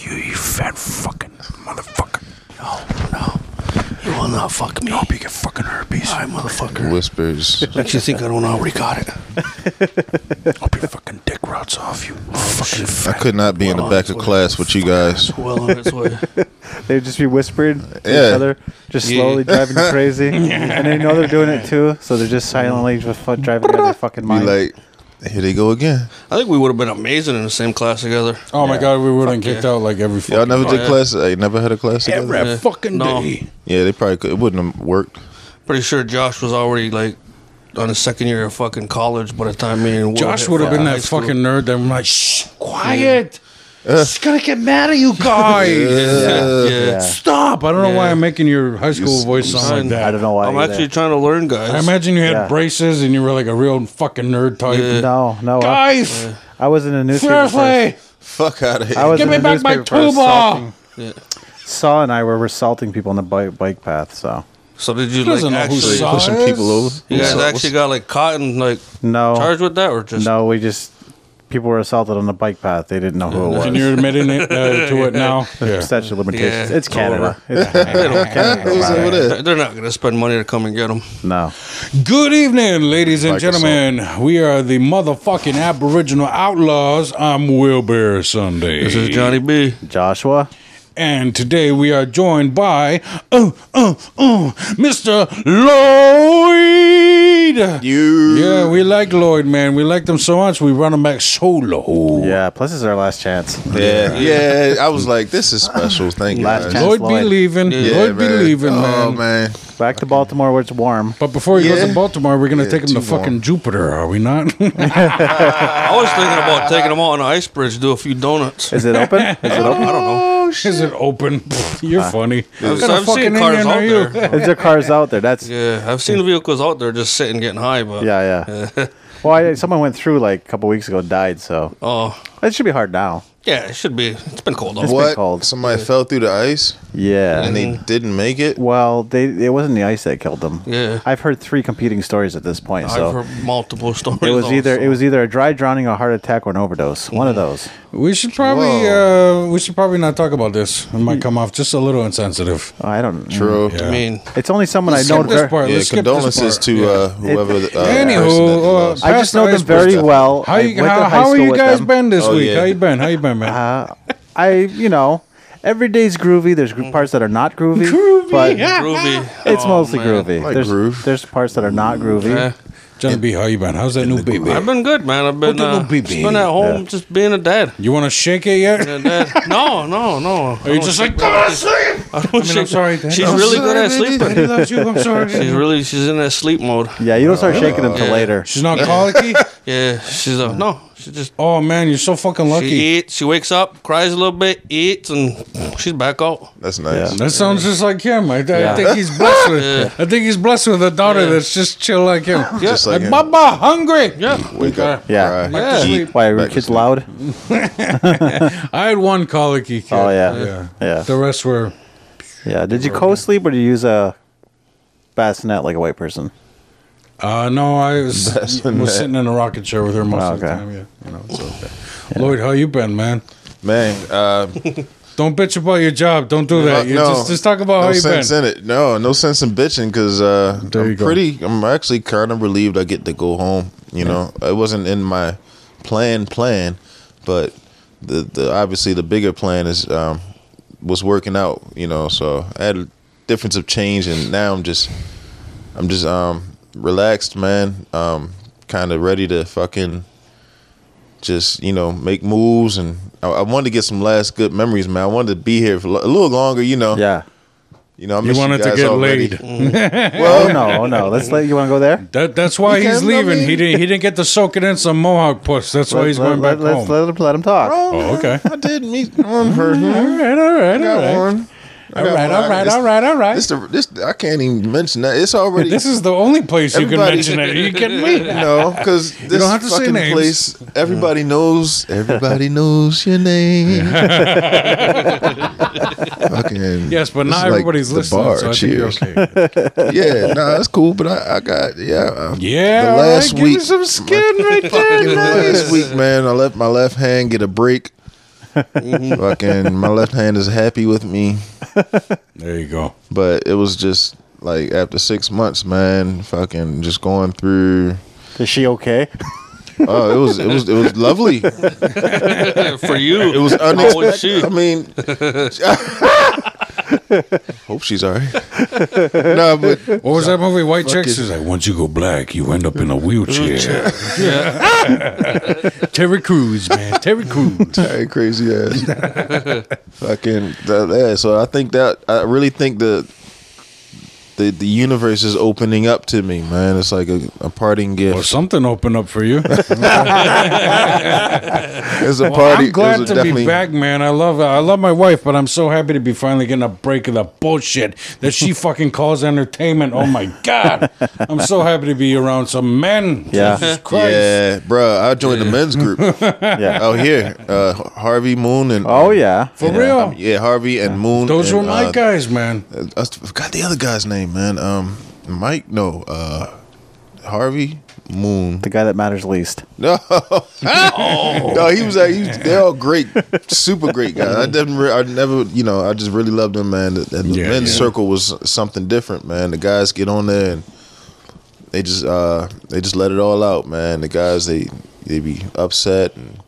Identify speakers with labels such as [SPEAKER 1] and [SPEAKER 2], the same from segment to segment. [SPEAKER 1] fat fucking motherfucker.
[SPEAKER 2] No, no. You will not fuck me.
[SPEAKER 1] I hope you get fucking herpes.
[SPEAKER 2] All
[SPEAKER 1] I
[SPEAKER 2] right, motherfucker.
[SPEAKER 3] Whispers.
[SPEAKER 2] Don't you think I don't already got it?
[SPEAKER 1] hope your fucking dick rots off you.
[SPEAKER 2] Oh,
[SPEAKER 1] fucking
[SPEAKER 3] I
[SPEAKER 1] fat.
[SPEAKER 3] could not be in the back of class with you guys.
[SPEAKER 2] Well on its way.
[SPEAKER 4] They'd just be whispered to
[SPEAKER 3] Yeah.
[SPEAKER 4] each other, just
[SPEAKER 3] Yeah.
[SPEAKER 4] slowly driving you crazy. And they know they're doing it too, so they're just silently just fu- driving out of their fucking
[SPEAKER 3] Be
[SPEAKER 4] mind.
[SPEAKER 3] like, here they go again.
[SPEAKER 2] I think we would have been amazing in the same class together.
[SPEAKER 5] Oh my god, we would have kicked
[SPEAKER 2] yeah.
[SPEAKER 5] out like every
[SPEAKER 3] Y'all
[SPEAKER 5] fucking
[SPEAKER 3] never did
[SPEAKER 2] yeah.
[SPEAKER 3] class. I never had a class together.
[SPEAKER 1] Every
[SPEAKER 2] Yeah.
[SPEAKER 1] fucking
[SPEAKER 2] No.
[SPEAKER 1] day.
[SPEAKER 3] Yeah, they probably could. It wouldn't have worked.
[SPEAKER 2] Pretty sure Josh was already like on his second year of fucking college by the time me and Will
[SPEAKER 5] Josh
[SPEAKER 2] hit
[SPEAKER 5] would have been
[SPEAKER 2] high
[SPEAKER 5] that
[SPEAKER 2] school.
[SPEAKER 5] fucking nerd that was like, shh, quiet. She's gonna get mad at you guys.
[SPEAKER 2] Yeah, yeah.
[SPEAKER 4] Yeah.
[SPEAKER 5] Stop! I don't know why
[SPEAKER 2] Yeah.
[SPEAKER 5] I'm making your high school
[SPEAKER 3] s-
[SPEAKER 5] voice sound like
[SPEAKER 2] son.
[SPEAKER 5] that.
[SPEAKER 4] I don't know why.
[SPEAKER 2] I'm
[SPEAKER 4] either.
[SPEAKER 2] actually trying to learn, guys.
[SPEAKER 5] I imagine you had
[SPEAKER 4] Yeah.
[SPEAKER 5] braces and you were like a real fucking nerd type.
[SPEAKER 2] Yeah.
[SPEAKER 4] No, no. I,
[SPEAKER 5] Guys,
[SPEAKER 4] I was in a newspaper. first.
[SPEAKER 5] seriously,
[SPEAKER 3] Fuck out of here.
[SPEAKER 4] I was
[SPEAKER 5] give
[SPEAKER 4] in
[SPEAKER 5] me
[SPEAKER 4] the
[SPEAKER 5] back my
[SPEAKER 4] newspaper first,
[SPEAKER 5] tuba.
[SPEAKER 2] Yeah.
[SPEAKER 4] Saw and I were were assaulting people on the bike, bike path. So
[SPEAKER 2] So did you
[SPEAKER 5] He doesn't
[SPEAKER 2] like
[SPEAKER 5] know who
[SPEAKER 2] actually?
[SPEAKER 5] saw
[SPEAKER 3] pushing
[SPEAKER 5] Guys.
[SPEAKER 3] people over.
[SPEAKER 2] You guys
[SPEAKER 3] What's-
[SPEAKER 2] actually got like caught and like
[SPEAKER 4] no,
[SPEAKER 2] charged with that, or just
[SPEAKER 4] no. We just people were assaulted on the bike path. They didn't know who it was.
[SPEAKER 5] and you're admitting it uh, to it now. Yeah.
[SPEAKER 4] Statute of limitations.
[SPEAKER 2] Yeah,
[SPEAKER 4] it's
[SPEAKER 2] it's
[SPEAKER 4] Canada.
[SPEAKER 2] over.
[SPEAKER 4] It's Canada.
[SPEAKER 3] what's over
[SPEAKER 4] Canada.
[SPEAKER 3] there?
[SPEAKER 2] They're they're not going to spend money to come and get them.
[SPEAKER 4] No.
[SPEAKER 5] Good evening, ladies and
[SPEAKER 3] Microsoft.
[SPEAKER 5] gentlemen. We are the motherfucking Aboriginal Outlaws. I'm Wilbur Sunday.
[SPEAKER 2] This is Johnny B.
[SPEAKER 4] Joshua.
[SPEAKER 5] And today we are joined by oh oh oh Mr. Lloyd.
[SPEAKER 3] You.
[SPEAKER 5] Yeah, we like Lloyd, man. We like them so much. We run them back solo.
[SPEAKER 4] Yeah. Plus, this is our last chance.
[SPEAKER 3] Yeah, yeah. I was like, this is special. Thank you.
[SPEAKER 4] Last
[SPEAKER 3] guys.
[SPEAKER 4] chance.
[SPEAKER 5] Lloyd be
[SPEAKER 4] Lloyd.
[SPEAKER 5] leaving.
[SPEAKER 3] Yeah,
[SPEAKER 5] Lloyd be leaving,
[SPEAKER 3] Oh,
[SPEAKER 5] man.
[SPEAKER 3] man.
[SPEAKER 4] Back to Baltimore where it's warm.
[SPEAKER 5] But before he goes
[SPEAKER 3] Yeah.
[SPEAKER 5] to Baltimore, we're gonna
[SPEAKER 3] Yeah,
[SPEAKER 5] take him to
[SPEAKER 3] too long.
[SPEAKER 5] fucking Jupiter, are we not?
[SPEAKER 2] I was thinking about taking them out on an ice bridge to do a few donuts.
[SPEAKER 4] Is it open? Is it open?
[SPEAKER 2] I don't know.
[SPEAKER 5] Is it open? Pfft, You're funny. What
[SPEAKER 2] I've,
[SPEAKER 5] kind of
[SPEAKER 2] I've seen
[SPEAKER 5] fucking
[SPEAKER 2] cars
[SPEAKER 5] Indian
[SPEAKER 2] out
[SPEAKER 5] are you?
[SPEAKER 2] there.
[SPEAKER 4] Is there cars out there? That's yeah,
[SPEAKER 2] Yeah, I've seen vehicles out there just sitting getting high, but
[SPEAKER 4] yeah. well, I, someone went through like a couple weeks ago, and died. So
[SPEAKER 2] oh
[SPEAKER 4] it should be hard now.
[SPEAKER 2] yeah, it should be. It's been cold out.
[SPEAKER 4] It's been
[SPEAKER 3] What?
[SPEAKER 4] cold.
[SPEAKER 3] Somebody fell through the ice
[SPEAKER 4] Yeah.
[SPEAKER 3] and
[SPEAKER 5] Mm-hmm.
[SPEAKER 3] they didn't make it?
[SPEAKER 4] Well, they it wasn't the ice that killed them.
[SPEAKER 2] Yeah.
[SPEAKER 4] I've heard three competing stories at this point.
[SPEAKER 2] I've
[SPEAKER 4] so
[SPEAKER 2] heard multiple stories.
[SPEAKER 4] it was either
[SPEAKER 2] also.
[SPEAKER 4] it was either a dry drowning, a heart attack, or an overdose. One of those.
[SPEAKER 5] We should probably uh, we should probably not talk about this. It might come off just a little insensitive.
[SPEAKER 4] Oh, I don't. mm.
[SPEAKER 3] True.
[SPEAKER 5] Yeah.
[SPEAKER 2] I mean,
[SPEAKER 4] It's only someone I know.
[SPEAKER 5] skip this
[SPEAKER 4] Ver-
[SPEAKER 5] part.
[SPEAKER 3] Yeah,
[SPEAKER 5] Let's skip this
[SPEAKER 3] condolences
[SPEAKER 5] part.
[SPEAKER 3] to
[SPEAKER 5] Yeah.
[SPEAKER 3] uh, whoever. the, uh,
[SPEAKER 5] Anywho,
[SPEAKER 3] person that
[SPEAKER 5] uh,
[SPEAKER 3] lost.
[SPEAKER 4] I
[SPEAKER 5] Past
[SPEAKER 4] just know
[SPEAKER 5] the
[SPEAKER 4] them
[SPEAKER 5] ice
[SPEAKER 4] very
[SPEAKER 3] bridge.
[SPEAKER 4] well.
[SPEAKER 5] How
[SPEAKER 4] Oh, I
[SPEAKER 5] you,
[SPEAKER 4] went to
[SPEAKER 5] how,
[SPEAKER 4] high
[SPEAKER 5] how are
[SPEAKER 4] school
[SPEAKER 5] you
[SPEAKER 4] with
[SPEAKER 5] guys
[SPEAKER 4] them.
[SPEAKER 5] been this
[SPEAKER 3] Oh,
[SPEAKER 5] week?
[SPEAKER 3] yeah.
[SPEAKER 5] How you been? How you been, man?
[SPEAKER 4] Uh, I you know, every day's groovy. There's gr- parts that are not groovy. Groovy. But
[SPEAKER 2] groovy.
[SPEAKER 4] It's
[SPEAKER 2] Oh,
[SPEAKER 4] mostly
[SPEAKER 2] man.
[SPEAKER 4] groovy.
[SPEAKER 3] like
[SPEAKER 4] there's,
[SPEAKER 3] groove.
[SPEAKER 4] there's parts that are not groovy.
[SPEAKER 5] Eh.
[SPEAKER 2] Yeah.
[SPEAKER 5] Johnny B, how you been? How's that new baby?
[SPEAKER 2] I've been good, man. I've been
[SPEAKER 5] the
[SPEAKER 2] uh,
[SPEAKER 5] little
[SPEAKER 2] just
[SPEAKER 5] baby.
[SPEAKER 2] been at home,
[SPEAKER 4] Yeah.
[SPEAKER 2] just being a dad.
[SPEAKER 5] You want to shake it yet?
[SPEAKER 2] And, uh, no, no, no.
[SPEAKER 5] Are you just like, go to sleep?
[SPEAKER 2] I
[SPEAKER 5] I
[SPEAKER 2] don't
[SPEAKER 5] mean, I'm
[SPEAKER 2] shake-
[SPEAKER 5] sorry. Dad.
[SPEAKER 2] She's
[SPEAKER 5] I'm
[SPEAKER 2] really
[SPEAKER 5] sorry,
[SPEAKER 2] good at
[SPEAKER 5] baby.
[SPEAKER 2] sleeping.
[SPEAKER 5] I love you. I'm
[SPEAKER 2] She's
[SPEAKER 5] sorry.
[SPEAKER 2] really she's in that sleep mode.
[SPEAKER 4] Yeah, you don't
[SPEAKER 3] Oh,
[SPEAKER 4] start shaking them till later.
[SPEAKER 5] She's not colicky?
[SPEAKER 2] Yeah, she's uh, no, she just
[SPEAKER 5] Oh, man, you're so fucking
[SPEAKER 2] she
[SPEAKER 5] lucky.
[SPEAKER 2] eats, she wakes up, cries a little bit, eats, and she's back out.
[SPEAKER 3] That's nice.
[SPEAKER 5] That sounds just like him. I, I think he's blessed with. I think he's blessed with a daughter
[SPEAKER 2] Yeah.
[SPEAKER 5] that's just chill like him.
[SPEAKER 3] Just like
[SPEAKER 5] Like,
[SPEAKER 3] him.
[SPEAKER 5] Mama, hungry.
[SPEAKER 2] Yeah,
[SPEAKER 3] Wake up.
[SPEAKER 4] Yeah.
[SPEAKER 3] cry,
[SPEAKER 2] Yeah.
[SPEAKER 3] eat.
[SPEAKER 4] Why are
[SPEAKER 3] Back
[SPEAKER 4] your
[SPEAKER 3] to
[SPEAKER 4] kids
[SPEAKER 3] sleep.
[SPEAKER 4] loud?
[SPEAKER 5] I had one colicky kid.
[SPEAKER 4] Oh yeah.
[SPEAKER 5] Yeah.
[SPEAKER 4] Yeah.
[SPEAKER 5] The rest were.
[SPEAKER 4] Yeah. Did you co-sleep or did you use a bassinet like a white person?
[SPEAKER 5] Uh, no, I was, was sitting in a rocket chair with her most of the
[SPEAKER 4] Okay.
[SPEAKER 5] time. Yeah, you know, so. Lloyd, how you been, man?
[SPEAKER 3] Man, uh,
[SPEAKER 5] Don't bitch about your job. Don't do that. You just, just talk about
[SPEAKER 3] no
[SPEAKER 5] how you
[SPEAKER 3] sense
[SPEAKER 5] been.
[SPEAKER 3] in it. No, no sense in bitching because uh,
[SPEAKER 5] There you
[SPEAKER 3] I'm
[SPEAKER 5] go.
[SPEAKER 3] pretty. I'm actually kind of relieved I get to go home. You know, it wasn't in my plan plan, but the the obviously the bigger plan is um, was working out. You know, so I had a difference of change, and now I'm just I'm just um relaxed, man. Um, kind of ready to fucking just you know make moves and I, I wanted to get some last good memories man i wanted to be here for lo- a little longer you know
[SPEAKER 4] Yeah.
[SPEAKER 3] you know, I
[SPEAKER 5] You
[SPEAKER 3] miss
[SPEAKER 5] wanted to
[SPEAKER 3] guys
[SPEAKER 5] get
[SPEAKER 3] already. Mm.
[SPEAKER 5] laid.
[SPEAKER 4] Oh no, oh no. Let's let you want to go there.
[SPEAKER 5] That, that's why
[SPEAKER 3] You
[SPEAKER 5] he's
[SPEAKER 3] can't love
[SPEAKER 5] leaving.
[SPEAKER 3] me.
[SPEAKER 5] He didn't. He didn't get to soak it in some Mohawk puss. That's why he's
[SPEAKER 4] Let-
[SPEAKER 5] going
[SPEAKER 4] let,
[SPEAKER 5] back
[SPEAKER 4] let,
[SPEAKER 5] home.
[SPEAKER 4] Let's let, let him talk.
[SPEAKER 5] oh, okay.
[SPEAKER 3] I did meet one person.
[SPEAKER 5] All right. All right.
[SPEAKER 3] I got
[SPEAKER 5] All right.
[SPEAKER 3] one. I
[SPEAKER 5] All
[SPEAKER 3] got
[SPEAKER 5] right.
[SPEAKER 3] one.
[SPEAKER 5] All right.
[SPEAKER 3] This-
[SPEAKER 5] All right. All right.
[SPEAKER 3] This, the, this, I can't even mention that. It's already
[SPEAKER 5] This is the only place you can
[SPEAKER 3] Everybody-
[SPEAKER 5] mention it. Are you kidding me?
[SPEAKER 3] no, because this
[SPEAKER 5] don't have to say
[SPEAKER 3] fucking
[SPEAKER 5] names.
[SPEAKER 3] place, everybody knows. Everybody knows your name. fucking
[SPEAKER 5] Yes, but
[SPEAKER 3] this
[SPEAKER 5] not
[SPEAKER 3] is like
[SPEAKER 5] everybody's
[SPEAKER 3] the
[SPEAKER 5] listening.
[SPEAKER 3] Bar.
[SPEAKER 5] so I
[SPEAKER 3] Cheers.
[SPEAKER 5] think you're okay.
[SPEAKER 3] Yeah, no, that's cool. But I, I got yeah. uh,
[SPEAKER 5] Yeah.
[SPEAKER 3] the last
[SPEAKER 5] all right, Give
[SPEAKER 3] week,
[SPEAKER 5] me some skin right there.
[SPEAKER 3] fucking last week, man, I let my left hand get a break. Fucking my left hand is happy with me,
[SPEAKER 5] There you go.
[SPEAKER 3] but it was just like after six months, man. Fucking just going through.
[SPEAKER 4] Is she okay?
[SPEAKER 3] Oh, it was it was it was lovely.
[SPEAKER 2] for you.
[SPEAKER 3] It was
[SPEAKER 2] Holy
[SPEAKER 3] unexpected.
[SPEAKER 2] shit.
[SPEAKER 3] I mean, hope she's alright. no, but
[SPEAKER 5] What was that movie, White Chicks?
[SPEAKER 3] it.
[SPEAKER 5] It's like, once you go black, you end up in a wheelchair. Terry Crews, man. Terry Crews.
[SPEAKER 3] Hey, crazy ass. Fucking that ass. So I think that I really think the the the universe is opening up to me, man. It's like a, a parting
[SPEAKER 5] Well,
[SPEAKER 3] gift.
[SPEAKER 5] something opened up for you.
[SPEAKER 3] It's a
[SPEAKER 5] Well,
[SPEAKER 3] party.
[SPEAKER 5] I'm glad
[SPEAKER 3] it's
[SPEAKER 5] to be back, man. I love I love my wife, but I'm so happy to be finally getting a break of the bullshit that she fucking calls entertainment. Oh my god, I'm so happy to be around some men.
[SPEAKER 4] Yeah.
[SPEAKER 5] Jesus Christ.
[SPEAKER 3] Yeah, bruh. I joined the men's group
[SPEAKER 4] Yeah.
[SPEAKER 3] out here. Uh, Harvey Moon and
[SPEAKER 4] Oh yeah.
[SPEAKER 5] For real,
[SPEAKER 3] um, yeah, Harvey and Moon.
[SPEAKER 5] those
[SPEAKER 3] and,
[SPEAKER 5] were my
[SPEAKER 3] uh,
[SPEAKER 5] guys, man.
[SPEAKER 3] I Uh, forgot the other guy's name, man. Um, Mike. No, uh, Harvey Moon.
[SPEAKER 4] The guy that matters least.
[SPEAKER 3] No, no, he was. uh, He was they're all great, super great guys. I didn't. Re- I never. You know, I just really loved them, man. The, the
[SPEAKER 5] Yeah,
[SPEAKER 3] men's
[SPEAKER 5] yeah.
[SPEAKER 3] circle was something different, man. The guys get on there and they just, uh, they just let it all out, man. The guys, they, they be upset and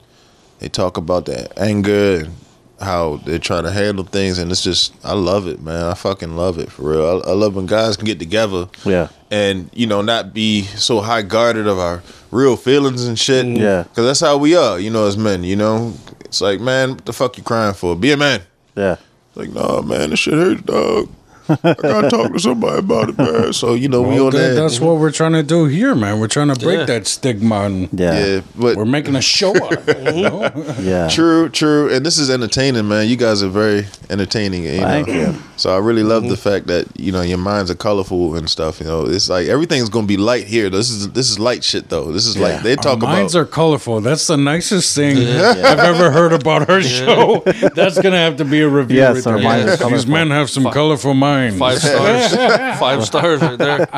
[SPEAKER 3] they talk about their anger and how they're trying to handle things, and it's just, I love it, man. I fucking love it for real. I, I love when guys can get together
[SPEAKER 4] Yeah.
[SPEAKER 3] and you know not be so high guarded of our real feelings and shit.
[SPEAKER 4] Mm. Yeah.
[SPEAKER 3] because that's how we are, you know, as men. You know, it's like, man, what the fuck you crying for? Be a man.
[SPEAKER 4] Yeah.
[SPEAKER 3] Like, nah, man, this shit hurts, dog. I gotta talk to somebody about it, man. So you know, we
[SPEAKER 5] Well,
[SPEAKER 3] on
[SPEAKER 5] that-
[SPEAKER 3] that.
[SPEAKER 5] that's what we're trying to do here, man. We're trying to break
[SPEAKER 2] Yeah.
[SPEAKER 5] that stigma, and
[SPEAKER 4] Yeah.
[SPEAKER 3] yeah, but
[SPEAKER 5] we're making a show out. of it, you know?
[SPEAKER 4] Yeah.
[SPEAKER 3] True, true, and this is entertaining, man. You guys are very entertaining. You know?
[SPEAKER 4] Thank you.
[SPEAKER 3] So I really love
[SPEAKER 5] Mm-hmm.
[SPEAKER 3] the fact that you know your minds are colorful and stuff. You know, it's like everything's gonna be light here. This is this is light shit though. This is like they
[SPEAKER 5] Our
[SPEAKER 3] talk about
[SPEAKER 5] minds are colorful. That's the nicest thing I've ever heard about her show. That's gonna have to be a review.
[SPEAKER 4] Yes,
[SPEAKER 5] right
[SPEAKER 4] our
[SPEAKER 5] there.
[SPEAKER 4] minds are
[SPEAKER 5] These
[SPEAKER 4] colorful.
[SPEAKER 5] men have some colorful minds.
[SPEAKER 2] Five stars. Five stars right there.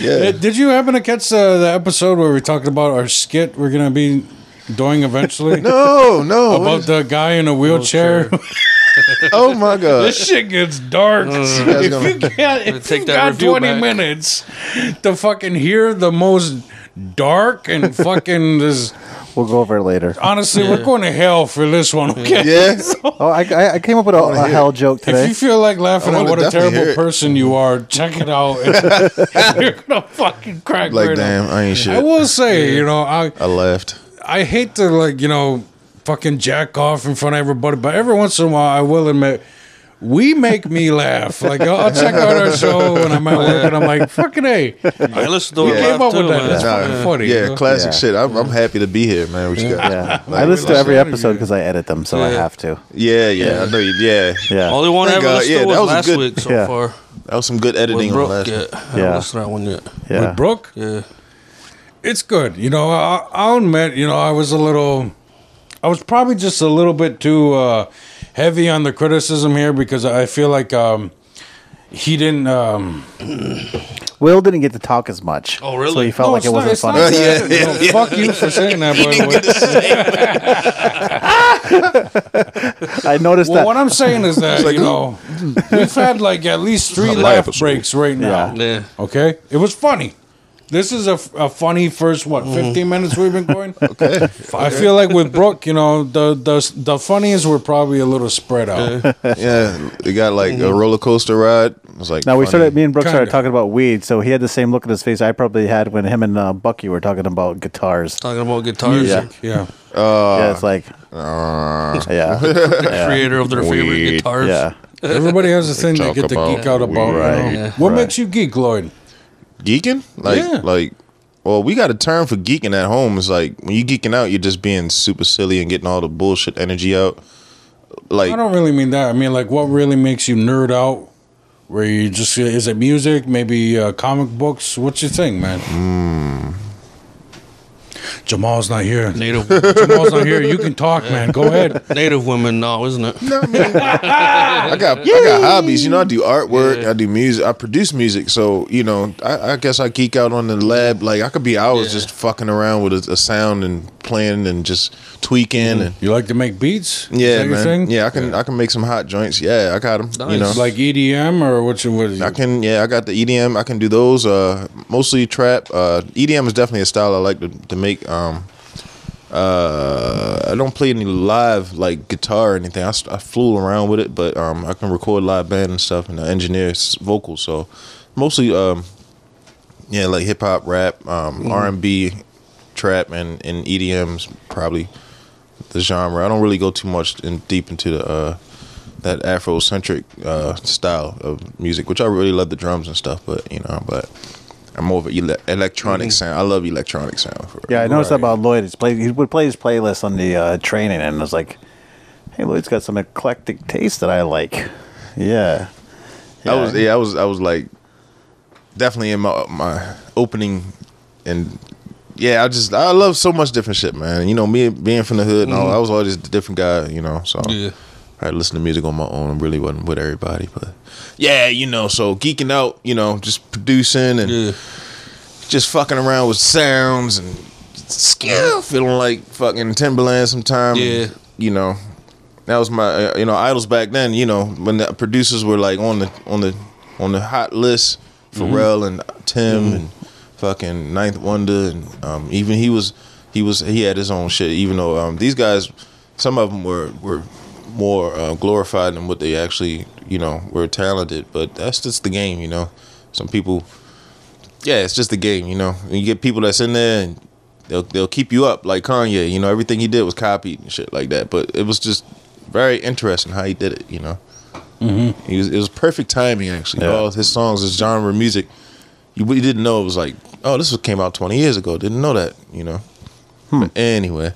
[SPEAKER 3] yeah.
[SPEAKER 5] Uh, Did you happen to catch uh, the episode where we talked about our skit we're gonna be doing eventually?
[SPEAKER 3] No, Oh, no.
[SPEAKER 5] About the guy in a wheelchair.
[SPEAKER 3] oh my god.
[SPEAKER 5] this shit gets dark.
[SPEAKER 3] Oh, guys
[SPEAKER 5] if
[SPEAKER 3] gonna-
[SPEAKER 5] you can't, if
[SPEAKER 2] take
[SPEAKER 5] you
[SPEAKER 2] that
[SPEAKER 5] got
[SPEAKER 2] review
[SPEAKER 5] twenty
[SPEAKER 2] back.
[SPEAKER 5] minutes to fucking hear the most dark and fucking this.
[SPEAKER 4] We'll go over it later.
[SPEAKER 5] Honestly, we're going to hell for this one. Okay.
[SPEAKER 3] Yeah.
[SPEAKER 4] Oh, I, I, I came up with a, a hell joke
[SPEAKER 5] If
[SPEAKER 4] today.
[SPEAKER 5] you feel like laughing
[SPEAKER 3] I
[SPEAKER 5] at
[SPEAKER 3] wanna
[SPEAKER 5] what a
[SPEAKER 3] definitely hear
[SPEAKER 5] terrible
[SPEAKER 3] it.
[SPEAKER 5] person you are, check it out. It's- You're gonna fucking crack
[SPEAKER 3] Like
[SPEAKER 5] right
[SPEAKER 3] damn,
[SPEAKER 5] up.
[SPEAKER 3] I ain't
[SPEAKER 5] I
[SPEAKER 3] shit.
[SPEAKER 5] will say, you know, I
[SPEAKER 3] I left.
[SPEAKER 5] I hate to like you know fucking jack off in front of everybody, but every once in a while I will admit we make me laugh. Like I'll, I'll check out our show when I'm at work and I'm like fucking hey, we
[SPEAKER 2] I listen to it
[SPEAKER 5] came
[SPEAKER 2] live
[SPEAKER 5] up with
[SPEAKER 2] too,
[SPEAKER 5] that.
[SPEAKER 2] man.
[SPEAKER 5] That's fucking funny.
[SPEAKER 3] Yeah, classic
[SPEAKER 4] Yeah.
[SPEAKER 3] shit. I'm, I'm happy to be here, man. With you guys.
[SPEAKER 4] yeah.
[SPEAKER 3] Like,
[SPEAKER 4] I listen to
[SPEAKER 3] like-
[SPEAKER 4] every episode because I edit them, so I
[SPEAKER 2] Yeah.
[SPEAKER 4] have to.
[SPEAKER 3] Yeah, yeah. I know you. Yeah,
[SPEAKER 4] Yeah.
[SPEAKER 2] Only one I
[SPEAKER 3] Thank
[SPEAKER 2] ever
[SPEAKER 3] God.
[SPEAKER 2] listened
[SPEAKER 3] Yeah,
[SPEAKER 2] to was,
[SPEAKER 3] that was a
[SPEAKER 2] last
[SPEAKER 3] good-
[SPEAKER 2] week so
[SPEAKER 4] Yeah.
[SPEAKER 2] far.
[SPEAKER 3] that was some good editing
[SPEAKER 2] With
[SPEAKER 3] on
[SPEAKER 2] Brooke,
[SPEAKER 3] last.
[SPEAKER 2] yeah.
[SPEAKER 3] one.
[SPEAKER 2] I haven't
[SPEAKER 4] Yeah.
[SPEAKER 2] listened to that one yet.
[SPEAKER 4] yeah.
[SPEAKER 5] With Brooke,
[SPEAKER 2] Yeah.
[SPEAKER 5] it's good. You know, I, I'll admit, you know, I was a little, I was probably just a little bit too uh, heavy on the criticism here because I feel like um, he didn't. Um,
[SPEAKER 4] Will didn't get to talk as much.
[SPEAKER 2] Oh, really?
[SPEAKER 4] So he felt
[SPEAKER 5] No,
[SPEAKER 4] like
[SPEAKER 5] it's
[SPEAKER 4] it
[SPEAKER 5] not-
[SPEAKER 4] wasn't
[SPEAKER 5] it's not
[SPEAKER 4] funny.
[SPEAKER 5] that.
[SPEAKER 3] Yeah,
[SPEAKER 5] No,
[SPEAKER 3] yeah, yeah.
[SPEAKER 5] Fuck you for saying that. By the way.
[SPEAKER 4] I noticed
[SPEAKER 5] Well,
[SPEAKER 4] that.
[SPEAKER 5] what I'm saying is that you know we've had like at least three
[SPEAKER 3] Another
[SPEAKER 5] laugh
[SPEAKER 3] episode.
[SPEAKER 5] breaks right now.
[SPEAKER 2] Yeah.
[SPEAKER 5] Okay, it was funny. This is a, f- a funny first what 15 minutes we've been going. okay, I feel like with Brooke, you know the the the funniest were probably a little spread out.
[SPEAKER 3] yeah. It got like a
[SPEAKER 5] Mm-hmm.
[SPEAKER 3] roller coaster ride. It was like
[SPEAKER 4] now we
[SPEAKER 3] funny.
[SPEAKER 4] started. Me and Brooke started
[SPEAKER 5] Kinda.
[SPEAKER 4] talking about weed, so he had the same look in his face I probably had when him and uh, Bucky were talking about guitars.
[SPEAKER 2] Talking about guitars.
[SPEAKER 4] Yeah.
[SPEAKER 5] Yeah,
[SPEAKER 3] Uh,
[SPEAKER 4] yeah,
[SPEAKER 5] Ah.
[SPEAKER 4] it's like, yeah,
[SPEAKER 2] Creator of their favorite
[SPEAKER 3] Weed.
[SPEAKER 2] guitars.
[SPEAKER 4] yeah,
[SPEAKER 5] everybody has a thing they
[SPEAKER 3] Talk
[SPEAKER 5] get to
[SPEAKER 3] about
[SPEAKER 5] geek out about. you
[SPEAKER 3] right,
[SPEAKER 5] know?
[SPEAKER 2] yeah.
[SPEAKER 5] What
[SPEAKER 4] right.
[SPEAKER 5] makes you geek, Lloyd?
[SPEAKER 3] geeking. Like
[SPEAKER 5] Yeah.
[SPEAKER 3] like. Well, we got a term for geeking at home. It's like when you geeking out, you're just being super silly and getting all the bullshit energy out. Like
[SPEAKER 5] I don't really mean that. I mean like what really makes you nerd out. Where you just is it music? Maybe uh, comic books? What's your thing, man? Hmm. Jamal's not here.
[SPEAKER 2] Native
[SPEAKER 5] Jamal's not here. You can talk, man. Go ahead.
[SPEAKER 2] Native women now, isn't it?
[SPEAKER 3] I got I got hobbies. You know, I do artwork, I do music, I produce music. So you know, I, I guess I geek out on the lab. Like I could be hours
[SPEAKER 2] Yeah.
[SPEAKER 3] just fucking around with a, a sound and playing and just tweaking and
[SPEAKER 5] You like to make beats? Mm-hmm. Is
[SPEAKER 3] yeah,
[SPEAKER 5] that your
[SPEAKER 3] man.
[SPEAKER 5] thing?
[SPEAKER 3] Yeah, I can I can make some hot joints. Yeah, I got them. You know,
[SPEAKER 2] Nice.
[SPEAKER 5] Like EDM or what's your what is
[SPEAKER 3] I
[SPEAKER 5] it?
[SPEAKER 3] can yeah, I got the EDM. I can do those. Uh, mostly trap. Uh, EDM is definitely a style I like to, to make. Um, uh, I don't play any live like guitar or anything. I, s- I fool around with it, but um, I can record live band and stuff and I engineer s- vocals. So mostly um, yeah, like hip hop, rap, um, R and B, trap, and and EDM's probably the genre. I don't really go too much in deep into the uh, that Afrocentric uh, style of music, which I really love the drums and stuff. But you know, but I'm more of an ele- electronic sound. I love electronic sound. For
[SPEAKER 4] Yeah, I noticed that about Lloyd. His play, he would play his playlist on the uh, training, and I was like, "Hey, Lloyd's got some eclectic taste that I like." Yeah,
[SPEAKER 3] I was yeah, I was I was like definitely in my my opening and yeah, I just I love so much different shit, man. You know, me being from the hood and all, I was always a different guy, you know. So
[SPEAKER 2] Mm-hmm. Yeah.
[SPEAKER 3] I listened to music on my own. Really wasn't with everybody, but yeah, you know. So geeking out, you know, just producing and
[SPEAKER 2] Yeah.
[SPEAKER 3] just fucking around with sounds and skill, feeling like fucking Timberland sometimes.
[SPEAKER 2] Yeah.
[SPEAKER 3] you know, that was my uh, you know idols back then. You know, when the producers were like on the on the on the hot list, Pharrell and Tim and fucking Ninth Wonder, and um, even he was he was he had his own shit. Even though um, these guys, some of them were were more uh, glorified than what they actually you know were talented. But that's just the game, you know. Some people yeah, it's just the game, you know. And you get people that's in there and they'll they'll keep you up like Kanye, you know, everything he did was copied and shit like that. But it was just very interesting how he did it, you know. Mm-hmm. He was, it was perfect timing actually.
[SPEAKER 4] Yeah.
[SPEAKER 3] All his songs, his genre music, you we didn't know it was like, oh, this was came out twenty years ago. Didn't know that, you know. But anyway,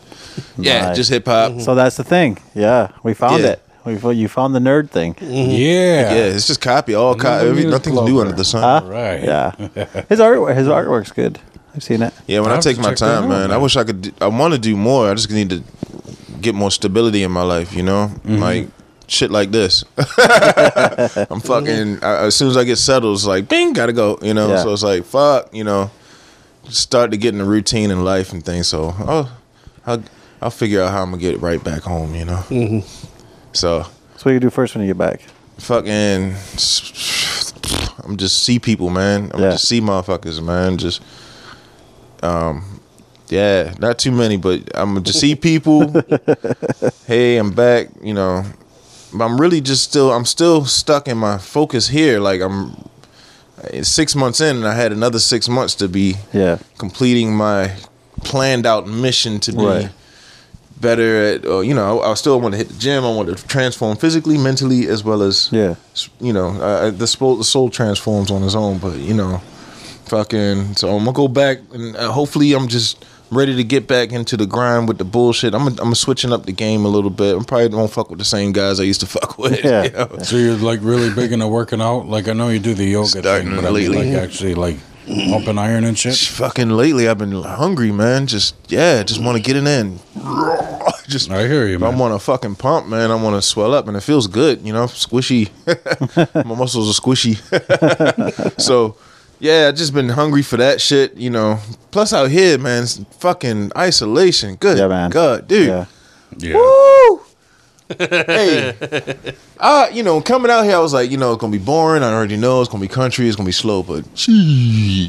[SPEAKER 3] yeah,
[SPEAKER 4] Hmm. Nice.
[SPEAKER 3] just hip hop.
[SPEAKER 2] Hmm.
[SPEAKER 4] so that's the thing. Yeah, we found
[SPEAKER 3] Yeah.
[SPEAKER 4] it. We fo- you found the nerd thing.
[SPEAKER 5] Yeah.
[SPEAKER 3] Mm-hmm. Yeah, it's just copy, all
[SPEAKER 5] Another
[SPEAKER 3] copy, every,
[SPEAKER 5] music
[SPEAKER 3] nothing's new
[SPEAKER 5] lover.
[SPEAKER 3] under the sun.
[SPEAKER 4] Huh?
[SPEAKER 5] Right.
[SPEAKER 4] Yeah, his art his artwork's good. I've seen it.
[SPEAKER 3] Yeah, when
[SPEAKER 5] I'll
[SPEAKER 3] I
[SPEAKER 5] have
[SPEAKER 3] take
[SPEAKER 5] to
[SPEAKER 3] my
[SPEAKER 5] check that
[SPEAKER 3] time,
[SPEAKER 5] out,
[SPEAKER 3] man, I
[SPEAKER 5] man.
[SPEAKER 3] wish I could. Do, I want to do more. I just need to get more stability in my life. You know,
[SPEAKER 5] Mm-hmm.
[SPEAKER 3] like shit like this. I'm fucking. I, as soon as I get settled, it's like bing, gotta go. You know,
[SPEAKER 4] Yeah.
[SPEAKER 3] so it's like fuck. You know, start to get in a routine in life and things. So I'll, I'll, I'll figure out how I'm gonna get right back home. You know, so
[SPEAKER 4] So what do you do first when you get back?
[SPEAKER 3] fucking I'm just see people, man. I'm
[SPEAKER 4] Yeah.
[SPEAKER 3] just see motherfuckers, man. Just um yeah, not too many, but I'm just see people. hey, I'm back, you know. But I'm really just still I'm still stuck in my focus here. Like I'm it's six months in and I had another six months to be
[SPEAKER 4] Yeah,
[SPEAKER 3] completing my planned out mission to be
[SPEAKER 4] Right.
[SPEAKER 3] better at or, you know I, I still want to hit the gym i want to transform physically mentally as well as
[SPEAKER 4] Yeah.
[SPEAKER 3] s- you know I, I- the, soul, the soul transforms on its own but you know fucking so i'm gonna go back and uh, hopefully i'm just ready to get back into the grind with the bullshit i'm i'm switching up the game a little bit i'm probably won't fuck with the same guys i used to fuck with
[SPEAKER 4] Yeah.
[SPEAKER 3] you know?
[SPEAKER 5] So you're like really big into working out? Like I know you do the yoga
[SPEAKER 3] Starting
[SPEAKER 5] thing, but I mean,
[SPEAKER 3] lately.
[SPEAKER 5] like actually like pumping iron and shit.
[SPEAKER 3] fucking lately i've been hungry man just yeah just want to get it in just
[SPEAKER 5] I hear you,
[SPEAKER 3] If I'm on
[SPEAKER 5] man.
[SPEAKER 3] a fucking pump, man, I want to swell up, and it feels good, you know, squishy. My muscles are squishy. so, yeah, I just been hungry for that shit, you know. Plus, out here, man, it's fucking isolation. Good
[SPEAKER 4] yeah, man.
[SPEAKER 3] God, dude.
[SPEAKER 4] Yeah,
[SPEAKER 5] Yeah.
[SPEAKER 3] Woo! hey, I, you know, coming out here, I was like, you know, it's gonna be boring. I already know it's gonna be country. It's gonna be slow, but jeez,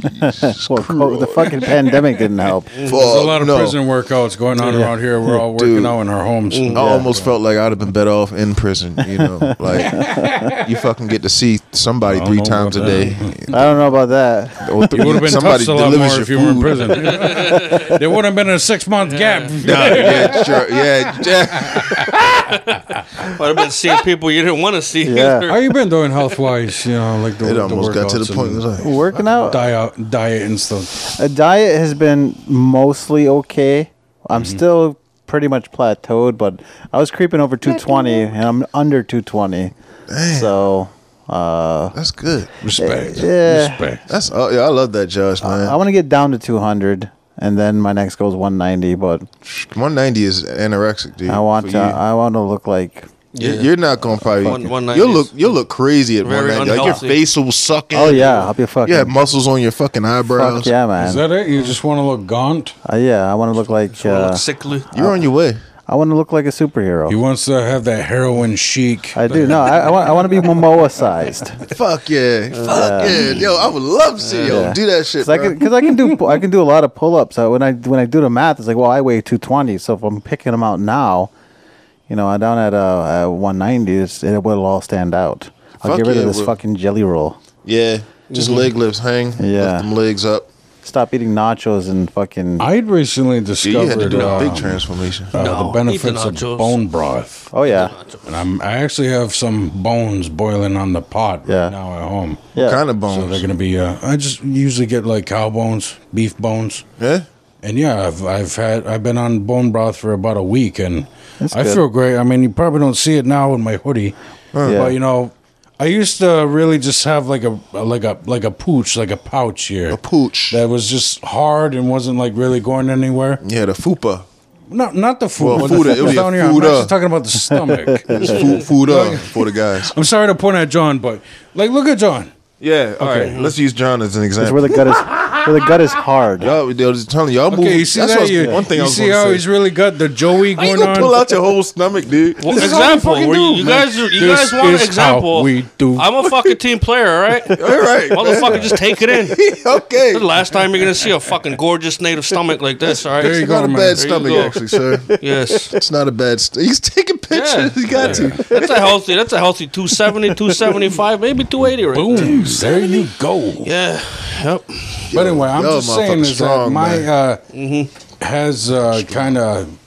[SPEAKER 4] well, co- the fucking pandemic didn't help.
[SPEAKER 5] There's
[SPEAKER 3] fuck,
[SPEAKER 5] a lot of
[SPEAKER 3] Uh, no.
[SPEAKER 5] prison workouts going on around here. We're all working
[SPEAKER 3] Dude. Mm-hmm.
[SPEAKER 5] out in our homes.
[SPEAKER 3] I almost felt like I'd have been better off in prison. You know, like you fucking get to see somebody
[SPEAKER 5] I don't
[SPEAKER 3] three
[SPEAKER 5] know
[SPEAKER 3] times a
[SPEAKER 5] about
[SPEAKER 3] day.
[SPEAKER 4] I don't know about that.
[SPEAKER 3] Or three-
[SPEAKER 5] You would have been touched a lot
[SPEAKER 3] delivers
[SPEAKER 5] more
[SPEAKER 3] your
[SPEAKER 5] if you were in
[SPEAKER 3] food.
[SPEAKER 5] prison. there would have been a six month gap.
[SPEAKER 3] Nah, yeah, sure, yeah, yeah.
[SPEAKER 2] Might have been seeing people you didn't want to see.
[SPEAKER 4] Yeah.
[SPEAKER 5] How you been doing health wise? You know, like the,
[SPEAKER 3] It
[SPEAKER 5] the
[SPEAKER 3] almost got to
[SPEAKER 5] workouts
[SPEAKER 3] the point. It
[SPEAKER 5] and
[SPEAKER 3] was like,
[SPEAKER 4] Working out,
[SPEAKER 5] diet, diet and stuff.
[SPEAKER 4] a diet has been mostly okay. I'm
[SPEAKER 3] Mm-hmm.
[SPEAKER 4] still pretty much plateaued, but I was creeping over 220 and I'm under 220. So, uh,
[SPEAKER 3] that's good.
[SPEAKER 5] Respect.
[SPEAKER 4] Yeah.
[SPEAKER 5] Respect.
[SPEAKER 3] That's oh, yeah, I love that, Josh, man.
[SPEAKER 4] I want to get down to 200 and then my next goal is 190, but
[SPEAKER 3] 190 is anorexic, dude.
[SPEAKER 4] I want
[SPEAKER 3] for
[SPEAKER 4] to
[SPEAKER 3] you.
[SPEAKER 4] I want to look like
[SPEAKER 3] You-
[SPEAKER 2] Yeah.
[SPEAKER 3] You're not gonna probably.
[SPEAKER 2] One- 190
[SPEAKER 3] you'll look.
[SPEAKER 2] is
[SPEAKER 3] You'll look crazy at
[SPEAKER 2] very
[SPEAKER 3] 190. Like your
[SPEAKER 2] unhealthy.
[SPEAKER 3] face will suck in.
[SPEAKER 4] Oh, yeah, I'll be fucking-
[SPEAKER 3] You have muscles on your fucking eyebrows.
[SPEAKER 4] Fuck yeah,
[SPEAKER 5] Is
[SPEAKER 4] man.
[SPEAKER 5] that it? You just want to look gaunt?
[SPEAKER 4] Uh, yeah, I want to look like
[SPEAKER 2] Wanna
[SPEAKER 4] uh,
[SPEAKER 2] look sickly.
[SPEAKER 3] You're on your way.
[SPEAKER 4] I want to look like a superhero.
[SPEAKER 5] He wants to have that heroin chic.
[SPEAKER 4] I do. No, I, I want. I want to be Momoa sized.
[SPEAKER 3] Fuck yeah. Fuck yeah. Yo, I would love to see yo
[SPEAKER 4] Yeah.
[SPEAKER 3] do that shit.
[SPEAKER 4] Because I can, cause I can do, pu- I can do a lot of pull-ups. So when I when I do the math, it's like, well, I weigh two twenty, so if I'm picking them out now, you know, I'm down at uh, uh one ninety, it will all stand out. I'll
[SPEAKER 3] Fuck
[SPEAKER 4] get rid
[SPEAKER 3] yeah, it
[SPEAKER 4] of this
[SPEAKER 3] will.
[SPEAKER 4] fucking jelly roll.
[SPEAKER 3] Yeah, just
[SPEAKER 5] Mm-hmm.
[SPEAKER 3] leg lifts, hang.
[SPEAKER 4] Yeah.
[SPEAKER 3] lift them legs up.
[SPEAKER 4] Stop eating nachos and fucking.
[SPEAKER 5] I'd recently
[SPEAKER 3] Dude, you had to
[SPEAKER 5] discovered
[SPEAKER 3] do a big
[SPEAKER 5] um,
[SPEAKER 3] transformation.
[SPEAKER 5] uh,
[SPEAKER 2] No,
[SPEAKER 5] the
[SPEAKER 2] eat
[SPEAKER 5] benefits
[SPEAKER 2] the
[SPEAKER 5] of
[SPEAKER 2] nachos.
[SPEAKER 5] bone broth.
[SPEAKER 4] oh yeah,
[SPEAKER 5] And I'm, I actually have some bones boiling on the pot
[SPEAKER 4] Yeah.
[SPEAKER 5] right now at home.
[SPEAKER 4] yeah.
[SPEAKER 3] Kind of
[SPEAKER 5] So
[SPEAKER 3] bones.
[SPEAKER 5] they're gonna be. Uh, I just usually get like cow bones, beef bones,
[SPEAKER 3] yeah.
[SPEAKER 5] and yeah, I've I've had I've been on bone broth for about a week, and I
[SPEAKER 4] good.
[SPEAKER 5] feel great. I mean, you probably don't see it now in my hoodie,
[SPEAKER 4] Yeah.
[SPEAKER 5] but you know, I used to really just have like a like a like a pooch, like a pouch here.
[SPEAKER 3] A pooch.
[SPEAKER 5] that was just hard and wasn't like really going anywhere.
[SPEAKER 3] yeah, the fupa.
[SPEAKER 5] Not not the food.
[SPEAKER 3] Well,
[SPEAKER 5] but
[SPEAKER 3] food,
[SPEAKER 5] the
[SPEAKER 3] it'll be a
[SPEAKER 5] down here. I'm
[SPEAKER 3] food,
[SPEAKER 5] not
[SPEAKER 3] uh.
[SPEAKER 5] just talking about the stomach.
[SPEAKER 3] It's food, food up for the guys.
[SPEAKER 5] I'm sorry to point at John, but like, look at John.
[SPEAKER 3] Yeah. All right. Let's use John as an
[SPEAKER 4] That's
[SPEAKER 3] example.
[SPEAKER 4] where the gut is. Where the gut is hard.
[SPEAKER 3] Y'all, I was telling y'all, move.
[SPEAKER 5] Okay, you see
[SPEAKER 3] that's
[SPEAKER 5] that?
[SPEAKER 3] what's-
[SPEAKER 5] You,
[SPEAKER 3] one thing
[SPEAKER 5] you
[SPEAKER 3] I was
[SPEAKER 5] see
[SPEAKER 3] gonna
[SPEAKER 5] how
[SPEAKER 3] say.
[SPEAKER 5] he's really got the Joey
[SPEAKER 3] How you
[SPEAKER 5] going
[SPEAKER 3] gonna
[SPEAKER 5] on.
[SPEAKER 3] pull out your whole stomach, dude?
[SPEAKER 2] Well,
[SPEAKER 5] This is how we
[SPEAKER 2] example.
[SPEAKER 5] fucking
[SPEAKER 2] where you,
[SPEAKER 5] do,
[SPEAKER 2] you
[SPEAKER 5] man.
[SPEAKER 2] guys, are, you
[SPEAKER 5] This
[SPEAKER 2] guys want an
[SPEAKER 5] is how
[SPEAKER 2] example.
[SPEAKER 5] we do.
[SPEAKER 2] I'm a fucking team player, all right?
[SPEAKER 3] All right,
[SPEAKER 2] Motherfucker, just take it in. This
[SPEAKER 3] okay.
[SPEAKER 2] is the last time you're gonna see a fucking gorgeous native stomach like this, all right?
[SPEAKER 5] There you
[SPEAKER 3] It's not
[SPEAKER 5] go,
[SPEAKER 3] a
[SPEAKER 5] man.
[SPEAKER 3] bad
[SPEAKER 2] There you
[SPEAKER 3] stomach,
[SPEAKER 2] go.
[SPEAKER 3] actually, sir.
[SPEAKER 2] Yes.
[SPEAKER 3] It's not a bad. St- he's taking pictures. He got to.
[SPEAKER 2] That's a healthy. That's a healthy 270, 275, maybe 280 right there.
[SPEAKER 5] Boom! There you go.
[SPEAKER 2] Yeah. Yep.
[SPEAKER 5] But anyway, I'm
[SPEAKER 3] yo,
[SPEAKER 5] just saying
[SPEAKER 3] motherfucker
[SPEAKER 5] is that
[SPEAKER 3] strong,
[SPEAKER 5] my
[SPEAKER 3] man.
[SPEAKER 5] uh, has uh, kind of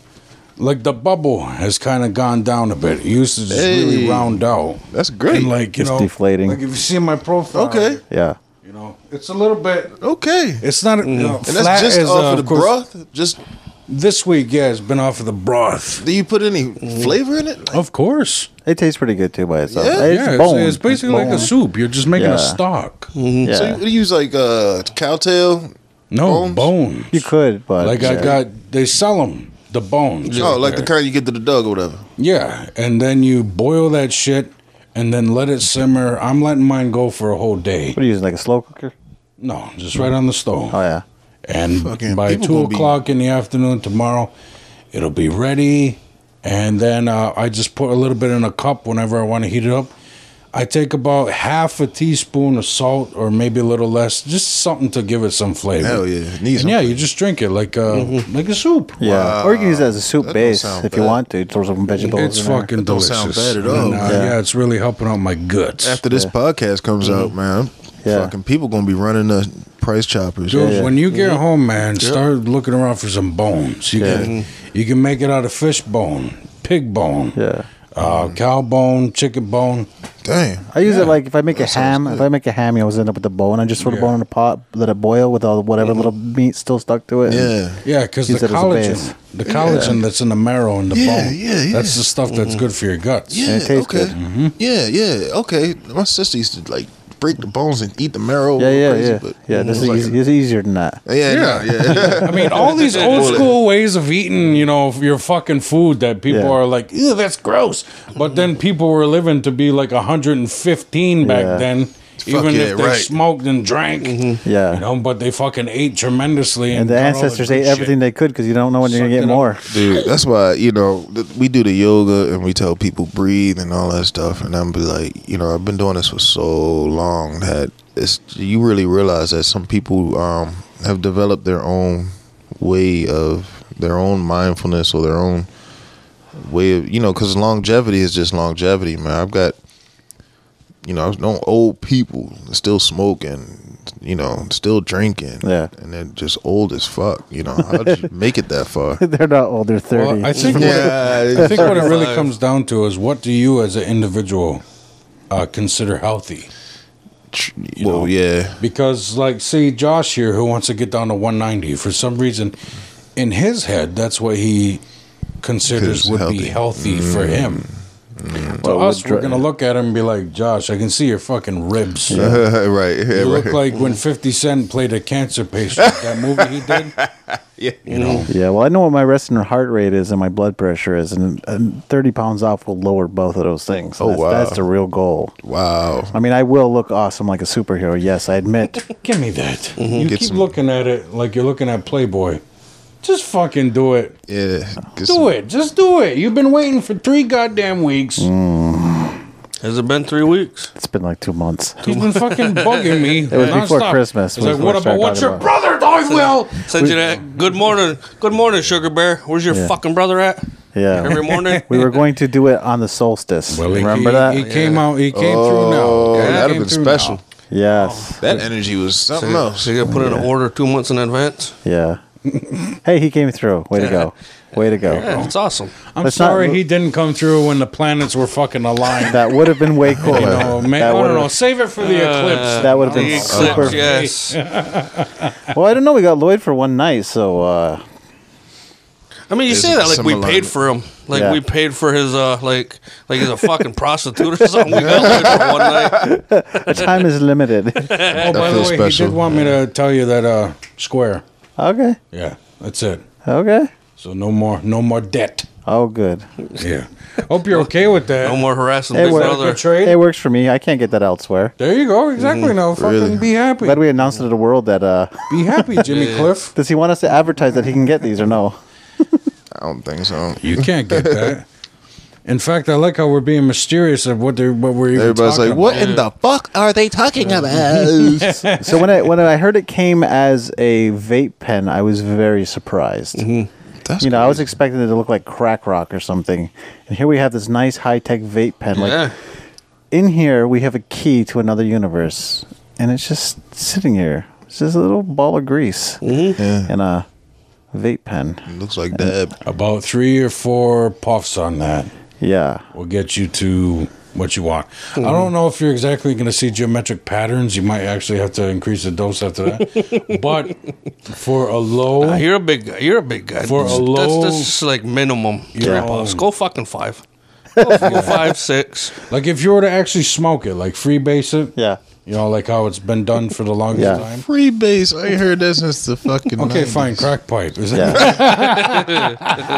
[SPEAKER 5] like the bubble has kind of gone down a bit. It used to just really
[SPEAKER 3] Hey.
[SPEAKER 5] round out.
[SPEAKER 3] That's great.
[SPEAKER 5] And like you
[SPEAKER 4] It's
[SPEAKER 5] know,
[SPEAKER 4] deflating.
[SPEAKER 5] Like if you see my profile,
[SPEAKER 3] Okay.
[SPEAKER 4] Yeah.
[SPEAKER 5] you know, it's a little bit.
[SPEAKER 3] Okay.
[SPEAKER 5] uh, It's not you know,
[SPEAKER 3] And
[SPEAKER 5] flat
[SPEAKER 3] that's just
[SPEAKER 5] as, uh,
[SPEAKER 3] off of the
[SPEAKER 5] course,
[SPEAKER 3] broth. Just
[SPEAKER 5] This week, yeah, it's been off of the broth.
[SPEAKER 3] do you put any flavor in it?
[SPEAKER 5] Of course,
[SPEAKER 4] It tastes pretty good too by itself.
[SPEAKER 3] Yeah,
[SPEAKER 4] it's
[SPEAKER 5] yeah,
[SPEAKER 4] bone.
[SPEAKER 5] It's, it's basically like a
[SPEAKER 4] bone.
[SPEAKER 5] soup. You're just making
[SPEAKER 4] Yeah.
[SPEAKER 5] a stock.
[SPEAKER 4] Yeah.
[SPEAKER 3] So you, you use like uh, cowtail.
[SPEAKER 5] No
[SPEAKER 3] Bones?
[SPEAKER 5] bones.
[SPEAKER 4] you could, but
[SPEAKER 5] Like I
[SPEAKER 4] yeah.
[SPEAKER 5] got, they sell them the bones.
[SPEAKER 3] Oh,
[SPEAKER 5] out
[SPEAKER 3] like the
[SPEAKER 5] there.
[SPEAKER 3] kind you get to the dog or whatever.
[SPEAKER 5] Yeah, and then you boil that shit and then let it simmer. I'm letting mine go for a whole day.
[SPEAKER 4] What are you using? Like a slow cooker?
[SPEAKER 5] No, just right on the stove.
[SPEAKER 4] Oh yeah.
[SPEAKER 5] And
[SPEAKER 3] Fucking
[SPEAKER 5] by
[SPEAKER 3] people
[SPEAKER 5] two
[SPEAKER 3] gonna be-
[SPEAKER 5] o'clock in the afternoon tomorrow, it'll be ready. And then uh, I just put a little bit in a cup whenever I want to heat it up. I take about half a teaspoon of salt, or maybe a little less, just something to give it some flavor.
[SPEAKER 3] Hell yeah, it needs
[SPEAKER 5] And yeah,
[SPEAKER 3] something.
[SPEAKER 5] you just drink it like uh, like a soup.
[SPEAKER 4] Mm-hmm. Yeah. Or you can use it as a soup
[SPEAKER 3] That don't
[SPEAKER 4] base
[SPEAKER 3] sound
[SPEAKER 4] if you
[SPEAKER 3] bad.
[SPEAKER 4] want to. Throw some vegetables.
[SPEAKER 5] It's
[SPEAKER 4] in there.
[SPEAKER 5] fucking
[SPEAKER 3] That don't sound
[SPEAKER 5] delicious.
[SPEAKER 3] bad at all.
[SPEAKER 5] And, uh,
[SPEAKER 4] Yeah.
[SPEAKER 5] yeah. it's really helping out my guts.
[SPEAKER 3] After this podcast comes out, man,
[SPEAKER 4] Mm-hmm. Yeah.
[SPEAKER 3] fucking people gonna be running the price choppers.
[SPEAKER 5] Dude,
[SPEAKER 4] yeah. Mm-hmm.
[SPEAKER 5] when you get home, man, start looking around for some bones. You can you can make it out of fish bone, pig bone,
[SPEAKER 4] Mm-hmm. Yeah. Mm-hmm.
[SPEAKER 5] uh, cow bone, chicken bone.
[SPEAKER 3] Damn.
[SPEAKER 4] I use it like if I make a
[SPEAKER 3] sounds
[SPEAKER 4] ham. If I make a ham, you always end up with the bone. I just throw the
[SPEAKER 5] Yeah. Mm-hmm.
[SPEAKER 4] bone in the pot, let it boil with all whatever little meat still stuck to it. and-
[SPEAKER 3] Yeah.
[SPEAKER 5] Yeah, because the
[SPEAKER 4] Use it as a base.
[SPEAKER 5] collagen, the collagen that's in the marrow and the
[SPEAKER 3] Yeah,
[SPEAKER 5] bone.
[SPEAKER 3] yeah, yeah.
[SPEAKER 5] That's the stuff
[SPEAKER 4] Mm-hmm.
[SPEAKER 5] that's good for your guts.
[SPEAKER 3] Yeah.
[SPEAKER 4] it tastes
[SPEAKER 3] okay.
[SPEAKER 4] good. Mm-hmm.
[SPEAKER 3] Yeah. Yeah. Okay. My sister used to like break the bones and eat the marrow.
[SPEAKER 4] yeah, yeah,
[SPEAKER 3] crazy,
[SPEAKER 4] yeah.
[SPEAKER 3] But
[SPEAKER 4] yeah, this
[SPEAKER 3] it's
[SPEAKER 4] is
[SPEAKER 3] like
[SPEAKER 4] easy, it's easier than that.
[SPEAKER 3] a- yeah. Yeah.
[SPEAKER 5] Yeah.
[SPEAKER 3] Yeah.
[SPEAKER 5] I mean, all these old school ways of eating, you know, your fucking food that people
[SPEAKER 4] Yeah.
[SPEAKER 5] are like, ew, that's gross. But then people were living to be like 115
[SPEAKER 4] Yeah.
[SPEAKER 5] back
[SPEAKER 4] Mm-hmm.
[SPEAKER 5] then, even
[SPEAKER 3] yeah,
[SPEAKER 5] if they
[SPEAKER 3] right.
[SPEAKER 5] smoked and drank.
[SPEAKER 4] Yeah.
[SPEAKER 5] You know, but they fucking ate tremendously. And,
[SPEAKER 4] and the
[SPEAKER 5] got all the
[SPEAKER 4] ancestors
[SPEAKER 5] good
[SPEAKER 4] ate
[SPEAKER 5] shit.
[SPEAKER 4] everything they could because you don't know when you're gonna
[SPEAKER 5] Suck
[SPEAKER 4] get
[SPEAKER 5] it up.
[SPEAKER 4] more.
[SPEAKER 3] Dude, that's why you know th- we do the yoga and we tell people breathe and all that stuff, and I'm be like, you know, I've been doing this for so long that it's you really realize that some people um, have developed their own way of their own mindfulness or their own way of you know because longevity is just longevity, man. I've got you know, I was no old people still smoking, you know, still drinking,
[SPEAKER 4] Yeah.
[SPEAKER 3] and they're just old as fuck. You know, how did you make it that far?
[SPEAKER 4] they're not old. They're thirty.
[SPEAKER 5] Well, I think, what, I think what it really comes down to is what do you as an individual uh, consider healthy?
[SPEAKER 3] Tr- well, yeah,
[SPEAKER 5] Because, like, say Josh here, who wants to get down to 190, for some reason, in his head, that's what he considers
[SPEAKER 3] Because
[SPEAKER 5] would be
[SPEAKER 3] healthy.
[SPEAKER 5] healthy Mm. for him. To
[SPEAKER 4] Well,
[SPEAKER 5] us,
[SPEAKER 4] would
[SPEAKER 5] we're
[SPEAKER 4] dr-
[SPEAKER 5] gonna look at him and be like, "Josh, I can see your fucking ribs.
[SPEAKER 3] right, yeah,
[SPEAKER 5] You
[SPEAKER 3] right.
[SPEAKER 5] look like when Fifty Cent played a cancer patient. That movie he did.
[SPEAKER 3] Yeah.
[SPEAKER 2] You know,
[SPEAKER 4] Yeah, well, I know what my resting heart rate is and my blood pressure is, and, and 30 pounds off will lower both of those things.
[SPEAKER 3] Oh,
[SPEAKER 4] that's,
[SPEAKER 3] wow.
[SPEAKER 4] That's the real goal.
[SPEAKER 3] Wow.
[SPEAKER 4] I mean, I will look awesome like a superhero. Yes, I admit.
[SPEAKER 5] Give me that.
[SPEAKER 4] Mm-hmm.
[SPEAKER 5] You
[SPEAKER 3] Get
[SPEAKER 5] keep
[SPEAKER 3] some-
[SPEAKER 5] looking at it like you're looking at Playboy. Just fucking do it.
[SPEAKER 3] Yeah. Get
[SPEAKER 5] Do
[SPEAKER 3] some-
[SPEAKER 5] it. Just do it. You've been waiting for three goddamn weeks.
[SPEAKER 4] Mm.
[SPEAKER 2] has it been three weeks?
[SPEAKER 4] it's been like two months.
[SPEAKER 5] He's been fucking bugging me. It
[SPEAKER 4] was before Christmas
[SPEAKER 5] It's
[SPEAKER 4] was
[SPEAKER 5] like,
[SPEAKER 4] what
[SPEAKER 5] what
[SPEAKER 4] I
[SPEAKER 5] about
[SPEAKER 4] started
[SPEAKER 5] what's your
[SPEAKER 4] talking
[SPEAKER 5] brother? I will.
[SPEAKER 2] Send you that. Good morning, good morning, sugar bear. Where's your
[SPEAKER 4] Yeah.
[SPEAKER 2] fucking brother at? Every
[SPEAKER 4] Yeah.
[SPEAKER 2] morning.
[SPEAKER 4] we were going to do it on the solstice.
[SPEAKER 5] Well, he,
[SPEAKER 4] Remember
[SPEAKER 5] he,
[SPEAKER 4] that?
[SPEAKER 5] He came out. He came through now.
[SPEAKER 3] Oh,
[SPEAKER 5] He
[SPEAKER 3] that'd
[SPEAKER 5] came
[SPEAKER 3] have been
[SPEAKER 5] through
[SPEAKER 3] special.
[SPEAKER 5] now.
[SPEAKER 4] Yes.
[SPEAKER 3] That energy was something
[SPEAKER 2] So-
[SPEAKER 3] else.
[SPEAKER 2] So you got to put in an order two months in advance.
[SPEAKER 5] Oh.
[SPEAKER 4] Yeah. hey, he came through. Way to go. Way to
[SPEAKER 2] Yeah,
[SPEAKER 4] go.
[SPEAKER 2] it's awesome.
[SPEAKER 5] I'm
[SPEAKER 4] Let's not
[SPEAKER 5] sorry
[SPEAKER 4] lo-
[SPEAKER 5] he didn't come through when the planets were fucking aligned.
[SPEAKER 4] That would have been way cooler.
[SPEAKER 5] you know, man, I
[SPEAKER 4] that
[SPEAKER 5] don't
[SPEAKER 4] would've-
[SPEAKER 5] know. Save it for the eclipse.
[SPEAKER 4] that would've been
[SPEAKER 2] Uh,
[SPEAKER 5] I
[SPEAKER 2] The
[SPEAKER 5] don't know.
[SPEAKER 4] super-
[SPEAKER 2] eclipse, yes.
[SPEAKER 4] Well, I don't know. We got Lloyd for one night, so uh,
[SPEAKER 2] I mean, you
[SPEAKER 3] There's
[SPEAKER 2] say that like
[SPEAKER 3] some
[SPEAKER 2] we
[SPEAKER 3] alignment.
[SPEAKER 2] paid for him, like
[SPEAKER 4] Yeah.
[SPEAKER 2] we paid for his, uh, like like he's a fucking prostitute or something. We got for one night.
[SPEAKER 4] the time is limited.
[SPEAKER 5] Oh, by the way,
[SPEAKER 3] feels
[SPEAKER 5] he
[SPEAKER 3] special.
[SPEAKER 5] did want me to tell you that uh, square.
[SPEAKER 4] okay.
[SPEAKER 5] Yeah, that's it.
[SPEAKER 4] Okay.
[SPEAKER 5] So no more, no more debt.
[SPEAKER 4] Oh, good.
[SPEAKER 5] Yeah. Hope you're okay with that.
[SPEAKER 2] No more harassing
[SPEAKER 4] Hey,
[SPEAKER 2] Big
[SPEAKER 4] what-
[SPEAKER 2] Brother.
[SPEAKER 5] Betrayed.
[SPEAKER 4] It works for me. I can't get that elsewhere.
[SPEAKER 5] There you go. Exactly. Now, fucking
[SPEAKER 3] Really?
[SPEAKER 5] be happy.
[SPEAKER 4] Glad we announced it to the world that uh,
[SPEAKER 5] Be happy, Jimmy Cliff.
[SPEAKER 4] does he want us to advertise that he can get these or no?
[SPEAKER 3] I don't think so.
[SPEAKER 5] You can't get that. In fact, I like how we're being mysterious of what they're what we're even
[SPEAKER 3] Everybody's
[SPEAKER 5] talking
[SPEAKER 3] like, what in the fuck are they talking about?
[SPEAKER 4] So when I when I heard it came as a vape pen, I was very surprised.
[SPEAKER 5] Mm-hmm.
[SPEAKER 3] That's
[SPEAKER 4] You know, I was expecting it to look like crack rock or something, and here we have this nice high tech vape pen.
[SPEAKER 2] Yeah.
[SPEAKER 4] Like in here, we have a key to another universe, and it's just sitting here. It's just a little ball of grease
[SPEAKER 5] Mm-hmm.
[SPEAKER 3] Yeah.
[SPEAKER 4] and a vape pen.
[SPEAKER 3] looks like dab.
[SPEAKER 5] about. About three or four puffs on that
[SPEAKER 4] Yeah,
[SPEAKER 5] will get you to what you want. I don't know if you're exactly going to see geometric patterns. You might actually have to increase the dose after that. but for a low,
[SPEAKER 2] Uh, You're a big guy. You're a big guy.
[SPEAKER 5] For a
[SPEAKER 2] that's,
[SPEAKER 5] low-
[SPEAKER 2] that's just like minimum.
[SPEAKER 5] Yeah.
[SPEAKER 2] Three puffs. Go fucking five. Go fucking five, six.
[SPEAKER 5] like if you were to actually smoke it, like freebase it,
[SPEAKER 4] yeah.
[SPEAKER 5] you know, like how it's been done for the longest
[SPEAKER 4] Yeah.
[SPEAKER 5] time.
[SPEAKER 3] Free base. I ain't heard that since the fucking.
[SPEAKER 5] Okay,
[SPEAKER 3] 90s.
[SPEAKER 5] fine, crack pipe. Is that-
[SPEAKER 4] Yeah.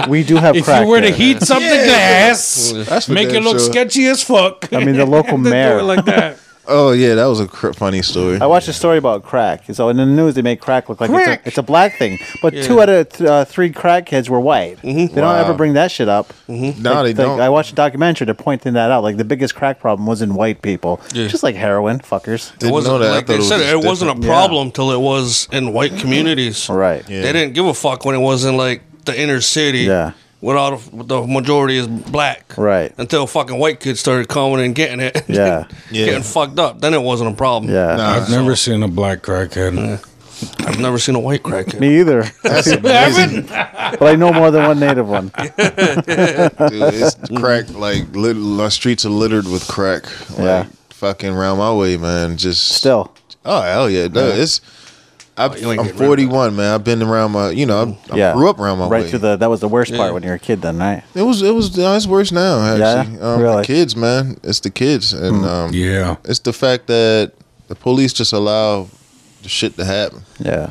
[SPEAKER 4] we do have
[SPEAKER 5] If
[SPEAKER 4] crack.
[SPEAKER 5] you were
[SPEAKER 4] here.
[SPEAKER 5] to heat up the glass,
[SPEAKER 3] That's for
[SPEAKER 5] make it
[SPEAKER 3] damn
[SPEAKER 5] look
[SPEAKER 3] sure.
[SPEAKER 5] sketchy as fuck.
[SPEAKER 4] I mean, the local
[SPEAKER 5] Do
[SPEAKER 4] mayor.
[SPEAKER 5] it like that.
[SPEAKER 3] Oh yeah, that was a cr- funny story.
[SPEAKER 4] I watched a story about crack. So in the news, they make crack look like it's
[SPEAKER 5] Crack.
[SPEAKER 4] a, it's a black thing. But two out of th- uh, three crack kids were white. They
[SPEAKER 3] Mm-hmm. Wow.
[SPEAKER 4] don't ever bring that shit up. Mm-hmm.
[SPEAKER 3] No, they don't.
[SPEAKER 4] I watched a documentary. They're pointing that out. Like the biggest crack problem was in white people,
[SPEAKER 2] Yeah.
[SPEAKER 4] just like heroin, fuckers.
[SPEAKER 3] Didn't
[SPEAKER 2] It wasn't
[SPEAKER 3] know that. I
[SPEAKER 2] like
[SPEAKER 3] thought
[SPEAKER 2] they said.
[SPEAKER 3] was
[SPEAKER 2] It
[SPEAKER 3] just
[SPEAKER 2] wasn't a
[SPEAKER 3] different.
[SPEAKER 2] problem till it was in white communities.
[SPEAKER 4] Right.
[SPEAKER 3] Yeah.
[SPEAKER 2] They didn't give a fuck when it was in like the inner city.
[SPEAKER 4] Yeah.
[SPEAKER 2] When all the, the majority is black.
[SPEAKER 4] Right.
[SPEAKER 2] Until fucking white kids started coming and getting it.
[SPEAKER 4] Yeah.
[SPEAKER 3] Yeah.
[SPEAKER 2] Getting fucked up. Then it wasn't a problem.
[SPEAKER 4] Yeah.
[SPEAKER 3] Nah.
[SPEAKER 5] I've never seen a black crackhead.
[SPEAKER 2] I've never seen a white crack. kid.
[SPEAKER 4] Me either. but I know more than one native one.
[SPEAKER 3] Dude, it's crack. Like lit- our streets are littered with crack. Like,
[SPEAKER 4] Yeah.
[SPEAKER 3] Fucking round my way, man. Just
[SPEAKER 4] Still.
[SPEAKER 3] Oh hell yeah, no, it's. I,
[SPEAKER 2] Oh, you ain't
[SPEAKER 3] I'm
[SPEAKER 2] getting rid of
[SPEAKER 3] 41, man. I've been around my, you know, I'm- I,
[SPEAKER 4] Yeah.
[SPEAKER 3] grew up around my
[SPEAKER 4] Right
[SPEAKER 3] way.
[SPEAKER 4] through the. That was the worst
[SPEAKER 2] Yeah.
[SPEAKER 4] part when you were a kid, then, right?
[SPEAKER 3] it was, it was, no, it's worse now. Actually,
[SPEAKER 4] Yeah?
[SPEAKER 3] um,
[SPEAKER 4] Really? Hmm.
[SPEAKER 3] the kids, man. It's the kids, and um,
[SPEAKER 5] Yeah.
[SPEAKER 3] it's the fact that the police just allow the shit to happen.
[SPEAKER 4] Yeah.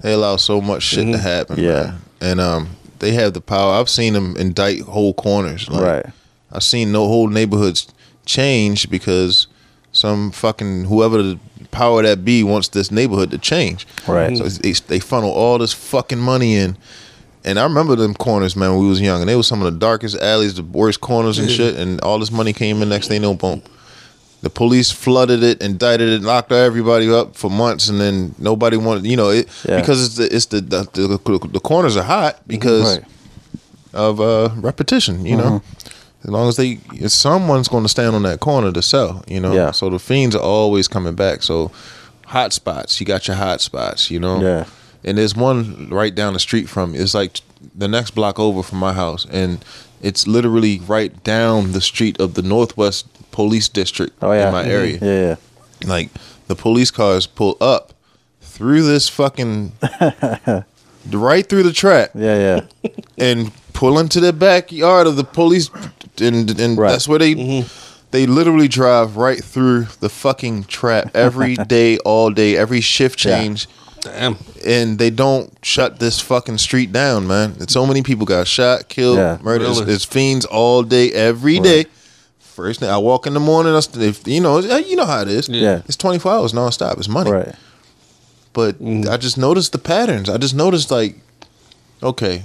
[SPEAKER 3] They allow so much shit to happen.
[SPEAKER 4] Mm-hmm. Yeah.
[SPEAKER 3] man. and um, they have the power. I've seen them indict whole corners. Like,
[SPEAKER 4] Right.
[SPEAKER 3] I've seen no whole neighborhoods change because some fucking whoever the power that be wants this neighborhood to change.
[SPEAKER 4] Right.
[SPEAKER 3] So it's, it's, they funnel all this fucking money in. And I remember them corners, man, when we was young, and they were some of the darkest alleys, the worst corners and shit. And all this money came in. Next thing you know, boom. The police flooded it, indicted it, locked everybody up for months, and then nobody wanted, you know, it
[SPEAKER 4] Yeah.
[SPEAKER 3] because it's the it's the the, the the corners are hot because
[SPEAKER 4] Right.
[SPEAKER 3] of uh, repetition. You know,
[SPEAKER 4] Mm-hmm.
[SPEAKER 3] as long as they, if someone's going to stand on that corner to sell. You know,
[SPEAKER 4] Yeah.
[SPEAKER 3] So the fiends are always coming back. So hot spots, you got your hot spots. You know,
[SPEAKER 4] Yeah.
[SPEAKER 3] And there's one right down the street from. It's like the next block over from my house, and it's literally right down the street of the Northwest Police District
[SPEAKER 4] Oh yeah.
[SPEAKER 3] in my area.
[SPEAKER 4] Yeah. yeah.
[SPEAKER 3] Like the police cars pull up through this fucking. Right through the track,
[SPEAKER 4] Yeah, yeah.
[SPEAKER 3] and pull into the backyard of the police, and and
[SPEAKER 4] Right. Mm-hmm.
[SPEAKER 3] that's where they they literally drive right through the fucking trap every day, all day, every shift
[SPEAKER 4] Yeah.
[SPEAKER 3] change.
[SPEAKER 2] Damn.
[SPEAKER 3] and they don't shut this fucking street down, man. And so many people got shot, killed,
[SPEAKER 4] Yeah.
[SPEAKER 3] murdered. It's-
[SPEAKER 2] Really?
[SPEAKER 3] It's, fiends all day, every day. First thing I walk in the morning, I, st- if, you know, you know how it is.
[SPEAKER 4] Yeah.
[SPEAKER 3] it's twenty four hours nonstop. It's money,
[SPEAKER 4] Right.
[SPEAKER 3] But
[SPEAKER 4] Mm-hmm.
[SPEAKER 3] I just noticed the patterns. I just noticed like, okay,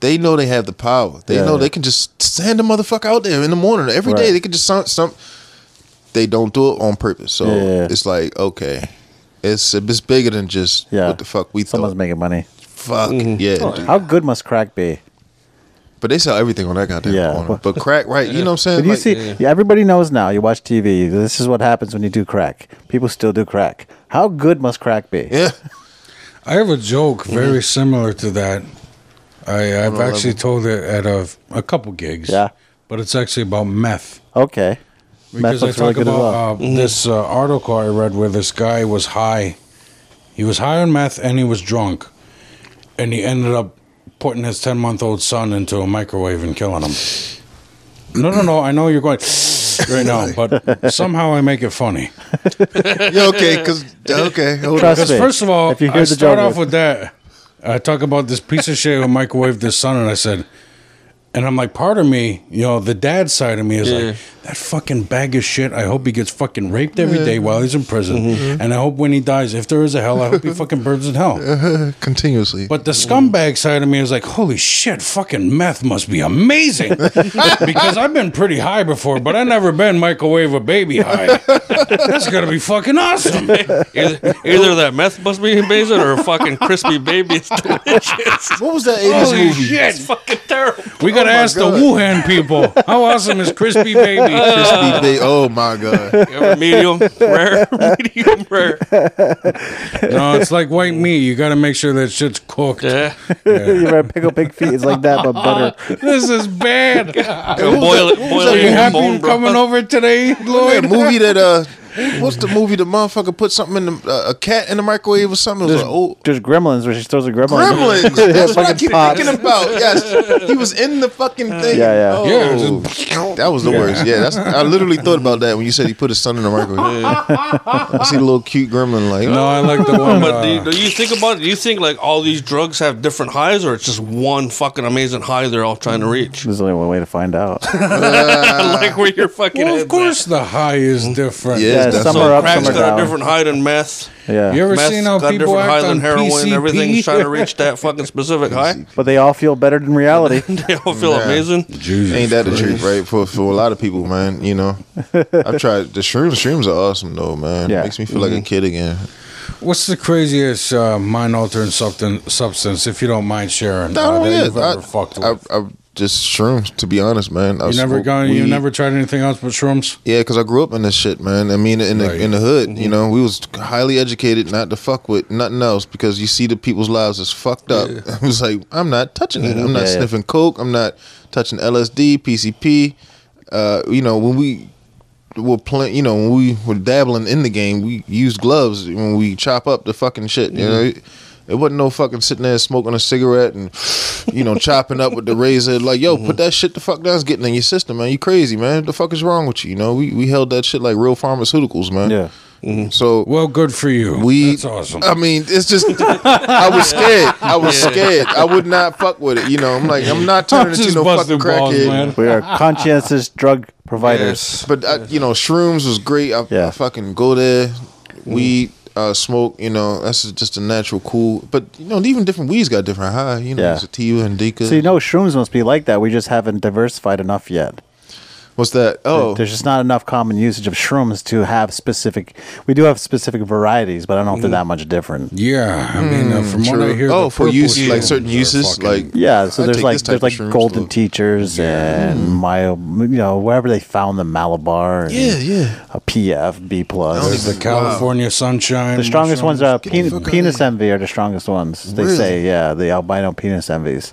[SPEAKER 3] they know they have the power. They
[SPEAKER 4] Yeah,
[SPEAKER 3] know
[SPEAKER 4] yeah.
[SPEAKER 3] they can just send a motherfucker out there in the morning every day.
[SPEAKER 4] Right.
[SPEAKER 3] They can just some, some. They don't do it on purpose. So
[SPEAKER 4] Yeah, yeah, yeah.
[SPEAKER 3] it's like okay. It's, it's bigger than just
[SPEAKER 4] Yeah.
[SPEAKER 3] what the fuck we thought.
[SPEAKER 4] Someone's Mm-hmm. making money.
[SPEAKER 3] Fuck yeah, dude.
[SPEAKER 4] How good must crack be?
[SPEAKER 3] but they sell everything on that goddamn
[SPEAKER 4] Yeah.
[SPEAKER 3] corner. But crack, right? You know what I'm saying?
[SPEAKER 4] But you
[SPEAKER 3] Like,
[SPEAKER 4] see, yeah, everybody knows now. You watch TV. This is what happens when you do crack. People still do crack. How good must crack be?
[SPEAKER 3] yeah,
[SPEAKER 5] I have a joke
[SPEAKER 4] Mm-hmm.
[SPEAKER 5] very similar to that. I, I've
[SPEAKER 3] Another
[SPEAKER 5] actually
[SPEAKER 3] level.
[SPEAKER 5] told it at a, a couple gigs.
[SPEAKER 4] Yeah.
[SPEAKER 5] But it's actually about meth.
[SPEAKER 4] Okay.
[SPEAKER 5] Because I
[SPEAKER 4] looks really
[SPEAKER 5] talk
[SPEAKER 4] good as
[SPEAKER 5] about
[SPEAKER 4] well.
[SPEAKER 5] uh, this uh, article I read where this guy was high. He was high on meth and he was drunk. And he ended up putting his 10 month old son into a microwave and killing him. No, no, no. I know you're going right now, but somehow I make it funny.
[SPEAKER 3] yeah, okay, because okay, oh, hold on.
[SPEAKER 4] Trust
[SPEAKER 5] Because
[SPEAKER 4] me.
[SPEAKER 5] first of all,
[SPEAKER 4] if you hear
[SPEAKER 5] I
[SPEAKER 4] the
[SPEAKER 5] start
[SPEAKER 4] joke,
[SPEAKER 5] off with that. I talk about this piece of shit who microwaved his son, and I said, and I'm like, part of me, you know, the dad side of me is
[SPEAKER 2] Yeah.
[SPEAKER 5] like, that fucking bag of shit. I hope he gets fucking raped every day while he's in prison,
[SPEAKER 2] Mm-hmm.
[SPEAKER 5] and I hope when he dies, if there is a hell, I hope he fucking burns in hell.
[SPEAKER 3] continuously.
[SPEAKER 5] But the scumbag side of me is like, holy shit, fucking meth must be amazing because I've been pretty high before, but I never been microwave a baby high. That's gonna be fucking awesome.
[SPEAKER 2] Either, either that meth must be amazing or a fucking crispy baby is delicious.
[SPEAKER 3] what was that
[SPEAKER 4] Oh,
[SPEAKER 3] '80s
[SPEAKER 5] Holy
[SPEAKER 3] movie?
[SPEAKER 5] shit!
[SPEAKER 2] It's fucking terrible.
[SPEAKER 5] We gotta
[SPEAKER 3] Oh my
[SPEAKER 5] ask
[SPEAKER 3] God.
[SPEAKER 5] the Wuhan people. How awesome is Crispy Baby?
[SPEAKER 3] Crispy Bay- Oh my god!
[SPEAKER 2] You ever medium rare? medium rare.
[SPEAKER 5] no, it's like white meat. You gotta make sure that shit's cooked.
[SPEAKER 2] Yeah.
[SPEAKER 4] you ever pickle pig feet? It's like that, but better.
[SPEAKER 5] This is bad.
[SPEAKER 2] Go boil it. Boil
[SPEAKER 5] Are
[SPEAKER 2] it
[SPEAKER 5] you
[SPEAKER 2] in your
[SPEAKER 5] happy
[SPEAKER 2] bone,
[SPEAKER 5] you're
[SPEAKER 2] bro.
[SPEAKER 5] coming over today,
[SPEAKER 3] That
[SPEAKER 5] Lloyd?
[SPEAKER 3] movie that uh, what's the movie? The motherfucker put something in the uh, a cat in the microwave or something. It was like, oh.
[SPEAKER 4] There's gremlins where she throws a gremlin.
[SPEAKER 3] Gremlins.
[SPEAKER 4] Yeah,
[SPEAKER 3] That's what I
[SPEAKER 4] fucking
[SPEAKER 3] keep
[SPEAKER 4] pots.
[SPEAKER 3] thinking about. Yes, he was in the fucking thing.
[SPEAKER 4] Yeah, yeah.
[SPEAKER 3] Oh,
[SPEAKER 5] Yeah,
[SPEAKER 3] that was the worst. Yeah, that's. I literally thought about that when you said he put his son in the microwave. I see the little cute gremlin like.
[SPEAKER 5] No, I like the one.
[SPEAKER 2] But do,
[SPEAKER 5] Uh,
[SPEAKER 2] you, do you think about it? Do you think like all these drugs have different highs, or it's just one fucking amazing high they're all trying to reach?
[SPEAKER 4] There's only one way to find out.
[SPEAKER 2] like where you're fucking.
[SPEAKER 5] well,
[SPEAKER 2] head's
[SPEAKER 5] of course, the high is different.
[SPEAKER 3] Mm-hmm. Yeah,
[SPEAKER 4] yeah,
[SPEAKER 3] that's-
[SPEAKER 4] some
[SPEAKER 2] At.
[SPEAKER 4] are
[SPEAKER 2] So
[SPEAKER 4] up,
[SPEAKER 2] cracks
[SPEAKER 4] some are
[SPEAKER 2] got a
[SPEAKER 4] down.
[SPEAKER 2] different high than meth.
[SPEAKER 4] Yeah.
[SPEAKER 5] You ever
[SPEAKER 2] Meth
[SPEAKER 5] seen how
[SPEAKER 2] got a
[SPEAKER 5] people
[SPEAKER 2] different
[SPEAKER 5] act
[SPEAKER 2] high than
[SPEAKER 5] on
[SPEAKER 2] heroin.
[SPEAKER 5] PCP?
[SPEAKER 2] Everything's trying to reach that fucking specific high.
[SPEAKER 4] but they all feel better than reality.
[SPEAKER 2] They all feel
[SPEAKER 3] Yeah.
[SPEAKER 2] amazing.
[SPEAKER 5] Jesus
[SPEAKER 3] Ain't that the
[SPEAKER 5] Christ.
[SPEAKER 3] truth, right? For for a lot of people, man. You know, I've tried the shrooms. Shrooms are awesome, though, man.
[SPEAKER 4] Yeah.
[SPEAKER 3] It makes me feel
[SPEAKER 5] Mm-hmm.
[SPEAKER 3] like a kid again.
[SPEAKER 5] What's the craziest uh, mind altering substance, substance, if you don't mind sharing,
[SPEAKER 3] No,
[SPEAKER 5] uh, that
[SPEAKER 3] Oh, yeah,
[SPEAKER 5] you've ever fucked
[SPEAKER 3] I,
[SPEAKER 5] with?
[SPEAKER 3] I, I just shrooms, to be honest, man. I
[SPEAKER 5] you never
[SPEAKER 3] smoked
[SPEAKER 5] gone? You
[SPEAKER 3] weed.
[SPEAKER 5] never tried anything else but shrooms?
[SPEAKER 3] Yeah, because I grew up in this shit, man. I mean, in the
[SPEAKER 5] Right.
[SPEAKER 3] in the hood, you know, we was highly educated, not to fuck with nothing else, because you see the people's lives is fucked up. I was like, I'm not touching it. I'm not
[SPEAKER 4] Yeah, yeah.
[SPEAKER 3] sniffing coke. I'm not touching LSD, PCP. Uh, you know, when we were playing, you know, when we were dabbling in the game, we used gloves when we chop up the fucking shit. You know, it,
[SPEAKER 5] Mm-hmm.
[SPEAKER 3] it wasn't no fucking sitting there smoking a cigarette and you know chopping up with the razor. Like, yo,
[SPEAKER 5] Mm-hmm.
[SPEAKER 3] put that shit the fuck down. It's getting in your system, man. You crazy, man. the fuck is wrong with you? You know, we we held that shit like real pharmaceuticals, man.
[SPEAKER 4] Yeah.
[SPEAKER 3] So
[SPEAKER 5] Well, good for you.
[SPEAKER 3] we
[SPEAKER 5] Mm-hmm. That's awesome.
[SPEAKER 3] I mean, it's just I was scared. I was scared. I would not fuck with it. You know, I'm like, I'm not turning into
[SPEAKER 5] Just
[SPEAKER 3] no fucking
[SPEAKER 5] busting balls,
[SPEAKER 3] crackhead.
[SPEAKER 5] man.
[SPEAKER 4] We are conscientious drug providers.
[SPEAKER 2] Yes.
[SPEAKER 3] But I, you know, shrooms was great. I,
[SPEAKER 4] Yeah.
[SPEAKER 3] I fucking go there,
[SPEAKER 5] Mm.
[SPEAKER 3] weed, uh, smoke. You know, that's just a natural cool. But you know, even different weeds got different high. You know,
[SPEAKER 4] Yeah.
[SPEAKER 3] sativa and dica.
[SPEAKER 4] So you know shrooms must be like that. We just haven't diversified enough yet.
[SPEAKER 3] what's that? Oh,
[SPEAKER 4] There's just not enough common usage of shrooms to have specific. We do have specific varieties, but I don't
[SPEAKER 3] Mm-hmm.
[SPEAKER 4] know if they're that much different.
[SPEAKER 5] Yeah, I mean, uh, from what I
[SPEAKER 3] true.
[SPEAKER 5] hear,
[SPEAKER 3] oh,
[SPEAKER 5] the
[SPEAKER 3] for
[SPEAKER 5] purple
[SPEAKER 3] use like
[SPEAKER 5] shrooms
[SPEAKER 3] certain
[SPEAKER 5] are
[SPEAKER 3] uses,
[SPEAKER 5] fucking-
[SPEAKER 3] like
[SPEAKER 4] Yeah, so
[SPEAKER 3] I
[SPEAKER 4] there's
[SPEAKER 3] take
[SPEAKER 4] like
[SPEAKER 3] this type
[SPEAKER 4] there's
[SPEAKER 3] of
[SPEAKER 4] like
[SPEAKER 3] shrooms Mm-hmm.
[SPEAKER 4] golden
[SPEAKER 3] to-
[SPEAKER 4] teachers and my you know wherever they found the Malabar. And
[SPEAKER 3] Yeah, yeah.
[SPEAKER 4] A PF B plus.
[SPEAKER 5] there's the California sunshine.
[SPEAKER 4] The strongest ones
[SPEAKER 5] mushrooms.
[SPEAKER 4] are
[SPEAKER 3] the
[SPEAKER 4] penis,
[SPEAKER 3] fuck outta
[SPEAKER 4] penis
[SPEAKER 3] here.
[SPEAKER 4] envy are the strongest ones. They
[SPEAKER 3] Really?
[SPEAKER 4] say yeah, the albino penis envies.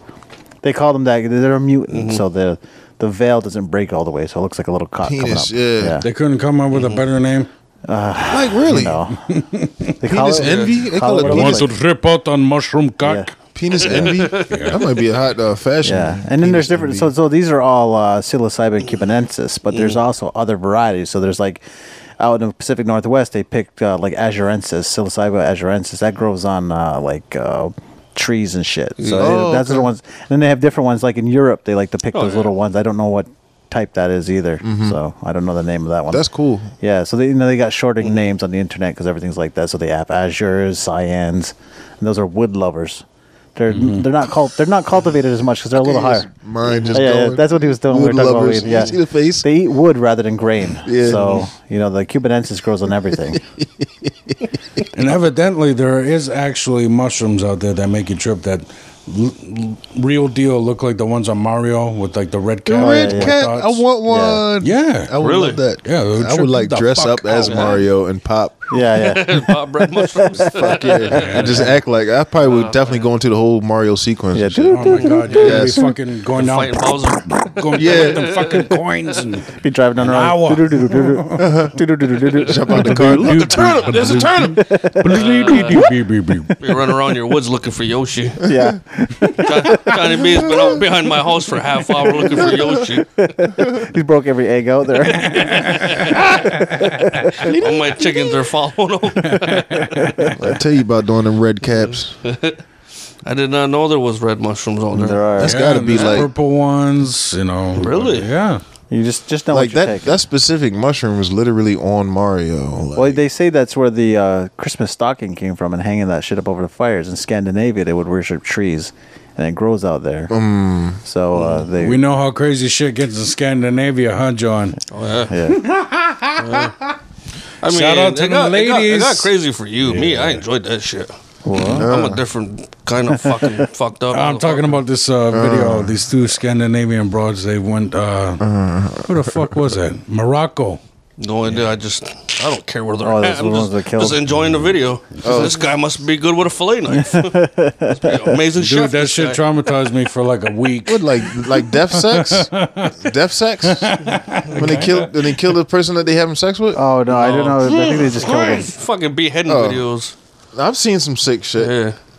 [SPEAKER 4] They call them that. They're a mutant,
[SPEAKER 3] Mm-hmm.
[SPEAKER 4] so the the veil doesn't break all the way, so it looks like a little cock coming up.
[SPEAKER 3] Penis, yeah.
[SPEAKER 5] They couldn't come up with a
[SPEAKER 3] Mm-hmm.
[SPEAKER 5] better name.
[SPEAKER 3] like really
[SPEAKER 4] No. they
[SPEAKER 3] penis envy. They call
[SPEAKER 4] call it
[SPEAKER 3] it
[SPEAKER 4] what
[SPEAKER 5] I
[SPEAKER 4] it
[SPEAKER 3] penis.
[SPEAKER 5] want to rip out on mushroom
[SPEAKER 4] Yeah.
[SPEAKER 5] cock.
[SPEAKER 3] Penis envy? That might be a hot uh, fashion.
[SPEAKER 4] Yeah, and then
[SPEAKER 3] Penis
[SPEAKER 4] there's different.
[SPEAKER 3] envy.
[SPEAKER 4] So, so these are all uh, psilocybin cubanensis, but there's also other varieties. So there's like out in the Pacific Northwest, they picked uh, like azurensis, psilocybin azurensis. That grows on uh, like uh, trees and shit. So
[SPEAKER 3] Oh,
[SPEAKER 4] they- that's the
[SPEAKER 3] okay.
[SPEAKER 4] ones. And then they have different ones. Like in Europe, they like to pick
[SPEAKER 2] Oh,
[SPEAKER 4] those
[SPEAKER 2] yeah.
[SPEAKER 4] little ones. I don't know what type that is either. So I don't know the name of that one.
[SPEAKER 3] That's cool.
[SPEAKER 4] Yeah, so they you know they got shorting
[SPEAKER 3] Mm.
[SPEAKER 4] names on the internet because everything's like that. So they have azures, cyans, and those are wood lovers. They're they're not cult they're not cultivated as much because they're a little higher.
[SPEAKER 3] Mm-hmm. Mine just
[SPEAKER 4] Yeah, yeah,
[SPEAKER 3] going.
[SPEAKER 4] that's what he was doing. when
[SPEAKER 3] Wood
[SPEAKER 4] we were talking
[SPEAKER 3] lovers.
[SPEAKER 4] about weed. Yeah,
[SPEAKER 3] You see the face?
[SPEAKER 4] They eat wood rather than grain.
[SPEAKER 3] Yeah.
[SPEAKER 4] So you know the cubanensis grows on everything.
[SPEAKER 5] And evidently, there is actually mushrooms out there that make you trip that l- l- real deal look like the ones on Mario with like the red
[SPEAKER 3] The
[SPEAKER 5] cat.
[SPEAKER 3] red
[SPEAKER 5] with
[SPEAKER 4] yeah.
[SPEAKER 3] cat.
[SPEAKER 5] dots.
[SPEAKER 3] I want
[SPEAKER 4] Yeah.
[SPEAKER 3] one.
[SPEAKER 5] Yeah.
[SPEAKER 3] I would
[SPEAKER 2] Really?
[SPEAKER 3] love that.
[SPEAKER 5] Yeah, it would
[SPEAKER 3] I
[SPEAKER 5] trip
[SPEAKER 3] would like
[SPEAKER 5] the
[SPEAKER 3] dress up
[SPEAKER 5] fuck
[SPEAKER 3] as
[SPEAKER 5] out.
[SPEAKER 3] Mario and pop.
[SPEAKER 4] yeah, yeah.
[SPEAKER 2] Pop bread mushrooms.
[SPEAKER 3] Fuck yeah. And just act like I probably would definitely go into the whole Mario sequence.
[SPEAKER 4] Yeah,
[SPEAKER 3] and shit.
[SPEAKER 5] Oh my god! You're
[SPEAKER 3] Yes.
[SPEAKER 5] gonna be fucking going down,
[SPEAKER 2] Fighting Bowser.
[SPEAKER 5] going
[SPEAKER 3] Yeah.
[SPEAKER 5] yeah, them fucking coins and
[SPEAKER 4] Be driving down the road.
[SPEAKER 5] hour.
[SPEAKER 4] doo-doo-doo-doo-doo.
[SPEAKER 3] Jump out the car. Look, a turnip. There's a turnip.
[SPEAKER 5] yeah,
[SPEAKER 2] You run around your woods looking for Yoshi.
[SPEAKER 4] Yeah,
[SPEAKER 2] John- Johnny B has been out behind my house for a half hour looking for Yoshi.
[SPEAKER 4] he broke every egg out there.
[SPEAKER 2] All my chickens are following him.
[SPEAKER 3] I tell you about doing them red caps.
[SPEAKER 2] I did not know there was red mushrooms out there.
[SPEAKER 4] There are.
[SPEAKER 3] That's gotta be
[SPEAKER 5] there's
[SPEAKER 3] like-
[SPEAKER 5] purple ones, you know.
[SPEAKER 2] Really?
[SPEAKER 5] Yeah.
[SPEAKER 4] You just just know
[SPEAKER 3] Like
[SPEAKER 4] what you're
[SPEAKER 3] that.
[SPEAKER 4] taking.
[SPEAKER 3] That specific mushroom is literally on Mario. Like,
[SPEAKER 4] Well, they say that's where the uh, Christmas stocking came from, and hanging that shit up over the fires. In Scandinavia, they would worship trees, and it grows out there. so uh, they,
[SPEAKER 5] We know how crazy shit gets in Scandinavia, huh, John?
[SPEAKER 4] yeah,
[SPEAKER 2] I mean,
[SPEAKER 5] Shout out to
[SPEAKER 2] it got,
[SPEAKER 5] them
[SPEAKER 2] it got- It
[SPEAKER 5] ladies.
[SPEAKER 2] got, crazy for you. Me, I enjoyed that shit. I'm a different kind of fucking fucked up.
[SPEAKER 5] I'm talking about this uh, video. of These two Scandinavian broads. They went. Uh,
[SPEAKER 3] Uh-huh.
[SPEAKER 5] who the fuck was that? Morocco.
[SPEAKER 2] No idea. I just I don't care where they're
[SPEAKER 4] Oh, those
[SPEAKER 2] at.
[SPEAKER 4] are the
[SPEAKER 2] I'm
[SPEAKER 4] ones
[SPEAKER 2] just,
[SPEAKER 4] that Oh. killed.
[SPEAKER 2] just enjoying the video. This guy must be good with a fillet knife. Must be an amazing
[SPEAKER 5] Dude,
[SPEAKER 2] chef.
[SPEAKER 5] that
[SPEAKER 2] this
[SPEAKER 5] shit
[SPEAKER 2] guy.
[SPEAKER 5] traumatized me for like a week.
[SPEAKER 3] What like like deaf sex? deaf sex? When they kill when they kill the person that they having sex with?
[SPEAKER 4] Oh no, I don't know. I think they just killed him.
[SPEAKER 2] Fucking beheading
[SPEAKER 4] Oh.
[SPEAKER 2] videos.
[SPEAKER 3] I've seen some sick shit.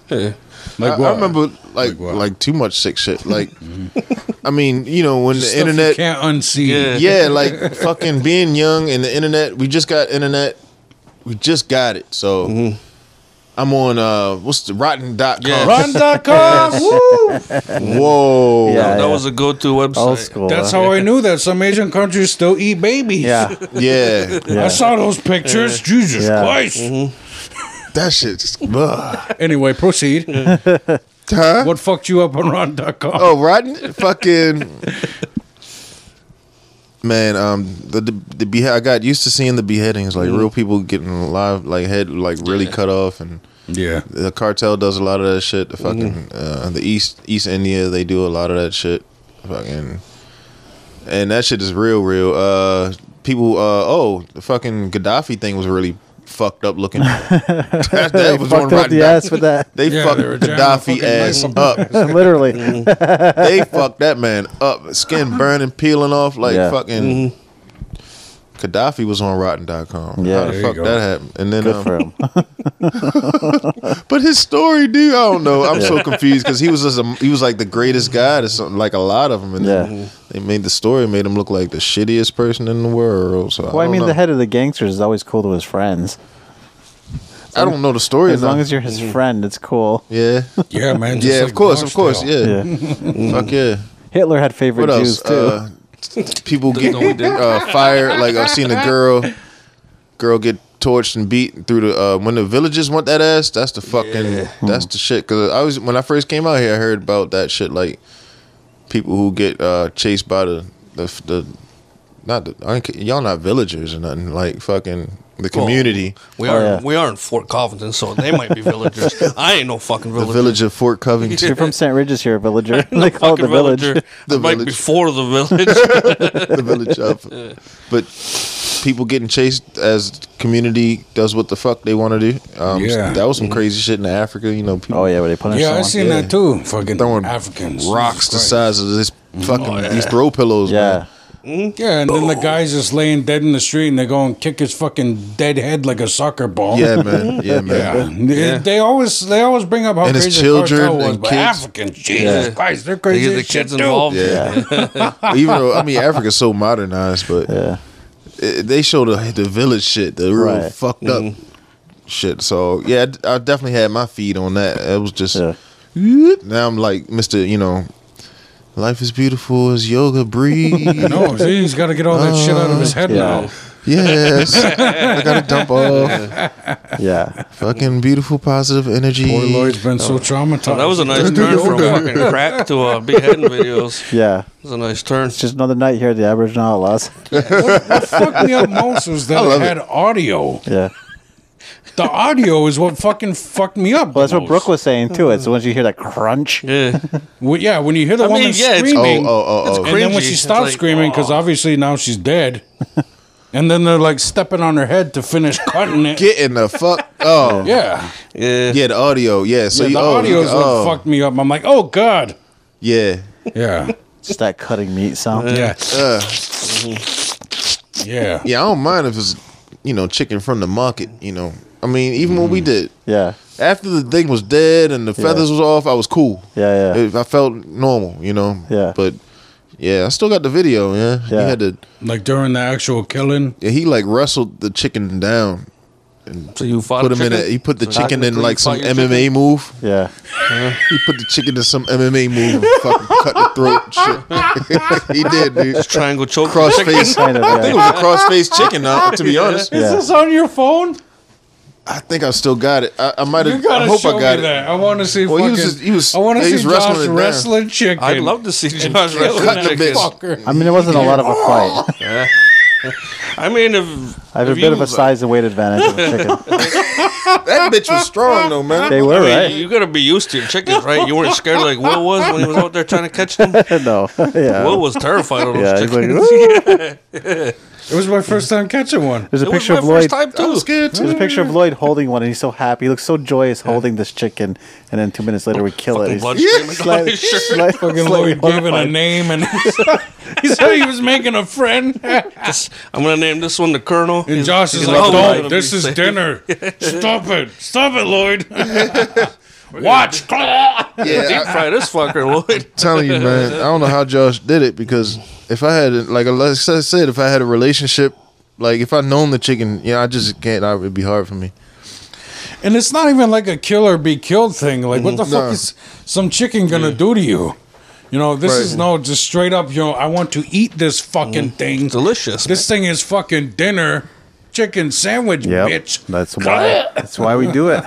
[SPEAKER 2] Yeah, yeah.
[SPEAKER 5] Like
[SPEAKER 3] I,
[SPEAKER 5] what?
[SPEAKER 3] I remember like like,
[SPEAKER 5] Like what?
[SPEAKER 3] too much sick shit. Like I mean, you know, when
[SPEAKER 5] Mm-hmm. Stuff
[SPEAKER 3] the
[SPEAKER 5] you
[SPEAKER 3] internet
[SPEAKER 5] can't unsee.
[SPEAKER 2] Yeah.
[SPEAKER 3] Yeah, like fucking being young and the internet, we just got internet. We just got it. So I'm on uh what's the rotten.com.
[SPEAKER 2] Yeah.
[SPEAKER 5] Run.com. Woo!
[SPEAKER 3] Whoa.
[SPEAKER 4] Yeah.
[SPEAKER 2] that was a go-to website.
[SPEAKER 4] Old school.
[SPEAKER 5] That's
[SPEAKER 4] huh?
[SPEAKER 5] how I knew that some Asian countries still eat babies.
[SPEAKER 4] Yeah,
[SPEAKER 3] Yeah.
[SPEAKER 5] I saw those pictures. Jesus
[SPEAKER 4] Yeah.
[SPEAKER 5] Christ.
[SPEAKER 2] Mm-hmm.
[SPEAKER 3] That shit just ugh.
[SPEAKER 5] Anyway, proceed.
[SPEAKER 3] Huh?
[SPEAKER 5] what fucked you up on Ron.com?
[SPEAKER 3] Oh, rotten fucking man. Um, the the, the behe- I got used to seeing the beheadings, like real people getting live, like head, like really cut off, and
[SPEAKER 5] Yeah.
[SPEAKER 3] the cartel does a lot of that shit. The
[SPEAKER 4] Mm-hmm.
[SPEAKER 3] fucking uh, the East East India, they do a lot of that shit. Fucking and that shit is real, real. Uh, people, uh, oh, the fucking Gaddafi thing was really fucked up looking. that, that was on
[SPEAKER 4] fucked up
[SPEAKER 3] rotten.
[SPEAKER 4] the ass with that.
[SPEAKER 3] They
[SPEAKER 5] Yeah,
[SPEAKER 3] fucked
[SPEAKER 5] they were jamming
[SPEAKER 3] Gaddafi
[SPEAKER 5] fucking
[SPEAKER 3] ass
[SPEAKER 5] knife
[SPEAKER 3] up
[SPEAKER 4] Literally,
[SPEAKER 3] they fucked that man up. Skin burning, peeling off like
[SPEAKER 4] Yeah. Mm-hmm.
[SPEAKER 3] fucking. Gaddafi was on Rotten.com. How
[SPEAKER 4] Yeah. There
[SPEAKER 3] the
[SPEAKER 5] you
[SPEAKER 3] fuck
[SPEAKER 5] go.
[SPEAKER 3] that happened? And then,
[SPEAKER 4] good for
[SPEAKER 3] um,
[SPEAKER 4] him.
[SPEAKER 3] but his story, dude, I don't know. I'm so confused because he was just a, he was like the greatest guy to something like a lot of them, and then
[SPEAKER 4] Yeah.
[SPEAKER 3] they made the story made him look like the shittiest person in the world. So
[SPEAKER 4] Well, I
[SPEAKER 3] don't
[SPEAKER 4] mean,
[SPEAKER 3] know.
[SPEAKER 4] the head of the gangsters is always cool to his friends.
[SPEAKER 3] I don't know the story
[SPEAKER 4] As long
[SPEAKER 3] enough.
[SPEAKER 4] as you're his friend, it's cool.
[SPEAKER 3] yeah,
[SPEAKER 5] Yeah, man. just
[SPEAKER 3] yeah,
[SPEAKER 5] like
[SPEAKER 3] of course, of course,
[SPEAKER 5] Rochdale.
[SPEAKER 3] yeah,
[SPEAKER 4] Yeah.
[SPEAKER 3] fuck yeah.
[SPEAKER 4] Hitler had favorite
[SPEAKER 3] What
[SPEAKER 4] Jews
[SPEAKER 3] else?
[SPEAKER 4] too.
[SPEAKER 3] Uh, people get
[SPEAKER 2] no, we didn't.
[SPEAKER 3] uh, fired. Like I've seen a girl, girl get torched and beat through the. Uh, when the villages want that ass, that's the fucking. That's the shit. Cause I was when I first came out here, I heard about that shit. Like people who get uh, chased by the the, the not the I ain't- y'all not villagers or nothing. Like fucking the community,
[SPEAKER 2] We are
[SPEAKER 4] Oh, yeah.
[SPEAKER 2] we are in Fort Covington, so they might be villagers. I ain't no fucking
[SPEAKER 3] the
[SPEAKER 2] villager.
[SPEAKER 3] village of Fort Covington.
[SPEAKER 4] you're from St. Ridges here, villager.
[SPEAKER 2] No
[SPEAKER 4] they call it
[SPEAKER 2] fucking
[SPEAKER 4] the village.
[SPEAKER 2] villager.
[SPEAKER 3] The
[SPEAKER 2] The right
[SPEAKER 3] village.
[SPEAKER 2] before the village.
[SPEAKER 3] the village up. But people getting chased as community does what the fuck they want to do. Um,
[SPEAKER 5] Yeah.
[SPEAKER 3] That was some crazy shit in Africa. You know, people
[SPEAKER 4] Oh yeah, where they punish
[SPEAKER 5] Yeah, I
[SPEAKER 4] someone.
[SPEAKER 5] seen that too. Fucking
[SPEAKER 3] throwing
[SPEAKER 5] Africans.
[SPEAKER 3] rocks the
[SPEAKER 5] Jesus Christ.
[SPEAKER 3] size of this fucking these throw pillows.
[SPEAKER 4] Yeah.
[SPEAKER 3] man.
[SPEAKER 5] Yeah, and
[SPEAKER 3] Oh.
[SPEAKER 5] then the guy's just laying dead in the street, and they go and kick his fucking dead head like a soccer ball.
[SPEAKER 3] Yeah, man. Yeah,
[SPEAKER 5] Yeah.
[SPEAKER 3] man.
[SPEAKER 5] They- They always they always bring up how
[SPEAKER 3] And his
[SPEAKER 5] crazy
[SPEAKER 3] children
[SPEAKER 5] the cartel was,
[SPEAKER 3] and
[SPEAKER 5] but
[SPEAKER 3] kids.
[SPEAKER 5] Africans, Jesus Christ, they're
[SPEAKER 2] They
[SPEAKER 5] crazy.
[SPEAKER 2] get the
[SPEAKER 5] as shit,
[SPEAKER 2] kids
[SPEAKER 5] too.
[SPEAKER 2] involved.
[SPEAKER 3] Yeah. Even though I mean Africa's so modernized, but
[SPEAKER 4] Yeah.
[SPEAKER 3] it, they show the the village shit, the real
[SPEAKER 4] Right.
[SPEAKER 3] fucked up shit. So yeah, I d- I, definitely had my feed on that. It was just
[SPEAKER 4] Yeah.
[SPEAKER 3] now I'm like Mister, you know, life is beautiful as yoga breathe.
[SPEAKER 5] No, see, he's got to get all that shit out of his head
[SPEAKER 4] yeah.
[SPEAKER 5] now.
[SPEAKER 3] yes, I gotta dump off
[SPEAKER 4] Yeah.
[SPEAKER 3] fucking beautiful positive energy.
[SPEAKER 5] Boy, Lloyd's been
[SPEAKER 3] Oh.
[SPEAKER 5] so traumatized.
[SPEAKER 2] That was a nice turn from fucking crack to uh, beheading videos.
[SPEAKER 4] Yeah.
[SPEAKER 2] It was a nice turn.
[SPEAKER 4] It's just another night here at the Aboriginal Outlaws.
[SPEAKER 5] what fucked me up most was that it
[SPEAKER 3] love
[SPEAKER 5] had audio.
[SPEAKER 4] Yeah.
[SPEAKER 5] The audio is what fucking fucked me up.
[SPEAKER 4] Well, that's
[SPEAKER 5] the
[SPEAKER 4] what Brooke was
[SPEAKER 5] most.
[SPEAKER 4] saying too. It's once you hear that crunch.
[SPEAKER 2] Yeah.
[SPEAKER 5] Well, yeah, when you hear the
[SPEAKER 2] I mean,
[SPEAKER 5] woman
[SPEAKER 2] yeah, it's-
[SPEAKER 3] Oh,
[SPEAKER 5] screaming,
[SPEAKER 3] oh, oh,
[SPEAKER 5] and then when
[SPEAKER 2] cringy.
[SPEAKER 5] she
[SPEAKER 2] It's
[SPEAKER 5] stops
[SPEAKER 2] like,
[SPEAKER 5] screaming, because
[SPEAKER 2] oh.
[SPEAKER 5] obviously now she's dead, and then they're like stepping on her head to finish cutting it.
[SPEAKER 3] Getting the fuck. Oh, yeah.
[SPEAKER 5] yeah,
[SPEAKER 2] Yeah.
[SPEAKER 3] the audio. Yeah. So
[SPEAKER 5] the
[SPEAKER 3] you, oh, you
[SPEAKER 5] audio is
[SPEAKER 3] can-
[SPEAKER 5] what
[SPEAKER 3] oh,
[SPEAKER 5] fucked me up. I'm like, oh god,
[SPEAKER 3] Yeah.
[SPEAKER 5] yeah,
[SPEAKER 4] Just that cutting meat sound.
[SPEAKER 5] yeah,
[SPEAKER 3] Uh,
[SPEAKER 5] yeah.
[SPEAKER 3] yeah. I don't mind if it's you know chicken from the market. You know. I mean, even when we
[SPEAKER 4] Mm.
[SPEAKER 3] did
[SPEAKER 4] Yeah.
[SPEAKER 3] after the thing was dead and the feathers was off, I was cool.
[SPEAKER 4] Yeah, yeah.
[SPEAKER 3] It- I felt normal. You know.
[SPEAKER 4] Yeah.
[SPEAKER 3] But yeah, I still got the video. Yeah. He
[SPEAKER 4] Yeah.
[SPEAKER 3] had to.
[SPEAKER 5] Like during the actual killing,
[SPEAKER 3] Yeah, he like wrestled the chicken down.
[SPEAKER 2] So you fought
[SPEAKER 3] Put
[SPEAKER 2] a
[SPEAKER 3] him in.
[SPEAKER 2] chicken?
[SPEAKER 3] A, he put the
[SPEAKER 2] So
[SPEAKER 3] chicken in
[SPEAKER 2] technically
[SPEAKER 3] like
[SPEAKER 2] you fought
[SPEAKER 3] some
[SPEAKER 2] your
[SPEAKER 3] MMA
[SPEAKER 2] chicken?
[SPEAKER 3] move.
[SPEAKER 4] Yeah.
[SPEAKER 3] He put the chicken in some MMA move and fucking cut the throat. and Shit. he did, dude.
[SPEAKER 2] Triangle choke.
[SPEAKER 3] Cross
[SPEAKER 2] chicken.
[SPEAKER 3] face.
[SPEAKER 4] Kind of,
[SPEAKER 3] I think it was a cross face chicken. Now, to be honest,
[SPEAKER 4] Yeah.
[SPEAKER 5] on your phone?
[SPEAKER 3] I think I still got it. I, I might
[SPEAKER 5] You
[SPEAKER 3] have. I
[SPEAKER 5] gotta
[SPEAKER 3] hope
[SPEAKER 5] show
[SPEAKER 3] I got
[SPEAKER 5] me
[SPEAKER 3] it.
[SPEAKER 5] that. I want to see.
[SPEAKER 3] Well, he was
[SPEAKER 5] fucking-
[SPEAKER 3] just- he was-
[SPEAKER 5] I want to
[SPEAKER 3] yeah, he
[SPEAKER 5] see
[SPEAKER 3] was wrestling
[SPEAKER 5] Josh
[SPEAKER 3] it down.
[SPEAKER 5] wrestling chicken.
[SPEAKER 2] I'd love to see Josh
[SPEAKER 3] Cutting
[SPEAKER 2] wrestling
[SPEAKER 3] the
[SPEAKER 2] chicken.
[SPEAKER 3] bitch.
[SPEAKER 5] Fucker.
[SPEAKER 4] I mean, it wasn't a lot of a fight.
[SPEAKER 2] I mean, if
[SPEAKER 4] I have a
[SPEAKER 2] if
[SPEAKER 4] bit of
[SPEAKER 2] you-
[SPEAKER 4] a size and weight advantage with chicken.
[SPEAKER 3] That bitch was strong though, man.
[SPEAKER 4] They were
[SPEAKER 2] I mean,
[SPEAKER 4] right.
[SPEAKER 2] You gotta be used to your chickens, right? You weren't scared like Will was when he was out there trying to catch them.
[SPEAKER 4] no. Yeah.
[SPEAKER 2] Will was terrified of those
[SPEAKER 4] yeah. He's like,
[SPEAKER 2] chickens.
[SPEAKER 4] "Ooh."
[SPEAKER 5] It was my first time catching one.
[SPEAKER 4] There's a
[SPEAKER 2] It was
[SPEAKER 4] picture
[SPEAKER 2] my
[SPEAKER 4] of Lloyd.
[SPEAKER 2] first time too.
[SPEAKER 3] I was good
[SPEAKER 4] There's
[SPEAKER 3] too.
[SPEAKER 4] a picture of Lloyd holding one, and he's so happy. He looks so joyous holding this chicken, and then two minutes later we kill it.
[SPEAKER 2] Fucking
[SPEAKER 4] He's
[SPEAKER 2] blood streaming down
[SPEAKER 4] slightly-
[SPEAKER 2] his shirt.
[SPEAKER 4] slightly-
[SPEAKER 5] Fucking
[SPEAKER 4] slightly
[SPEAKER 5] Lloyd gave it a
[SPEAKER 4] horrified.
[SPEAKER 5] name, and he said he was making a friend. And
[SPEAKER 2] This- I'm gonna name this one the Colonel. He's-
[SPEAKER 5] Josh
[SPEAKER 2] he's
[SPEAKER 5] is like,
[SPEAKER 2] "Oh, I'm
[SPEAKER 5] "Don't!
[SPEAKER 2] gonna
[SPEAKER 5] This
[SPEAKER 2] be
[SPEAKER 5] is
[SPEAKER 2] safe."
[SPEAKER 5] dinner. Stop it! Stop it, Lloyd! Watch! yeah,
[SPEAKER 3] Yeah,
[SPEAKER 2] Deep fry this fucker, Lloyd.
[SPEAKER 3] telling you, man. I don't know how Josh did it because if I had, like, like I said, if I had a relationship, like if I known the chicken, yeah, I just can't. I, it'd be hard for me.
[SPEAKER 5] and it's not even like a kill or be killed thing. Like, what the
[SPEAKER 3] No.
[SPEAKER 5] fuck is some chicken gonna do to you? You know, this
[SPEAKER 3] Right.
[SPEAKER 5] is no just straight up. You know, I want to eat this fucking thing.
[SPEAKER 2] Delicious.
[SPEAKER 5] This thing is fucking dinner, chicken sandwich,
[SPEAKER 4] Yep.
[SPEAKER 5] bitch.
[SPEAKER 4] That's why. That's why we do it.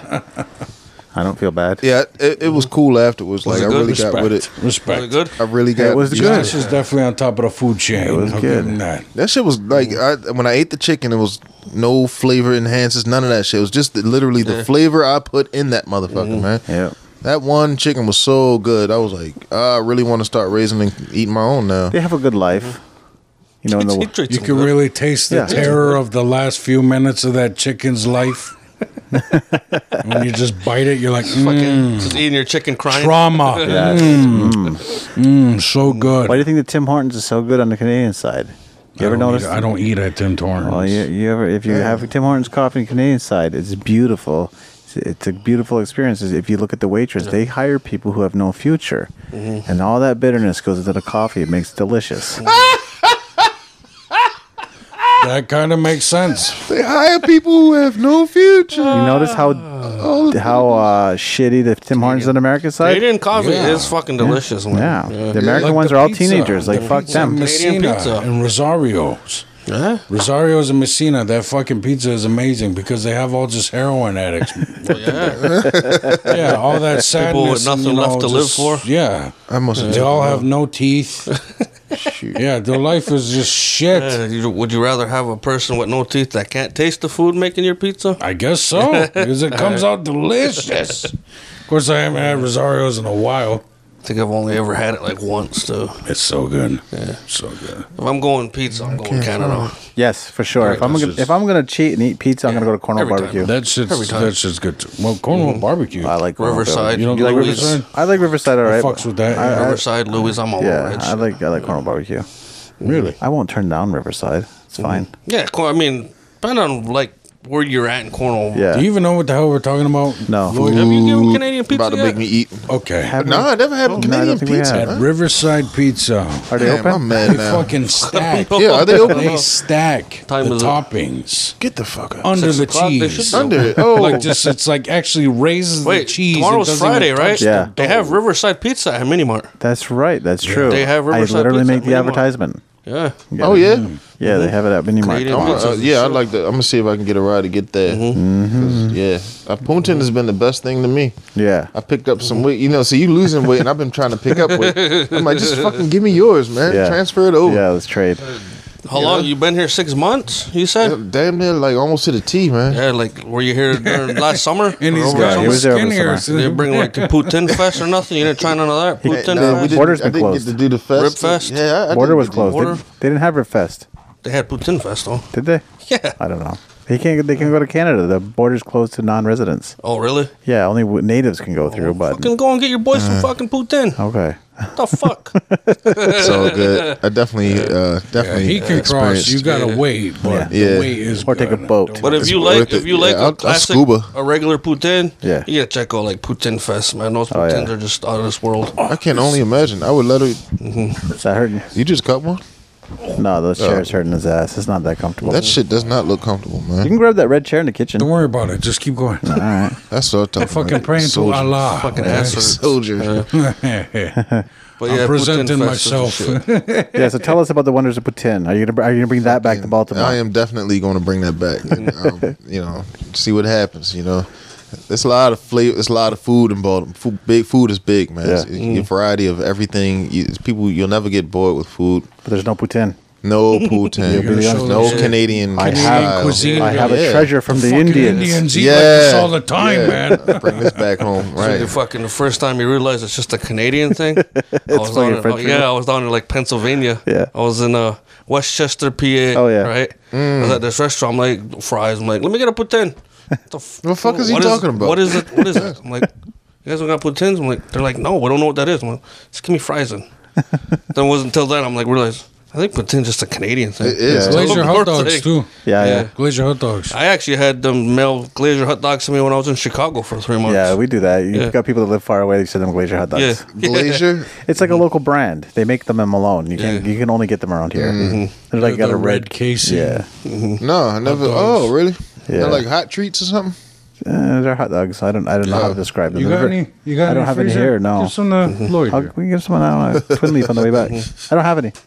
[SPEAKER 4] I don't feel bad.
[SPEAKER 3] Yeah, it, it was cool afterwards. Like
[SPEAKER 2] it
[SPEAKER 3] I
[SPEAKER 2] good?
[SPEAKER 3] really got
[SPEAKER 5] Respect.
[SPEAKER 3] with it.
[SPEAKER 5] Respect.
[SPEAKER 2] Is it good?
[SPEAKER 3] I really got.
[SPEAKER 4] was
[SPEAKER 3] used
[SPEAKER 4] good.
[SPEAKER 3] to
[SPEAKER 5] Josh is definitely on top of the food chain. It
[SPEAKER 4] was
[SPEAKER 5] I'll
[SPEAKER 4] good.
[SPEAKER 5] give him that.
[SPEAKER 3] That shit was like I,
[SPEAKER 4] Mm.
[SPEAKER 3] when I ate the chicken, it was no flavor enhancers, none of that shit. It was just the, literally the flavor I put in that motherfucker,
[SPEAKER 4] Mm.
[SPEAKER 3] man.
[SPEAKER 4] Yeah.
[SPEAKER 3] That one chicken was so good. I was like, I really want to start raising and eating my own now.
[SPEAKER 4] They have a good life.
[SPEAKER 5] Mm-hmm.
[SPEAKER 4] You know, in
[SPEAKER 2] He
[SPEAKER 4] the,
[SPEAKER 2] treats
[SPEAKER 5] You
[SPEAKER 2] him
[SPEAKER 5] can
[SPEAKER 2] good.
[SPEAKER 5] really taste the
[SPEAKER 4] Yeah.
[SPEAKER 5] terror of the last few minutes of that chicken's life. when you just bite it, you're like,
[SPEAKER 2] fucking
[SPEAKER 5] mm,
[SPEAKER 2] just eating your chicken, crying.
[SPEAKER 5] trauma.
[SPEAKER 4] Yes.
[SPEAKER 5] Mm, mm, so good.
[SPEAKER 4] why do you think the Tim Hortons is so good on the Canadian side? You ever
[SPEAKER 5] I don't
[SPEAKER 4] notice?
[SPEAKER 5] Eat, I don't eat at Tim Torrance.
[SPEAKER 4] Well, you, you ever if you have a Tim Hortons coffee on the Canadian side, it's beautiful. It's, it's a beautiful experience. If you look at the waitress, they hire people who have no future,
[SPEAKER 5] Mm-hmm.
[SPEAKER 4] and all that bitterness goes into the coffee. It makes it delicious.
[SPEAKER 5] That kind of makes sense.
[SPEAKER 3] They hire people who have no future.
[SPEAKER 4] You notice how
[SPEAKER 5] Oh.
[SPEAKER 4] how uh, shitty the Tim Hortons on the American side?
[SPEAKER 2] Canadian coffee
[SPEAKER 5] Yeah.
[SPEAKER 2] is fucking delicious. man.
[SPEAKER 4] Yeah, the
[SPEAKER 5] Like
[SPEAKER 4] American
[SPEAKER 5] the
[SPEAKER 4] ones are all
[SPEAKER 5] pizza,
[SPEAKER 4] teenagers.
[SPEAKER 5] the
[SPEAKER 4] Like fuck
[SPEAKER 5] pizza in
[SPEAKER 4] them.
[SPEAKER 2] Canadian
[SPEAKER 5] Messina
[SPEAKER 2] pizza.
[SPEAKER 5] and Rosario's.
[SPEAKER 2] Yeah.
[SPEAKER 5] Rosario's and Messina, that fucking pizza is amazing because they have all just heroin addicts.
[SPEAKER 2] Well, yeah.
[SPEAKER 5] yeah, all that sadness.
[SPEAKER 2] People with
[SPEAKER 5] and,
[SPEAKER 2] nothing
[SPEAKER 5] you know,
[SPEAKER 2] left to live
[SPEAKER 5] just-
[SPEAKER 2] for.
[SPEAKER 5] Yeah.
[SPEAKER 3] I must
[SPEAKER 5] They all have no teeth.
[SPEAKER 3] Shoot.
[SPEAKER 5] Yeah, their life is just
[SPEAKER 2] Uh,
[SPEAKER 5] shit.
[SPEAKER 2] you- would you rather have a person with no teeth that can't taste the food making your pizza?
[SPEAKER 5] I guess so, because it comes out delicious. Of course, I haven't had Rosario's in a while.
[SPEAKER 2] I think I've only ever had it like once, too.
[SPEAKER 5] It's so good. Yeah, so good.
[SPEAKER 2] If I'm going pizza, I'm going Canada.
[SPEAKER 4] Yes, for sure. If I'm gonna, if I'm gonna cheat and eat pizza, I'm gonna go to Cornell
[SPEAKER 2] Every time.
[SPEAKER 4] Barbecue.
[SPEAKER 5] That shit's
[SPEAKER 2] time.
[SPEAKER 5] that shit's good. Too. Well, Cornwall barbecue.
[SPEAKER 4] Mm-hmm. I like Cornell
[SPEAKER 2] Riverside.
[SPEAKER 4] Barbecue.
[SPEAKER 5] You don't
[SPEAKER 4] You like
[SPEAKER 5] like
[SPEAKER 2] Louis?
[SPEAKER 5] Riverside?
[SPEAKER 4] I like Riverside. All right.
[SPEAKER 5] fucks with that.
[SPEAKER 4] I- I-
[SPEAKER 2] Riverside, Louis, I'm all
[SPEAKER 4] yeah,
[SPEAKER 2] over it.
[SPEAKER 4] I like I like Cornell Barbecue.
[SPEAKER 3] Really?
[SPEAKER 4] I won't turn down Riverside. It's fine.
[SPEAKER 2] Yeah, cor- I mean, depending on like where you're at in Cornwall.
[SPEAKER 4] Yeah.
[SPEAKER 5] Do you even know what the hell we're talking about?
[SPEAKER 4] No.
[SPEAKER 5] Lloyd?
[SPEAKER 2] Have you given Canadian pizza
[SPEAKER 3] About to
[SPEAKER 2] yet?
[SPEAKER 3] make me eat.
[SPEAKER 5] Okay.
[SPEAKER 4] Have-
[SPEAKER 3] No, I never had
[SPEAKER 4] Oh,
[SPEAKER 3] Canadian
[SPEAKER 4] think we
[SPEAKER 3] pizza.
[SPEAKER 4] had.
[SPEAKER 5] At
[SPEAKER 3] man.
[SPEAKER 5] Riverside Pizza.
[SPEAKER 4] Are they
[SPEAKER 3] Damn,
[SPEAKER 4] open?
[SPEAKER 3] I'm mad
[SPEAKER 5] They
[SPEAKER 3] now.
[SPEAKER 5] fucking stack.
[SPEAKER 2] I don't
[SPEAKER 3] Yeah, are they open?
[SPEAKER 5] They stack
[SPEAKER 2] Time
[SPEAKER 5] the
[SPEAKER 2] is up.
[SPEAKER 5] toppings
[SPEAKER 1] Get the fuck out.
[SPEAKER 5] under
[SPEAKER 2] Six
[SPEAKER 5] the
[SPEAKER 2] o'clock, they
[SPEAKER 5] cheese.
[SPEAKER 2] should be
[SPEAKER 3] Under it. Oh,
[SPEAKER 5] like just it's like actually raises the
[SPEAKER 2] Wait,
[SPEAKER 5] cheese. and
[SPEAKER 2] tomorrow's
[SPEAKER 5] doesn't even
[SPEAKER 2] Friday,
[SPEAKER 5] touch
[SPEAKER 2] right?
[SPEAKER 5] the
[SPEAKER 4] Yeah.
[SPEAKER 2] They
[SPEAKER 5] dough.
[SPEAKER 2] have Riverside Pizza at Mini Mart.
[SPEAKER 4] That's right. That's true.
[SPEAKER 2] They have
[SPEAKER 4] I
[SPEAKER 2] Riverside
[SPEAKER 4] literally
[SPEAKER 2] Pizza
[SPEAKER 4] make
[SPEAKER 2] at
[SPEAKER 4] the
[SPEAKER 2] Minimart.
[SPEAKER 4] advertisement. Mm.
[SPEAKER 2] Yeah.
[SPEAKER 3] oh yeah.
[SPEAKER 4] Yeah, they have it at Mini
[SPEAKER 2] Canadian
[SPEAKER 4] Mart.
[SPEAKER 3] I'm
[SPEAKER 2] pizza.
[SPEAKER 3] gonna- uh, yeah, I'd like to. I'm gonna see if I can get a ride to get there.
[SPEAKER 4] Mm-hmm.
[SPEAKER 3] 'Cause, Yeah, uh, Putin has been the best thing to me.
[SPEAKER 4] Yeah.
[SPEAKER 3] I picked up some weight. You know, so you losing weight, and I've been trying to pick up weight. I'm like, just fucking give me yours, man.
[SPEAKER 4] Yeah.
[SPEAKER 3] Transfer it over.
[SPEAKER 4] Yeah, let's trade.
[SPEAKER 2] How long you been here? Six months? You
[SPEAKER 3] Yeah,
[SPEAKER 2] said?
[SPEAKER 3] Damn near like almost to the T, man.
[SPEAKER 2] Yeah, like were you here during last summer?
[SPEAKER 5] And he's
[SPEAKER 2] Or
[SPEAKER 5] got
[SPEAKER 4] he
[SPEAKER 5] his
[SPEAKER 4] was there
[SPEAKER 5] skin
[SPEAKER 4] over
[SPEAKER 5] here.
[SPEAKER 4] summer.
[SPEAKER 5] so-
[SPEAKER 2] Did they bring like a Putin fest or nothing? You didn't try none of that? Putin
[SPEAKER 3] No, we
[SPEAKER 2] fest?
[SPEAKER 3] didn't,
[SPEAKER 4] Border's
[SPEAKER 3] I
[SPEAKER 4] been
[SPEAKER 3] didn't
[SPEAKER 4] closed.
[SPEAKER 3] get to do the fest.
[SPEAKER 2] Rib fest?
[SPEAKER 3] Yeah, I, I
[SPEAKER 4] Border
[SPEAKER 3] didn't
[SPEAKER 4] was
[SPEAKER 3] get to-
[SPEAKER 4] closed. They,
[SPEAKER 2] Border?
[SPEAKER 4] they didn't have Rib Fest,
[SPEAKER 2] They had Putin fest though.
[SPEAKER 4] did they?
[SPEAKER 2] Yeah.
[SPEAKER 4] I don't know. They can't. They can go to Canada. The border's closed to non-residents.
[SPEAKER 2] Oh really?
[SPEAKER 4] Yeah, only w- natives can go through. But
[SPEAKER 2] Fucking go and get your boys
[SPEAKER 3] Uh.
[SPEAKER 2] some fucking Putin.
[SPEAKER 4] okay,
[SPEAKER 2] What the fuck?
[SPEAKER 3] It's all good. I definitely, uh,
[SPEAKER 5] Yeah,
[SPEAKER 3] definitely.
[SPEAKER 5] he can cross.
[SPEAKER 3] experienced-
[SPEAKER 5] You gotta wait, but
[SPEAKER 4] Yeah.
[SPEAKER 5] the
[SPEAKER 3] Yeah.
[SPEAKER 5] wait is
[SPEAKER 4] or take a
[SPEAKER 5] good.
[SPEAKER 4] boat.
[SPEAKER 2] But if you
[SPEAKER 3] worth
[SPEAKER 2] like,
[SPEAKER 3] it.
[SPEAKER 2] if you like
[SPEAKER 3] Yeah,
[SPEAKER 2] a
[SPEAKER 3] I'll- I'll
[SPEAKER 2] classic,
[SPEAKER 3] scuba.
[SPEAKER 2] a regular Putin,
[SPEAKER 4] Yeah.
[SPEAKER 2] you gotta check out like Putin fest, man. Those
[SPEAKER 3] Oh,
[SPEAKER 2] Putins
[SPEAKER 4] yeah.
[SPEAKER 2] are just out of this world.
[SPEAKER 3] I can only imagine. I would let her.
[SPEAKER 4] Is that hurting?
[SPEAKER 3] You just cut one.
[SPEAKER 4] No, those chairs hurting his ass. It's not that comfortable.
[SPEAKER 3] That shit does not look comfortable,
[SPEAKER 4] you
[SPEAKER 3] man.
[SPEAKER 4] can grab that red chair in the kitchen.
[SPEAKER 5] Don't worry about it. Just keep going.
[SPEAKER 4] All right.
[SPEAKER 3] That's what I'm talking
[SPEAKER 5] Fucking
[SPEAKER 3] about.
[SPEAKER 5] praying to
[SPEAKER 3] Soldier.
[SPEAKER 5] Allah.
[SPEAKER 2] Fucking ass.
[SPEAKER 3] Soldier.
[SPEAKER 2] But
[SPEAKER 5] I'm
[SPEAKER 2] Putin
[SPEAKER 5] presenting
[SPEAKER 2] fest is the
[SPEAKER 5] myself.
[SPEAKER 2] shit.
[SPEAKER 4] Yeah. So tell us about the wonders of Putin. Are you gonna Are you gonna bring that back to Baltimore?
[SPEAKER 3] I am definitely going to bring that back. um, you know, see what happens. You know, there's a lot of flavor. There's a lot of food in Baltimore. Food, big food is big, man. It's,
[SPEAKER 4] Yeah. Mm-hmm.
[SPEAKER 3] it's a variety of everything. You, it's people, you'll never get bored with food.
[SPEAKER 4] But there's no Putin.
[SPEAKER 3] No poutine.
[SPEAKER 5] gonna show
[SPEAKER 3] no
[SPEAKER 5] us shit.
[SPEAKER 3] Canadian.
[SPEAKER 4] I
[SPEAKER 5] Canadian
[SPEAKER 3] style.
[SPEAKER 4] have.
[SPEAKER 5] cuisine.
[SPEAKER 4] I have a
[SPEAKER 3] Yeah.
[SPEAKER 4] treasure from the
[SPEAKER 5] Fucking
[SPEAKER 4] Indians.
[SPEAKER 5] Indians eat like this all the time,
[SPEAKER 3] yeah.
[SPEAKER 5] man.
[SPEAKER 3] Bring this back home,
[SPEAKER 2] Right.
[SPEAKER 3] right?
[SPEAKER 2] fucking the first time you realize it's just a Canadian thing. it's I was down
[SPEAKER 4] fucking
[SPEAKER 2] in-
[SPEAKER 4] French,
[SPEAKER 2] oh,
[SPEAKER 4] isn't it?
[SPEAKER 2] yeah, I was down in like Pennsylvania.
[SPEAKER 4] Yeah.
[SPEAKER 2] I was in uh, Westchester, PA.
[SPEAKER 4] Oh, yeah.
[SPEAKER 2] Right? I was at this restaurant. I'm like, fries. I'm like, let me get a poutine. What the f-
[SPEAKER 3] The fuck is he talking about?
[SPEAKER 2] What is it? What is it? I'm like, you guys don't got poutines? I'm like, they're like, no, we don't know what that is. I'm like, just give me fries then. then it wasn't until then I'm like, realize, I think poutine's just a Canadian thing.
[SPEAKER 3] It is.
[SPEAKER 4] Yeah.
[SPEAKER 3] It's
[SPEAKER 5] Glacier
[SPEAKER 2] Of
[SPEAKER 5] hot
[SPEAKER 2] course
[SPEAKER 5] dogs
[SPEAKER 2] they-
[SPEAKER 5] too.
[SPEAKER 4] Yeah, yeah,
[SPEAKER 5] Glacier hot dogs.
[SPEAKER 2] I actually had them male glazer hot dogs to me when I was in Chicago for three months.
[SPEAKER 4] yeah. We do that. You've
[SPEAKER 2] Yeah.
[SPEAKER 4] got people that live far away. They send them glacier hot dogs.
[SPEAKER 2] Yeah.
[SPEAKER 3] Glacier.
[SPEAKER 4] It's
[SPEAKER 5] Mm-hmm.
[SPEAKER 4] like a local brand. They make them in Malone. You can
[SPEAKER 2] Yeah.
[SPEAKER 4] you can only get them around here. They're like
[SPEAKER 5] They're
[SPEAKER 4] got
[SPEAKER 5] the
[SPEAKER 4] a
[SPEAKER 5] red
[SPEAKER 4] red,
[SPEAKER 5] casing.
[SPEAKER 4] Yeah,
[SPEAKER 3] No, I never.
[SPEAKER 5] dogs.
[SPEAKER 3] Oh, really?
[SPEAKER 4] Yeah.
[SPEAKER 3] They're like hot treats or something.
[SPEAKER 4] uh, they're hot dogs. I don't I don't know how to describe them.
[SPEAKER 5] You
[SPEAKER 4] They're
[SPEAKER 5] got
[SPEAKER 4] very-
[SPEAKER 5] any? You got
[SPEAKER 4] I don't
[SPEAKER 5] any
[SPEAKER 4] have
[SPEAKER 5] freezer?
[SPEAKER 4] any here. No,
[SPEAKER 5] Give some to Lloyd.
[SPEAKER 4] I'll,
[SPEAKER 5] here.
[SPEAKER 4] we can give someone out a twin leaf on the way back. I don't have any
[SPEAKER 5] What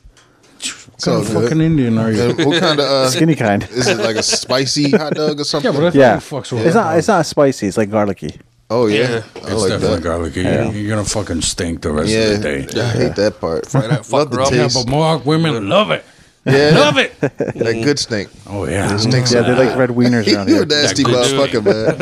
[SPEAKER 5] kind of
[SPEAKER 3] all good.
[SPEAKER 5] fucking Indian are you?
[SPEAKER 3] And what kind of? Uh,
[SPEAKER 4] skinny kind.
[SPEAKER 3] Is it like a spicy hot dog or something?
[SPEAKER 5] Yeah, but I
[SPEAKER 4] Yeah,
[SPEAKER 5] think fucks
[SPEAKER 4] it's
[SPEAKER 5] with
[SPEAKER 4] not it's not spicy. It's like garlicky.
[SPEAKER 3] oh yeah,
[SPEAKER 2] Yeah.
[SPEAKER 3] I
[SPEAKER 5] It's
[SPEAKER 3] like
[SPEAKER 5] definitely
[SPEAKER 3] that.
[SPEAKER 5] garlicky. You're- You're gonna fucking stink the rest
[SPEAKER 3] Yeah,
[SPEAKER 5] of the day.
[SPEAKER 3] yeah, I hate that part.
[SPEAKER 2] that
[SPEAKER 3] Love
[SPEAKER 2] fucker
[SPEAKER 3] the
[SPEAKER 2] up.
[SPEAKER 5] Yeah,
[SPEAKER 3] taste.
[SPEAKER 5] but Mohawk women love it.
[SPEAKER 3] Yeah,
[SPEAKER 5] Love it.
[SPEAKER 3] that good snake.
[SPEAKER 5] Oh yeah.
[SPEAKER 4] Yeah, they're like red wieners around
[SPEAKER 3] You a
[SPEAKER 4] here.
[SPEAKER 3] nasty
[SPEAKER 2] good
[SPEAKER 3] motherfucker, man.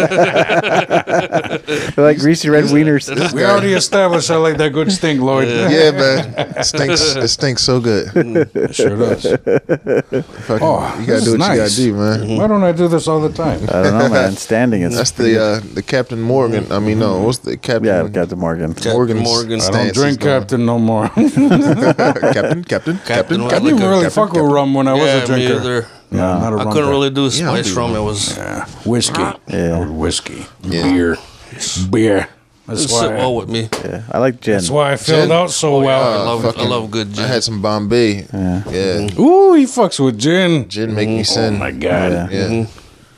[SPEAKER 4] They're like greasy red wieners.
[SPEAKER 5] We already established I like that good stink, Lloyd.
[SPEAKER 3] Yeah, man. It stinks. It stinks so good.
[SPEAKER 5] It sure does.
[SPEAKER 3] Fucking,
[SPEAKER 5] Oh,
[SPEAKER 3] you
[SPEAKER 5] this
[SPEAKER 3] gotta
[SPEAKER 5] is
[SPEAKER 3] do what you
[SPEAKER 5] nice. Mm-hmm.
[SPEAKER 3] gotta do, man.
[SPEAKER 5] Why don't I do this all the time?
[SPEAKER 4] I don't know, man. Standing is
[SPEAKER 3] That's the uh, the Captain Morgan. I mean, no, what's the Captain?
[SPEAKER 4] yeah. Captain Morgan.
[SPEAKER 3] Morgan's
[SPEAKER 2] Morgan.
[SPEAKER 5] I
[SPEAKER 3] stance
[SPEAKER 5] don't
[SPEAKER 3] is
[SPEAKER 5] drink uh,
[SPEAKER 3] going-
[SPEAKER 5] Captain no more. I didn't
[SPEAKER 3] Captain, Captain, Captain,
[SPEAKER 2] Captain,
[SPEAKER 3] Captain.
[SPEAKER 5] even
[SPEAKER 2] Liquor,
[SPEAKER 5] really
[SPEAKER 3] Captain,
[SPEAKER 5] fuck with
[SPEAKER 3] Captain.
[SPEAKER 5] rum when I was
[SPEAKER 2] Yeah,
[SPEAKER 5] a
[SPEAKER 2] me
[SPEAKER 5] drinker.
[SPEAKER 2] either.
[SPEAKER 5] Yeah, not a
[SPEAKER 2] I
[SPEAKER 5] rum
[SPEAKER 2] couldn't
[SPEAKER 5] guy.
[SPEAKER 2] really do
[SPEAKER 3] Yeah, I'll
[SPEAKER 2] spice
[SPEAKER 3] do
[SPEAKER 2] rum. It was
[SPEAKER 5] Yeah, whiskey.
[SPEAKER 4] Yeah.
[SPEAKER 5] Good Whiskey.
[SPEAKER 3] Yeah.
[SPEAKER 5] Beer. Beer. That's
[SPEAKER 2] it sit well
[SPEAKER 5] why.
[SPEAKER 2] with me.
[SPEAKER 4] Yeah, I like gin.
[SPEAKER 5] That's why I filled
[SPEAKER 3] Gin?
[SPEAKER 5] out so
[SPEAKER 2] I
[SPEAKER 5] well.
[SPEAKER 2] love I
[SPEAKER 3] fucking-
[SPEAKER 2] love good
[SPEAKER 3] I
[SPEAKER 2] gin.
[SPEAKER 3] had some Bombay. Yeah,
[SPEAKER 5] Ooh, he fucks with gin.
[SPEAKER 3] gin make me
[SPEAKER 5] Oh
[SPEAKER 3] sin.
[SPEAKER 5] my Mm-hmm. god.
[SPEAKER 4] Yeah.
[SPEAKER 3] Yeah,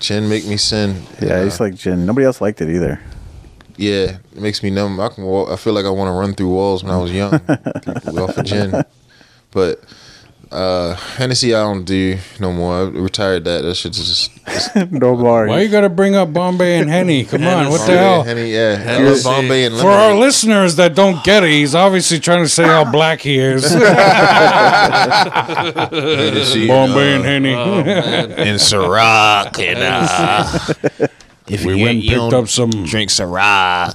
[SPEAKER 3] gin make me sin.
[SPEAKER 4] Yeah, I used to like gin. Nobody else liked it either.
[SPEAKER 3] Yeah, it makes me numb. I can walk, I feel like I want to run through walls when I was young. People off of gin, but uh, Hennessy I don't do no more. I retired that. That shit's just
[SPEAKER 4] no bar.
[SPEAKER 5] Why you gotta bring up Bombay and Henny? Come on, what the
[SPEAKER 3] Yeah,
[SPEAKER 5] hell?
[SPEAKER 3] Henny, yeah, I
[SPEAKER 2] Hennessy.
[SPEAKER 3] love Bombay and
[SPEAKER 5] For our
[SPEAKER 3] lemonade.
[SPEAKER 5] listeners that don't get it, he's obviously trying to say how black he is.
[SPEAKER 3] Hennessy, uh,
[SPEAKER 5] Bombay and Henny.
[SPEAKER 1] And Ciroc and uh,
[SPEAKER 6] If
[SPEAKER 5] We
[SPEAKER 6] you,
[SPEAKER 5] went and
[SPEAKER 6] you
[SPEAKER 5] picked
[SPEAKER 6] don't
[SPEAKER 5] up some-
[SPEAKER 6] drink Syrah,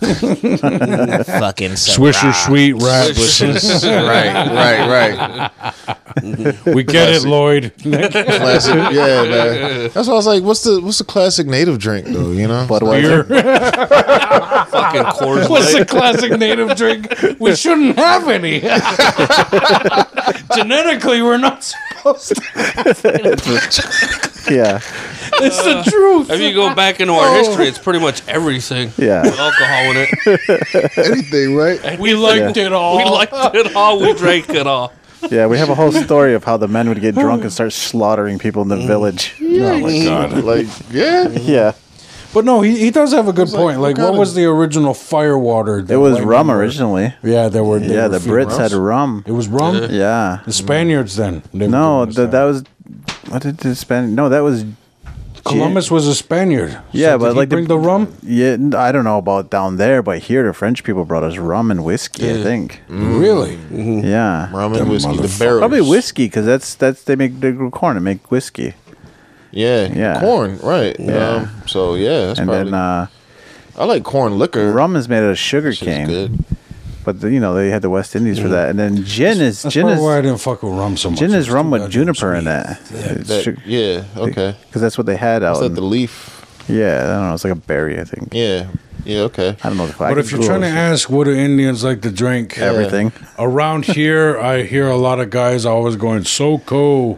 [SPEAKER 6] fucking Syrah.
[SPEAKER 5] Swisher Sweet Wrap.
[SPEAKER 3] right, right, right.
[SPEAKER 5] We get it, Lloyd.
[SPEAKER 3] Classic, yeah, man. That's why I was like, what's the what's the classic native drink though? You know,
[SPEAKER 4] Budweiser.
[SPEAKER 2] Fucking Coors
[SPEAKER 5] What's
[SPEAKER 2] Light.
[SPEAKER 5] a classic native drink? We shouldn't have any. Genetically, we're not. supposed to.
[SPEAKER 4] yeah,
[SPEAKER 5] It's the truth.
[SPEAKER 2] If you go back into our history, it's pretty much everything.
[SPEAKER 4] Yeah.
[SPEAKER 2] With alcohol in it.
[SPEAKER 3] anything, right?
[SPEAKER 5] We liked it all.
[SPEAKER 2] We liked it all. We drank it all.
[SPEAKER 4] yeah. We have a whole story of how the men would get drunk and start slaughtering people in the village.
[SPEAKER 5] Oh my god.
[SPEAKER 3] Like, yeah,
[SPEAKER 4] Yeah,
[SPEAKER 5] But no, he, he does have a good point. Like,
[SPEAKER 3] what
[SPEAKER 5] what
[SPEAKER 3] kinda-
[SPEAKER 5] was the original firewater?
[SPEAKER 4] it was rum originally.
[SPEAKER 5] Yeah, there were.
[SPEAKER 4] Yeah, the Brits had rum.
[SPEAKER 5] It was uh, rum.
[SPEAKER 4] Yeah,
[SPEAKER 5] The Spaniards then. they were
[SPEAKER 4] no,
[SPEAKER 5] doing this
[SPEAKER 4] th-
[SPEAKER 5] then.
[SPEAKER 4] that was what did the Spanish? No, that was
[SPEAKER 5] Columbus was a Spaniard.
[SPEAKER 4] Yeah,
[SPEAKER 5] So
[SPEAKER 4] but
[SPEAKER 5] did he
[SPEAKER 4] like the-
[SPEAKER 5] bring the, rum.
[SPEAKER 4] Yeah, n- I don't know about down there, but here the French people brought us rum and whiskey. I think.
[SPEAKER 3] Mm.
[SPEAKER 5] Really?
[SPEAKER 4] Yeah,
[SPEAKER 3] rum and whiskey, the
[SPEAKER 5] motherfucker.
[SPEAKER 3] barrels,
[SPEAKER 4] probably whiskey because that's that's they make they grow corn and make whiskey,
[SPEAKER 3] yeah,
[SPEAKER 4] Yeah.
[SPEAKER 3] corn, right? Yeah. Um, so yeah, that's
[SPEAKER 4] and
[SPEAKER 3] probably.
[SPEAKER 4] then uh,
[SPEAKER 3] I like corn liquor.
[SPEAKER 4] rum is made out of sugar
[SPEAKER 3] Shit's
[SPEAKER 4] cane.
[SPEAKER 3] good.
[SPEAKER 4] But the, you know they had the West Indies for that, and then gin is
[SPEAKER 5] That's
[SPEAKER 4] gin
[SPEAKER 5] probably why I
[SPEAKER 4] is
[SPEAKER 5] didn't fuck with rum so much.
[SPEAKER 4] gin
[SPEAKER 5] It
[SPEAKER 4] is
[SPEAKER 5] was
[SPEAKER 4] rum
[SPEAKER 5] too
[SPEAKER 4] with
[SPEAKER 5] goddamn
[SPEAKER 4] juniper in
[SPEAKER 5] sweet.
[SPEAKER 4] that.
[SPEAKER 3] That, yeah. Okay.
[SPEAKER 4] Because that's what they had out.
[SPEAKER 3] Is that
[SPEAKER 4] in-
[SPEAKER 3] the leaf?
[SPEAKER 4] yeah, I don't know. It's like a berry, I think.
[SPEAKER 3] Yeah. Yeah. Okay.
[SPEAKER 4] I don't know. If I
[SPEAKER 5] But
[SPEAKER 4] could
[SPEAKER 5] if you're
[SPEAKER 4] Google
[SPEAKER 5] trying to
[SPEAKER 4] this.
[SPEAKER 5] ask what do Indians like to drink,
[SPEAKER 4] everything,
[SPEAKER 5] around here I hear a lot of guys always going SoCo.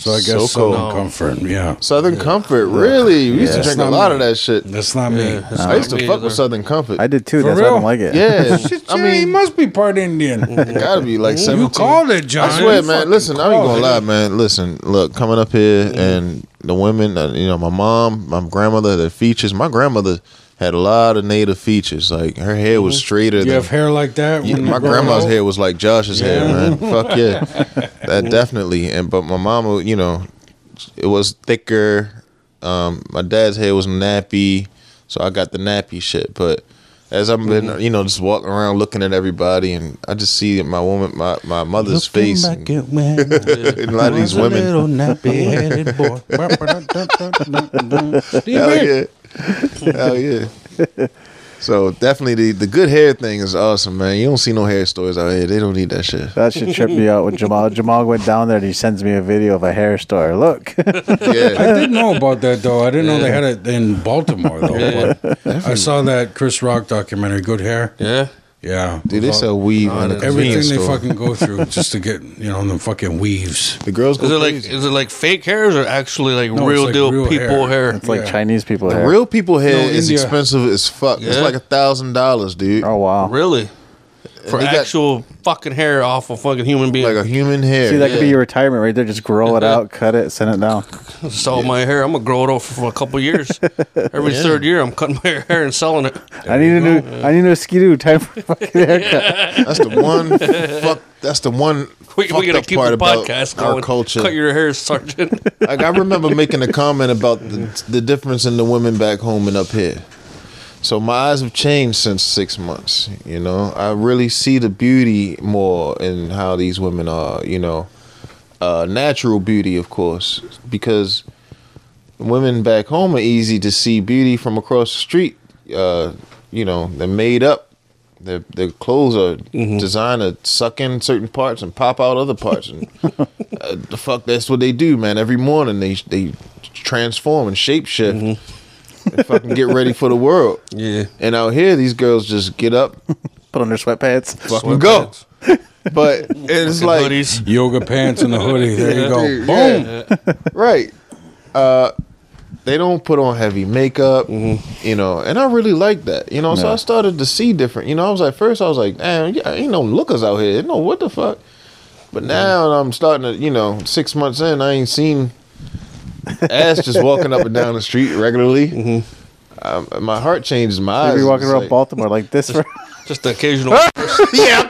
[SPEAKER 5] So I guess
[SPEAKER 3] SoCo.
[SPEAKER 5] Southern Comfort. Yeah,
[SPEAKER 3] Southern Comfort, really? We used to
[SPEAKER 4] That's
[SPEAKER 3] drink a
[SPEAKER 5] not
[SPEAKER 3] lot
[SPEAKER 5] me.
[SPEAKER 3] of that shit.
[SPEAKER 5] that's not me.
[SPEAKER 2] Yeah, it's
[SPEAKER 3] I
[SPEAKER 2] not
[SPEAKER 3] used to
[SPEAKER 2] me
[SPEAKER 3] fuck
[SPEAKER 2] either.
[SPEAKER 3] with Southern Comfort.
[SPEAKER 4] I did too.
[SPEAKER 5] For
[SPEAKER 4] That's why I
[SPEAKER 5] real?
[SPEAKER 4] don't like it.
[SPEAKER 3] yeah,
[SPEAKER 5] Shit,
[SPEAKER 3] I
[SPEAKER 5] yeah, he
[SPEAKER 3] mean,
[SPEAKER 5] must be part Indian.
[SPEAKER 3] gotta be like seventeen.
[SPEAKER 5] you called it, John.
[SPEAKER 3] Mm, I swear,
[SPEAKER 5] You
[SPEAKER 3] man.
[SPEAKER 5] fucking
[SPEAKER 3] Listen, I ain't
[SPEAKER 5] called
[SPEAKER 3] gonna
[SPEAKER 5] it.
[SPEAKER 3] lie, man. Listen, look, coming up here and the women, uh, you know, my mom, my grandmother, their features. My grandmother had a lot of native features. Like her hair was straighter
[SPEAKER 5] Mm-hmm. You
[SPEAKER 3] than
[SPEAKER 5] have hair like that.
[SPEAKER 3] Yeah,
[SPEAKER 5] when
[SPEAKER 3] my
[SPEAKER 5] you grow
[SPEAKER 3] grandma's
[SPEAKER 5] up?
[SPEAKER 3] hair was like Josh's hair, man. Fuck yeah, that definitely. And but my mama, you know, it was thicker. Um, my dad's hair was nappy, so I got the nappy shit. But as I've been, you know, just walking around looking at everybody, and I just see my woman, my my mother's face, and, and a lot of these women.
[SPEAKER 6] nappy-headed boy.
[SPEAKER 3] Hell yeah, hell yeah. So definitely the the good hair thing is awesome, man. You don't see no hair stores out here. They don't need that shit.
[SPEAKER 4] That should trip me out when Jamal Jamal went down there and he sends me a video of a hair store. Look,
[SPEAKER 3] Yeah.
[SPEAKER 5] I didn't know about that though. I didn't know they had it in Baltimore though. But I saw that Chris Rock documentary, Good Hair.
[SPEAKER 2] Yeah.
[SPEAKER 5] Yeah,
[SPEAKER 3] Dude, they sell weave in the
[SPEAKER 5] everything
[SPEAKER 3] convenience
[SPEAKER 5] they
[SPEAKER 3] store.
[SPEAKER 5] fucking go through just to get you know the fucking weaves.
[SPEAKER 3] the girls go
[SPEAKER 2] Is it like
[SPEAKER 3] crazy.
[SPEAKER 2] is it like fake hairs or actually like
[SPEAKER 5] No, it's
[SPEAKER 2] real
[SPEAKER 5] like
[SPEAKER 2] deal
[SPEAKER 5] real
[SPEAKER 2] people
[SPEAKER 5] hair.
[SPEAKER 2] hair?
[SPEAKER 4] it's like
[SPEAKER 5] Yeah.
[SPEAKER 4] Chinese people hair.
[SPEAKER 3] real people hair
[SPEAKER 5] No,
[SPEAKER 3] is
[SPEAKER 5] India.
[SPEAKER 3] expensive as fuck. It's
[SPEAKER 2] Yeah.
[SPEAKER 3] like a thousand dollars, dude.
[SPEAKER 4] Oh wow.
[SPEAKER 2] Really? For
[SPEAKER 3] they got-
[SPEAKER 2] actual fucking hair off a fucking human being.
[SPEAKER 3] Like a human hair.
[SPEAKER 4] See, that could be
[SPEAKER 3] Yeah.
[SPEAKER 4] your retirement right there. Just grow it out, cut it, send it down.
[SPEAKER 2] sell my hair. I'm gonna grow it off for a couple years. Every third year, I'm cutting my hair and selling it.
[SPEAKER 4] I need a new, I need a skidoo. Time for a fucking haircut.
[SPEAKER 3] that's the one. fuck. That's the one.
[SPEAKER 2] We, we
[SPEAKER 3] fucked
[SPEAKER 2] gotta
[SPEAKER 3] up
[SPEAKER 2] keep
[SPEAKER 3] part
[SPEAKER 2] the
[SPEAKER 3] about
[SPEAKER 2] podcast
[SPEAKER 3] our
[SPEAKER 2] going.
[SPEAKER 3] culture.
[SPEAKER 2] Cut your hair, Sergeant.
[SPEAKER 3] like I remember making a comment about the, the difference in the women back home and up here. So my eyes have changed since six months. You know, I really see the beauty more in how these women are. You know, uh, natural beauty, of course, because women back home are easy to see beauty from across the street. Uh, you know, they're made up. Their their clothes are designed to suck in certain parts and pop out other parts. And uh, the fuck, that's what they do, man. Every morning they they transform and shapeshift. And fucking get ready for the world.
[SPEAKER 2] Mm-hmm. Yeah.
[SPEAKER 3] And out here, these girls just get up,
[SPEAKER 4] Put on their sweatpants.
[SPEAKER 3] fucking go. But it's like
[SPEAKER 2] Hoodies.
[SPEAKER 5] Yoga pants and a hoodie. There you go.
[SPEAKER 3] Dude,
[SPEAKER 5] Boom.
[SPEAKER 3] yeah. right. Uh, they don't put on heavy makeup,
[SPEAKER 5] Mm-hmm.
[SPEAKER 3] you know, and I really like that, you know. So
[SPEAKER 4] Yeah.
[SPEAKER 3] I started to see different, you know. I was like, first I was like, damn, yeah, ain't no lookers out here, no what the fuck. But
[SPEAKER 5] Mm-hmm.
[SPEAKER 3] now I'm starting to, you know, six months in, I ain't seen ass just walking up and down the street regularly.
[SPEAKER 5] Mm-hmm.
[SPEAKER 3] Um, my heart changes, my eyes.
[SPEAKER 4] Maybe
[SPEAKER 3] is
[SPEAKER 4] walking around
[SPEAKER 3] like-
[SPEAKER 4] Baltimore like this. For,
[SPEAKER 2] Just the occasional.
[SPEAKER 3] yeah.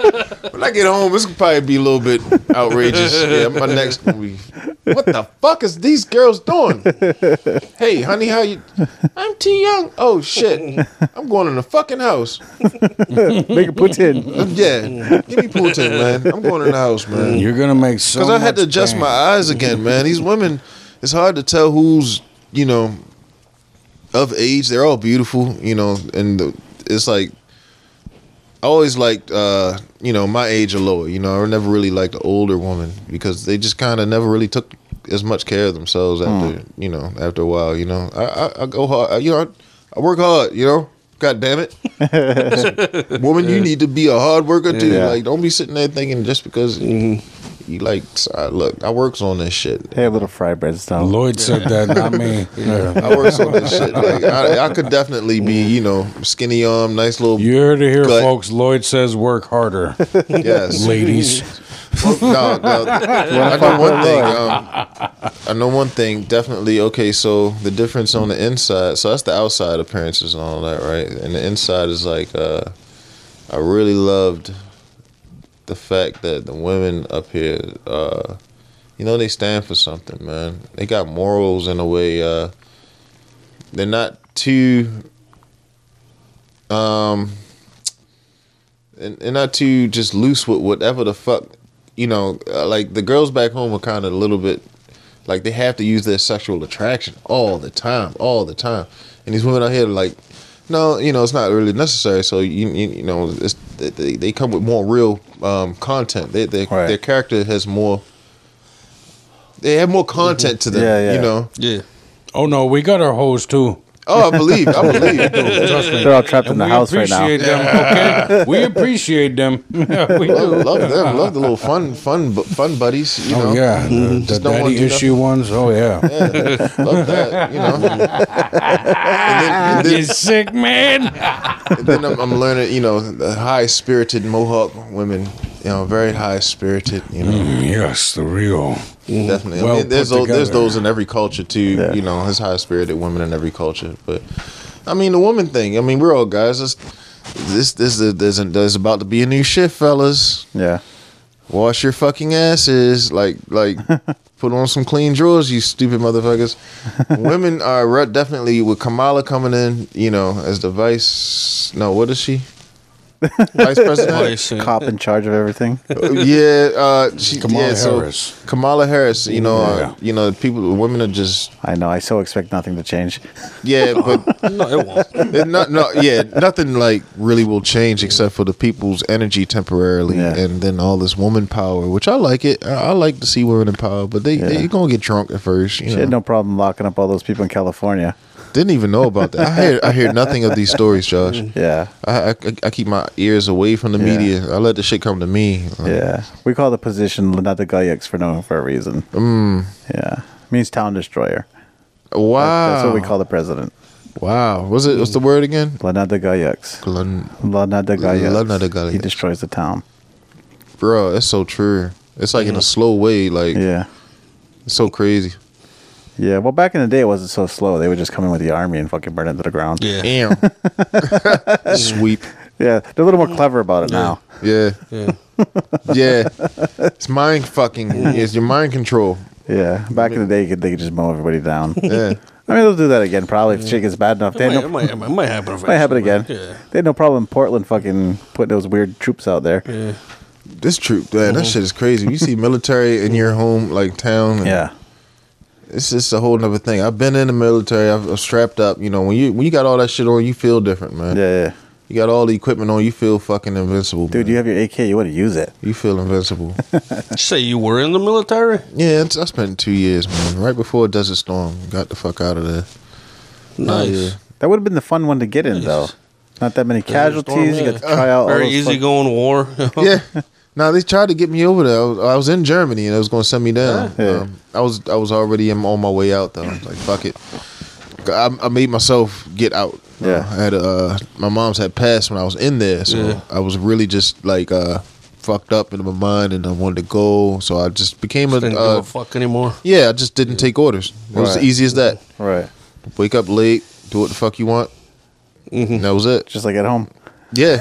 [SPEAKER 3] When I get home, this could probably be a little bit outrageous. Yeah, my next movie. What the fuck is these girls doing? Hey, honey, how you? I'm too young. Oh shit! I'm going in the fucking house.
[SPEAKER 4] make it put in.
[SPEAKER 3] Yeah, give me Putin, man. I'm going in the house, man.
[SPEAKER 5] You're gonna make so.
[SPEAKER 3] Because I had to
[SPEAKER 5] much
[SPEAKER 3] adjust
[SPEAKER 5] bank.
[SPEAKER 3] my eyes again, man. These women, it's hard to tell who's you know of age. They're all beautiful, you know, and the, it's like I always liked, uh, you know, my age or lower. You know, I never really liked the older woman because they just kind of never really took as much care of themselves after, you know, after a while. You know, I, I, I go hard. I, you know, I, I work hard. You know, god damn it, woman, you need to be a hard worker too.
[SPEAKER 4] Yeah.
[SPEAKER 3] Like, don't be sitting there thinking just because you like. I, look, I works on this shit.
[SPEAKER 4] Hey, a little fried breadstone.
[SPEAKER 5] Lloyd said that, not me. Yeah.
[SPEAKER 3] I works on this shit. Like, I, I could definitely be, you know, skinny arm, nice little.
[SPEAKER 5] You heard it here,
[SPEAKER 3] Good.
[SPEAKER 5] folks. Lloyd says work harder,
[SPEAKER 3] yes.
[SPEAKER 5] ladies.
[SPEAKER 3] no, no. I know one thing. Um, I know one thing. Definitely. Okay, so the difference on the inside. So that's the outside appearances and all that, right? And the inside is like, uh, I really loved the fact that the women up here, uh, you know, they stand for something, man. They got morals in a way. Uh, they're not too. Um, and, and not too just loose with whatever the fuck you know uh, like the girls back home are kind of a little bit like they have to use their sexual attraction all the time all the time and these women out here are like no you know it's not really necessary so you you, you know it's, they- they, they come with more real um, content they, they,
[SPEAKER 4] Right.
[SPEAKER 3] their character has more they have more content to them
[SPEAKER 4] Yeah, yeah.
[SPEAKER 3] you know
[SPEAKER 2] Yeah.
[SPEAKER 5] Oh no, we got our hoes too.
[SPEAKER 3] oh i believe i believe
[SPEAKER 5] Trust me.
[SPEAKER 4] They're all trapped in the
[SPEAKER 5] we
[SPEAKER 4] house right now.
[SPEAKER 5] appreciate them. Okay, we appreciate them. Yeah, we do.
[SPEAKER 3] love, love them love the little fun fun bu- fun buddies you know
[SPEAKER 5] Oh yeah, the, the
[SPEAKER 3] Mm-hmm. Just don't wanna
[SPEAKER 5] daddy
[SPEAKER 3] do
[SPEAKER 5] issue ones. Oh yeah.
[SPEAKER 3] love that you know and then, and then-
[SPEAKER 5] You sick man.
[SPEAKER 3] And then I'm, I'm learning, you know, the high spirited Mohawk women, you know, very high spirited, you know,
[SPEAKER 5] Yes, the real.
[SPEAKER 3] definitely.
[SPEAKER 5] Mm-hmm. Well
[SPEAKER 3] I mean, there's
[SPEAKER 5] put
[SPEAKER 3] those, there's
[SPEAKER 5] together.
[SPEAKER 3] those in every culture too, you know, there's high spirited women in every culture, but I mean the woman thing. I mean, we're all guys. It's, this this is there's, there's about to be a new shift, fellas.
[SPEAKER 4] Yeah.
[SPEAKER 3] Wash your fucking asses, like like. Put on some clean drawers, you stupid motherfuckers. Women are re- definitely with Kamala coming in, you know, as the vice. No, what is she? Vice president.
[SPEAKER 2] Twice, yeah.
[SPEAKER 4] Cop in charge of everything.
[SPEAKER 3] yeah, uh, she,
[SPEAKER 5] Kamala
[SPEAKER 3] yeah, so
[SPEAKER 5] Harris.
[SPEAKER 3] Kamala Harris. You know,
[SPEAKER 5] Yeah.
[SPEAKER 3] uh, you know, people, women are just
[SPEAKER 4] I know. I so expect nothing to change.
[SPEAKER 3] yeah, but
[SPEAKER 2] No, it won't.
[SPEAKER 3] it not, no, yeah, nothing like really will change except for the people's energy temporarily,
[SPEAKER 4] Yeah.
[SPEAKER 3] and then all this woman power, which I like it. I, I like to see women in power, but they they gonna get drunk at first. You
[SPEAKER 4] She
[SPEAKER 3] know,
[SPEAKER 4] had no problem locking up all those people in California.
[SPEAKER 3] didn't even know about that. I hear I hear nothing of these stories, Josh.
[SPEAKER 4] Yeah.
[SPEAKER 3] I, I I keep my ears away from the
[SPEAKER 4] Yeah.
[SPEAKER 3] media. I let the shit come to me. Like,
[SPEAKER 4] Yeah. We call the position Lenata Guyux for no for a reason. Mm. Yeah. means town destroyer.
[SPEAKER 3] Wow,
[SPEAKER 4] That's what we call the president.
[SPEAKER 3] Wow, was it? What's the word again?
[SPEAKER 4] Lenata Guyux.
[SPEAKER 3] Glen-
[SPEAKER 4] Lenata Guyux.
[SPEAKER 3] Lenata Guyux.
[SPEAKER 4] He destroys the town.
[SPEAKER 3] Bro, it's so true. It's like in a slow way, like
[SPEAKER 4] Yeah.
[SPEAKER 3] it's so crazy.
[SPEAKER 4] Yeah. Well, back in the day, it wasn't so slow. They would just come in with the army and fucking burn it to the ground.
[SPEAKER 2] Yeah.
[SPEAKER 3] Damn. Sweep.
[SPEAKER 4] Yeah, They're a little more clever about it now.
[SPEAKER 3] Yeah.
[SPEAKER 2] Yeah.
[SPEAKER 3] Yeah. It's mind fucking. It's your mind control.
[SPEAKER 4] Yeah. Back in the day, you could, they could just mow everybody down.
[SPEAKER 3] Yeah.
[SPEAKER 4] I mean, they'll do that again probably if shit gets bad enough. They
[SPEAKER 2] It
[SPEAKER 4] had
[SPEAKER 2] might, it, might,
[SPEAKER 4] no,
[SPEAKER 2] it might- it might happen.
[SPEAKER 4] might happen again.
[SPEAKER 2] eventually,
[SPEAKER 4] They had no problem Portland fucking putting those weird troops out there.
[SPEAKER 2] but Yeah.
[SPEAKER 3] This troop, man, that shit is crazy. You see military in your home, like town. and
[SPEAKER 4] Yeah.
[SPEAKER 3] It's just a whole nother thing. I've been in the military. I've, I've strapped up. You know, when you when you got all that shit on, you feel different,
[SPEAKER 4] Yeah.
[SPEAKER 3] man.
[SPEAKER 4] yeah.
[SPEAKER 3] You got all the equipment on, you feel fucking invincible,
[SPEAKER 4] Dude,
[SPEAKER 3] man.
[SPEAKER 4] you have your AK. You want to use it.
[SPEAKER 3] You feel invincible.
[SPEAKER 2] Did you say you were in the military?
[SPEAKER 3] yeah, it's, I spent two years, man. Right before Desert Storm, got the fuck out of there. Oh,
[SPEAKER 2] Nice.
[SPEAKER 3] yeah.
[SPEAKER 4] That would have been the fun one to get in, though. Not that many casualties. You got to try out Oh, all
[SPEAKER 2] Very
[SPEAKER 4] those
[SPEAKER 2] easy
[SPEAKER 4] fuck-
[SPEAKER 2] going war.
[SPEAKER 3] yeah. No, they tried to get me over there. I was, I was in Germany and they was going to send me down.
[SPEAKER 4] Yeah.
[SPEAKER 3] Um, I was I was already in, on my way out though. I was like fuck it. I, I made myself get out.
[SPEAKER 4] Yeah.
[SPEAKER 3] I had uh my mom's had passed when I was in there, so
[SPEAKER 2] Yeah.
[SPEAKER 3] I was really just like uh fucked up in my mind and I wanted to go. So I just became
[SPEAKER 2] Just
[SPEAKER 3] a,
[SPEAKER 2] didn't give
[SPEAKER 3] uh,
[SPEAKER 2] a fuck anymore.
[SPEAKER 3] yeah. I just didn't take orders. It was
[SPEAKER 4] Right.
[SPEAKER 3] easy as that.
[SPEAKER 4] Right.
[SPEAKER 3] Wake up late, do what the fuck you want.
[SPEAKER 2] Mm-hmm.
[SPEAKER 3] And that was it.
[SPEAKER 4] Just like at home.
[SPEAKER 3] Yeah.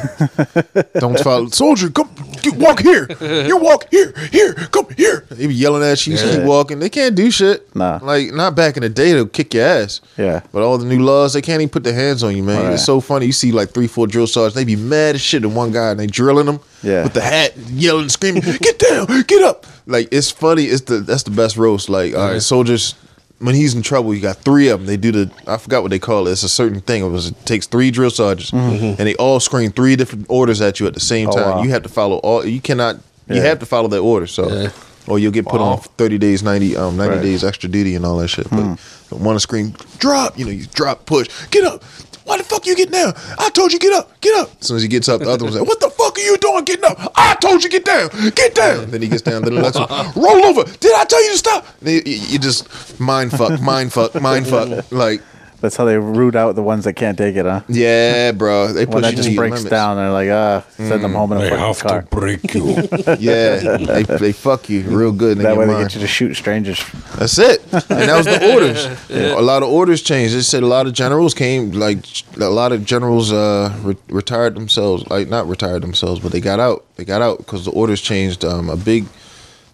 [SPEAKER 3] Don't follow. Soldier, come get, walk here. You walk here, here, come here. They be yelling at you. You just keep walking. They can't do shit.
[SPEAKER 4] Nah.
[SPEAKER 3] Like, not back in the day, they'll kick your ass.
[SPEAKER 4] Yeah.
[SPEAKER 3] But all the new laws, they can't even put their hands on you, man.
[SPEAKER 4] Right.
[SPEAKER 3] It's so funny. You see like three, four drill sergeants. They be mad as shit at one guy and they drilling him
[SPEAKER 4] Yeah.
[SPEAKER 3] with the hat, yelling, screaming, get down, get up. Like, it's funny. It's the That's the best roast. Like, all right, soldiers, when he's in trouble, you got three of them. They do the I forgot what they call it. It's a certain thing. It, was, it takes three drill sergeants, and they all scream three different orders at you at the same
[SPEAKER 4] Oh,
[SPEAKER 3] time.
[SPEAKER 4] wow.
[SPEAKER 3] You have to follow all. You cannot. You
[SPEAKER 4] Yeah.
[SPEAKER 3] have to follow that order. So.
[SPEAKER 2] Yeah.
[SPEAKER 3] Or you'll get put on thirty days, ninety, um, ninety
[SPEAKER 4] Right.
[SPEAKER 3] days extra duty and all that shit. But want to scream, drop, you know, you drop, push, get up. Why the fuck you get down? I told you get up, get up. As soon as he gets up, the other one's like, "What the fuck are you doing getting up? I told you get down, get down." Then he gets down. Then the next one, roll over. Did I tell you to stop? Then You, you- you just mind fuck, mind fuck, mind fuck. Like,
[SPEAKER 4] That's how they root out the ones that can't take it, huh?
[SPEAKER 3] yeah, bro. They push
[SPEAKER 4] When that
[SPEAKER 3] you
[SPEAKER 4] just
[SPEAKER 3] to your
[SPEAKER 4] breaks
[SPEAKER 3] limits. Mm.
[SPEAKER 4] down, they're like, ah, send them home in a
[SPEAKER 5] They
[SPEAKER 4] fucking
[SPEAKER 5] have
[SPEAKER 4] car.
[SPEAKER 5] to break you.
[SPEAKER 3] Yeah, they, they fuck you real good. in
[SPEAKER 4] That
[SPEAKER 3] your
[SPEAKER 4] way they
[SPEAKER 3] mind.
[SPEAKER 4] get you to shoot strangers.
[SPEAKER 3] That's it. And that was the orders. A lot of orders changed. They said a lot of generals came, like a lot of generals uh, re- retired themselves, like not retired themselves, but they got out. They got out because the orders changed. Um, a big,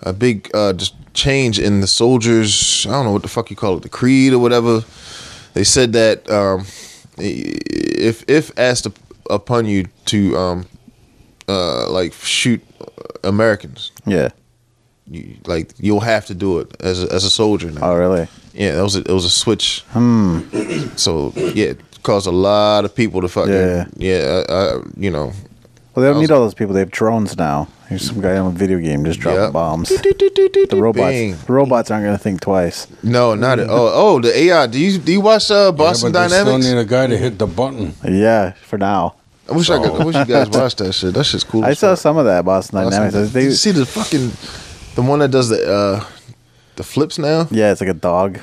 [SPEAKER 3] a big uh, just change in the soldiers. I don't know what the fuck you call it, the creed or whatever. They said that um, if if asked upon you to um, uh, like shoot Americans,
[SPEAKER 4] Yeah.
[SPEAKER 3] you, like you'll have to do it as a, as a soldier now.
[SPEAKER 4] Oh, really?
[SPEAKER 3] Yeah, that was a, it was a switch.
[SPEAKER 4] Hmm.
[SPEAKER 3] So yeah, it caused a lot of people to fucking
[SPEAKER 4] Yeah.
[SPEAKER 3] yeah, I, I, you know.
[SPEAKER 4] Well, they don't
[SPEAKER 3] That was-
[SPEAKER 4] need all those people. They have drones now. Here's some guy on a video game just dropping
[SPEAKER 3] Yep.
[SPEAKER 4] bombs. The
[SPEAKER 3] Bing.
[SPEAKER 4] robots, the robots aren't going to think twice.
[SPEAKER 3] No, not at all. Oh, the AI. Do you do you watch uh, Boston
[SPEAKER 5] yeah, but they
[SPEAKER 3] Dynamics?
[SPEAKER 5] Still need a guy to hit the button.
[SPEAKER 4] Yeah, for now.
[SPEAKER 3] I wish I could. I wish you guys watched that shit. That shit's cool.
[SPEAKER 4] I
[SPEAKER 3] as
[SPEAKER 4] saw
[SPEAKER 3] fuck.
[SPEAKER 4] some of that Boston
[SPEAKER 3] Boston
[SPEAKER 4] Dynamics.
[SPEAKER 3] Dynamics.
[SPEAKER 4] They-
[SPEAKER 3] Did you see the fucking the one that does the uh, the flips now.
[SPEAKER 4] yeah, it's like a dog.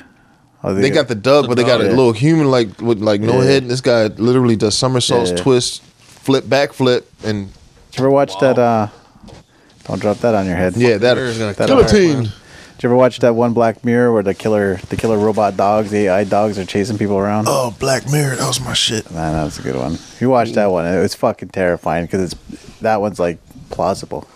[SPEAKER 4] Oh,
[SPEAKER 3] They got the dub, but they got a
[SPEAKER 4] dog.
[SPEAKER 3] little human like with like no
[SPEAKER 4] Yeah.
[SPEAKER 3] head. And this guy literally does somersaults,
[SPEAKER 4] Yeah.
[SPEAKER 3] twist, flip, back flip, and
[SPEAKER 4] Did you ever watch that? Uh, don't drop that on your head.
[SPEAKER 3] yeah, that
[SPEAKER 2] There's gonna
[SPEAKER 4] that'll hurt.
[SPEAKER 3] guillotine.
[SPEAKER 4] Did you ever watch that one Black Mirror where the killer, the killer robot dogs, the AI dogs are chasing people around?
[SPEAKER 3] Oh, Black Mirror. That was my shit.
[SPEAKER 4] Man, that was a good one. If you watch that one, it was fucking terrifying because it's that one's like plausible.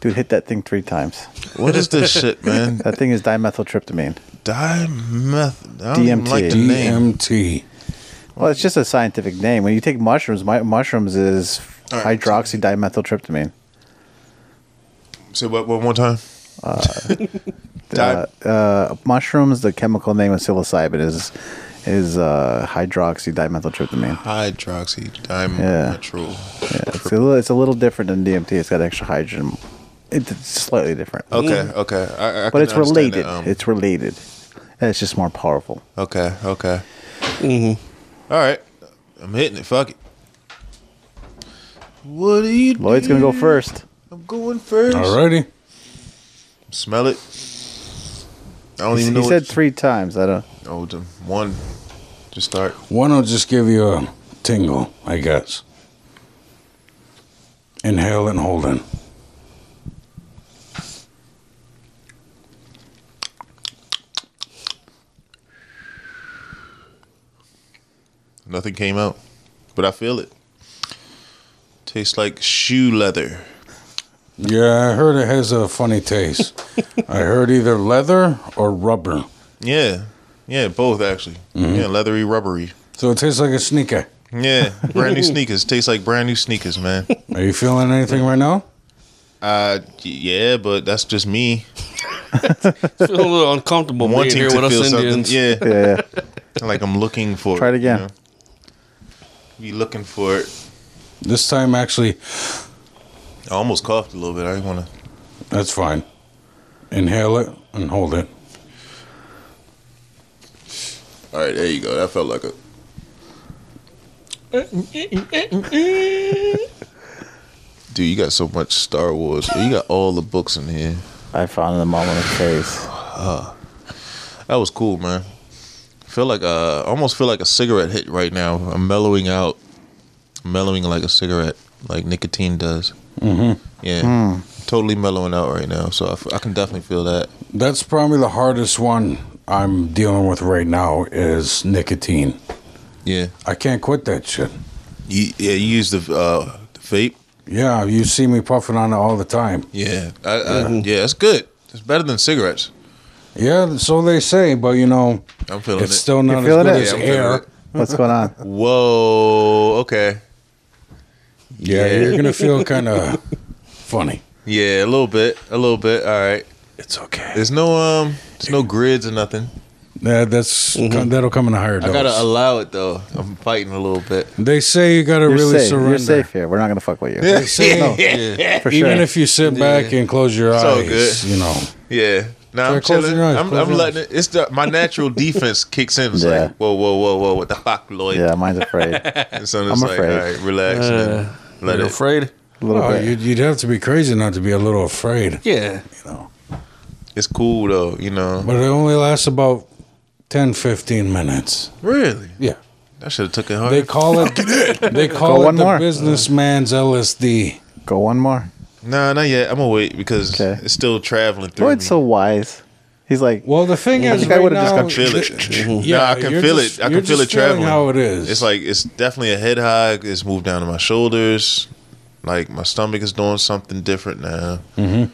[SPEAKER 4] Dude, hit that thing three times.
[SPEAKER 3] What is this shit, man?
[SPEAKER 4] That thing is dimethyltryptamine.
[SPEAKER 3] Dimeth. I don't even
[SPEAKER 4] DMT.
[SPEAKER 3] like the name.
[SPEAKER 5] DMT.
[SPEAKER 4] Well, it's just a scientific name. When you take mushrooms, my, mushrooms is
[SPEAKER 3] All right.
[SPEAKER 4] hydroxydimethyltryptamine.
[SPEAKER 3] Say what, what one time?
[SPEAKER 4] Uh, uh, mushrooms, the chemical name of psilocybin is is uh, hydroxydimethyltryptamine.
[SPEAKER 3] Hydroxy
[SPEAKER 4] Yeah. Yeah, it's a little, it's a little different than DMT. It's got extra hydrogen. It- It's slightly different,
[SPEAKER 5] Mm.
[SPEAKER 3] Okay, okay. I, I
[SPEAKER 4] but
[SPEAKER 3] can
[SPEAKER 4] it's
[SPEAKER 3] understand
[SPEAKER 4] related.
[SPEAKER 3] that, um,
[SPEAKER 4] it's related. And it's just more powerful.
[SPEAKER 3] okay, okay. All right. I'm hitting it. Fuck it. What are you
[SPEAKER 4] Lloyd's gonna go
[SPEAKER 5] Mm.
[SPEAKER 4] first.
[SPEAKER 3] I'm going first.
[SPEAKER 5] Alrighty.
[SPEAKER 3] Smell it. I don't
[SPEAKER 4] He,
[SPEAKER 3] even know.
[SPEAKER 4] said
[SPEAKER 3] what-
[SPEAKER 4] three times. I don't.
[SPEAKER 3] Oh, the one. Just start.
[SPEAKER 5] One will just give you a tingle, I guess. Inhale and hold in.
[SPEAKER 3] Nothing came out, but I feel it. Tastes like shoe leather.
[SPEAKER 5] Yeah, I heard it has a funny taste. I heard either leather or rubber.
[SPEAKER 3] Yeah, yeah, both actually.
[SPEAKER 4] Mm-hmm.
[SPEAKER 3] Yeah, leathery, rubbery.
[SPEAKER 5] So it tastes like a sneaker.
[SPEAKER 3] Yeah, brand new sneakers. Tastes like brand new sneakers, man.
[SPEAKER 5] Are you feeling anything right now?
[SPEAKER 3] Uh, yeah, but that's just me
[SPEAKER 2] I feel a little uncomfortable being
[SPEAKER 3] wanting
[SPEAKER 2] here
[SPEAKER 3] to
[SPEAKER 2] with
[SPEAKER 3] feel
[SPEAKER 2] us
[SPEAKER 3] something.
[SPEAKER 2] Indians.
[SPEAKER 3] Yeah,
[SPEAKER 4] Yeah, yeah.
[SPEAKER 3] like I'm looking for.
[SPEAKER 4] Try it
[SPEAKER 3] you
[SPEAKER 4] again.
[SPEAKER 3] know? Be looking for it.
[SPEAKER 5] This time, actually,
[SPEAKER 3] I almost coughed a little bit. I didn't want to.
[SPEAKER 5] that's fine. Inhale it and hold it.
[SPEAKER 3] All right, there you go. That felt like a. Dude, you got so much Star Wars. You got all the books in here.
[SPEAKER 4] I found the mom on his face.
[SPEAKER 3] That was cool, man. Feel like uh, almost feel like a cigarette hit right now. I'm mellowing out, mellowing like a cigarette, like nicotine does. Mm-hmm. Yeah,
[SPEAKER 5] Hmm.
[SPEAKER 3] totally mellowing out right now. So I, f- I can definitely feel that.
[SPEAKER 5] That's probably the hardest one I'm dealing with right now is nicotine.
[SPEAKER 3] Yeah,
[SPEAKER 5] I can't quit that shit.
[SPEAKER 3] you, yeah. You use the uh, the vape.
[SPEAKER 5] Yeah, you see me puffing on it all the time.
[SPEAKER 3] Yeah, I, I,
[SPEAKER 5] Mm-hmm.
[SPEAKER 3] yeah. That's good. It's better than cigarettes.
[SPEAKER 5] Yeah, so they say, but you know,
[SPEAKER 3] I'm feeling
[SPEAKER 5] it's
[SPEAKER 3] it.
[SPEAKER 5] still not as
[SPEAKER 4] feeling
[SPEAKER 5] good
[SPEAKER 4] it?
[SPEAKER 5] as
[SPEAKER 3] Yeah, I'm feeling
[SPEAKER 5] air.
[SPEAKER 3] it.
[SPEAKER 4] What's going on?
[SPEAKER 3] Whoa. Okay.
[SPEAKER 5] Yeah, you're gonna feel kind of funny.
[SPEAKER 3] Yeah, a little bit, a little bit. All right.
[SPEAKER 1] It's okay.
[SPEAKER 3] There's no um, there's no grids or nothing.
[SPEAKER 5] That, that's that'll come in a higher dose.
[SPEAKER 3] Mm-hmm. I gotta uh, allow it though. I'm fighting a little bit.
[SPEAKER 5] they say you gotta
[SPEAKER 4] You're
[SPEAKER 5] really
[SPEAKER 4] safe.
[SPEAKER 5] surrender.
[SPEAKER 4] You're safe here. We're not gonna fuck with you.
[SPEAKER 5] They say-
[SPEAKER 4] For sure.
[SPEAKER 5] Even if you sit back and close your
[SPEAKER 3] all
[SPEAKER 5] eyes,
[SPEAKER 3] good.
[SPEAKER 5] you know.
[SPEAKER 3] Yeah. Now
[SPEAKER 5] Try
[SPEAKER 3] I'm
[SPEAKER 5] closing
[SPEAKER 3] chilling.
[SPEAKER 5] your eyes,
[SPEAKER 3] I'm,
[SPEAKER 5] close
[SPEAKER 3] I'm
[SPEAKER 5] your
[SPEAKER 3] letting it. It's the, my natural defense kicks in. It's
[SPEAKER 4] Yeah.
[SPEAKER 3] like whoa, whoa, whoa, whoa. What the fuck, Lloyd?
[SPEAKER 4] yeah, mine's afraid. A
[SPEAKER 3] And so it's
[SPEAKER 4] I'm
[SPEAKER 3] like,
[SPEAKER 4] afraid.
[SPEAKER 3] all right, relax. and let
[SPEAKER 2] You're
[SPEAKER 3] it.
[SPEAKER 2] afraid?
[SPEAKER 4] little
[SPEAKER 5] Oh,
[SPEAKER 4] bit.
[SPEAKER 5] you'd, you'd have to be crazy not to be a little afraid.
[SPEAKER 2] Yeah.
[SPEAKER 3] It's cool though. You know.
[SPEAKER 5] But it only lasts about 10, 15 minutes.
[SPEAKER 3] Really?
[SPEAKER 5] Yeah.
[SPEAKER 3] I should have took it hard.
[SPEAKER 5] They call it they
[SPEAKER 4] Go
[SPEAKER 5] call it
[SPEAKER 4] one
[SPEAKER 5] the
[SPEAKER 4] more.
[SPEAKER 5] businessman's LSD.
[SPEAKER 4] Go one more.
[SPEAKER 3] nah, not yet. I'm gonna wait because
[SPEAKER 4] Okay.
[SPEAKER 3] it's still traveling through.
[SPEAKER 4] Lloyd's
[SPEAKER 3] me.
[SPEAKER 4] so wise. He's like,
[SPEAKER 5] Well, the thing
[SPEAKER 4] I
[SPEAKER 5] is,
[SPEAKER 4] think I Mm-hmm.
[SPEAKER 5] right
[SPEAKER 4] would've just
[SPEAKER 5] now,
[SPEAKER 4] gone-
[SPEAKER 3] feel it. Yeah, Mm-hmm. I can
[SPEAKER 5] you're
[SPEAKER 3] feel
[SPEAKER 5] just-
[SPEAKER 3] it. I
[SPEAKER 5] you're
[SPEAKER 3] can feel it
[SPEAKER 5] just feeling
[SPEAKER 3] traveling.
[SPEAKER 5] How it is?
[SPEAKER 3] It's like it's definitely a head high. It's moved down to my shoulders. Like my stomach is doing something different now. Mm-hmm.